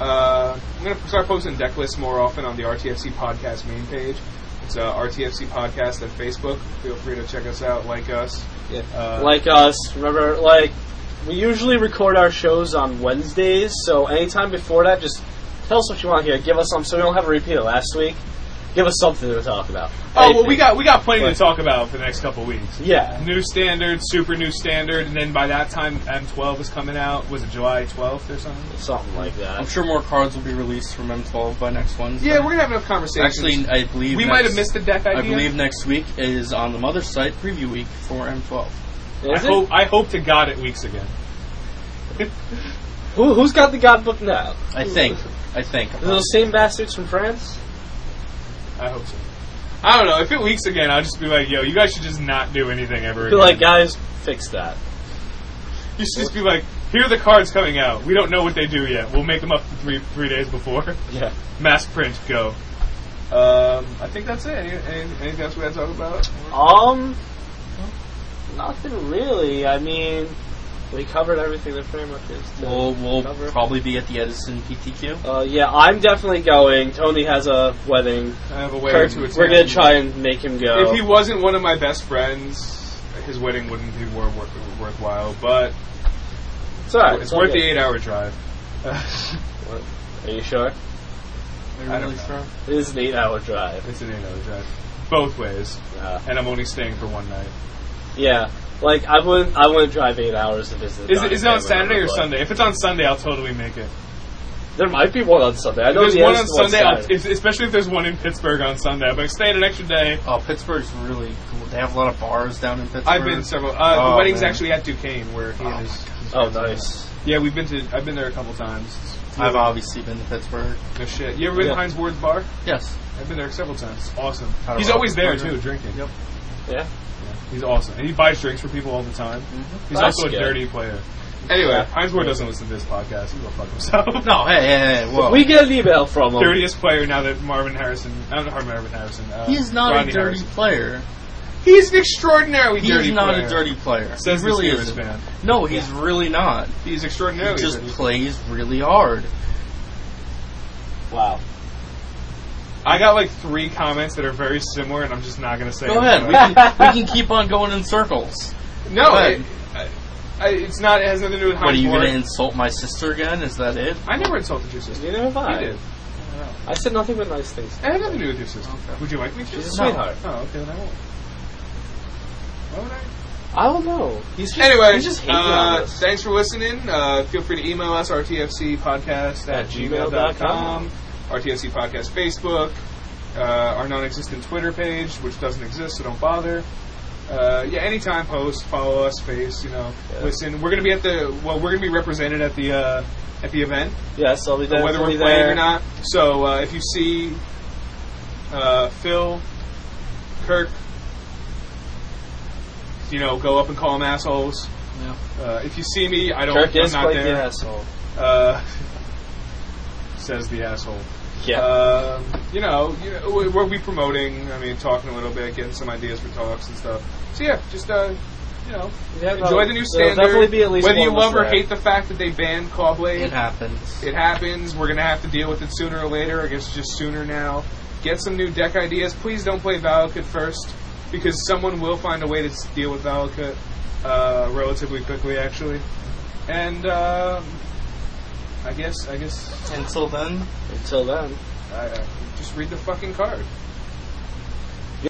A: Uh, I'm gonna start posting deck lists more often on the RTFC podcast main page. It's uh, RTFC podcast at Facebook. Feel free to check us out, like us.
C: Yeah.
A: Uh,
C: like us. Remember, like we usually record our shows on Wednesdays, so anytime before that, just tell us what you want here. Give us some, so we don't have a repeat of last week. Give us something to talk about.
A: Oh well, we
C: Anything.
A: got we got plenty to talk about for the next couple weeks.
C: yeah.
A: New standard, super new standard, and then by that time M12 is coming out. Was it July 12th or something?
C: Something like
B: I'm
C: that.
B: sure more cards will be released from M12 by next Wednesday.
A: Yeah, we're gonna have enough conversations.
B: actually. I believe
A: we
B: next-
A: might have missed the deck idea.
B: I believe next week is on the mother's site preview week for M12.
A: I
C: Is it?
A: hope, I hope to God it weeks again.
C: Who, who's got the God book now?
B: I think. I think.
C: Is it those same bastards from France?
A: I hope so. I don't know. If it leaks again, I'll just be like, yo, you guys should just not do anything ever
C: I
A: again.
C: feel like guys, fix that.
A: you should just be like, here are the cards coming out. We don't know what they do yet. We'll make them up three three days before.
C: Yeah.
A: Mass print, go. Um, I think that's it. Any, any, anything else we got to talk about?
C: Um. Nothing really. I mean, we covered everything that pretty much is. to
B: We'll, we'll
C: cover.
B: probably be at the Edison PTQ.
C: Uh, yeah, I'm definitely going. Tony has a wedding.
A: I have a way
C: Kurt,
A: to attend.
C: we're gonna try and make him go.
A: If he wasn't one of my best friends, his wedding wouldn't be wor- wor- worthwhile, but
C: it's alright.
A: it's
C: all
A: worth the
C: good.
A: eight hour drive.
C: Are you sure?
A: I don't know.
C: It is an eight-hour drive.
A: It's an eight hour drive. Both ways.
C: Uh,
A: And I'm only staying for one night.
C: yeah, like I wouldn't. I wouldn't drive eight hours to visit.
A: Is it,
C: Donnie
A: is it on
C: family
A: Saturday or
C: member, but
A: Sunday? If it's on Sunday, I'll totally make it.
C: There might be one on Sunday. I
A: If
C: know
A: there's
C: the
A: one on
C: Edison one's
A: Sunday, I'll,
C: Saturday.
A: if, especially if there's one in Pittsburgh on Sunday, I'm going to stay an extra day.
B: Oh, Pittsburgh's really cool. They have a lot of bars down in Pittsburgh.
A: I've been several. Uh, the
B: Oh,
A: wedding's
B: man.
A: actually at Duquesne, where he and his.
C: Oh, nice.
A: Yeah, we've been to. I've been there a couple times. It's
B: I've
A: really-
B: obviously been to Pittsburgh.
A: No shit. You ever been
C: Yeah.
A: to Heinz Ward's bar?
B: Yes.
A: I've been there several times. It's awesome.
B: Colorado.
A: He's always there
B: Colorado.
A: too, drinking.
B: Yep.
C: Yeah.
A: He's awesome, and he buys drinks for people all the time. He's
C: That's
A: also a
C: good.
A: dirty player. Mm-hmm. Anyway,
C: Yeah.
A: Heinz Ward doesn't listen to this podcast. He's gonna fuck himself.
B: No, hey, hey, hey, whoa.
C: We get an email from him.
A: dirtiest player now that Marvin Harrison. I don't know Marvin Harrison. Uh,
B: He's not
A: Rodney
B: a dirty
A: Harrison.
B: player.
A: He's an extraordinarily
B: He's
A: dirty
B: not
A: player.
B: a dirty player.
A: Says
B: he really
A: the Steelers
B: is.
A: fan.
B: No, he's really not.
A: He's
B: He
A: extraordinarily
B: just
A: dirty.
B: plays really hard.
C: Wow.
A: I got like three comments that are very similar, and I'm just not gonna say.
B: Go
A: them.
B: ahead. We
A: But-
B: can, we can keep on going in circles.
A: No,
B: Go
A: it,
B: ahead.
A: I, I, it's not. It has nothing to do with
B: What are
A: Heinz
B: you
A: Ward.
B: going to insult my sister again? Is that it?
A: I never insulted your sister.
C: You never
A: You
C: mind.
A: did.
C: I said nothing but nice things.
A: It had nothing to do with your sister.
B: Okay.
A: Would you like me to?
C: She's a
B: No.
C: sweetheart.
A: Oh, okay, then I won't. Why would I?
C: I don't know. He's just,
A: Anyway,
C: he's just hating on
A: uh,
C: us.
A: thanks for listening. Uh, feel free to email us, rtfcpodcast at
C: At
A: gmail.com, rtfc podcast Facebook, uh, our non-existent Twitter page, which doesn't exist, so don't bother. Uh, yeah, anytime, post, follow us, face, you know,
C: Yeah.
A: listen. We're going to be at the, well, we're going to be represented at the, uh, at the event
C: Yes, I'll be there.
A: whether
C: I'll
A: we're
C: be
A: playing
C: there.
A: or not. So uh, if you see uh, Phil, Kirk, you know, go up and call them assholes. Uh, if you see me, I don't.
C: Kirk
A: I'm
C: is
A: not
C: quite the
A: there.
C: asshole.
A: Uh, says the asshole.
C: Yeah.
A: Um, you know, you know we- we'll be promoting. I mean, talking a little bit, getting some ideas for talks and stuff. So yeah, just uh, you know,
C: Yeah, no,
A: enjoy the new
C: there'll
A: standard.
C: definitely be at least
A: Whether
C: one
A: you
C: of us
A: love or
C: there.
A: hate the fact that they banned Callblade,
B: It happens.
A: it happens. We're gonna have to deal with it sooner or later. I guess just sooner now. Get some new deck ideas. Please don't play Valakut first, because someone will find a way to s- deal with Valakut uh, relatively quickly, actually. And um, I guess, I guess,
B: Until then,
C: Until then.
A: I, I, just read the fucking card.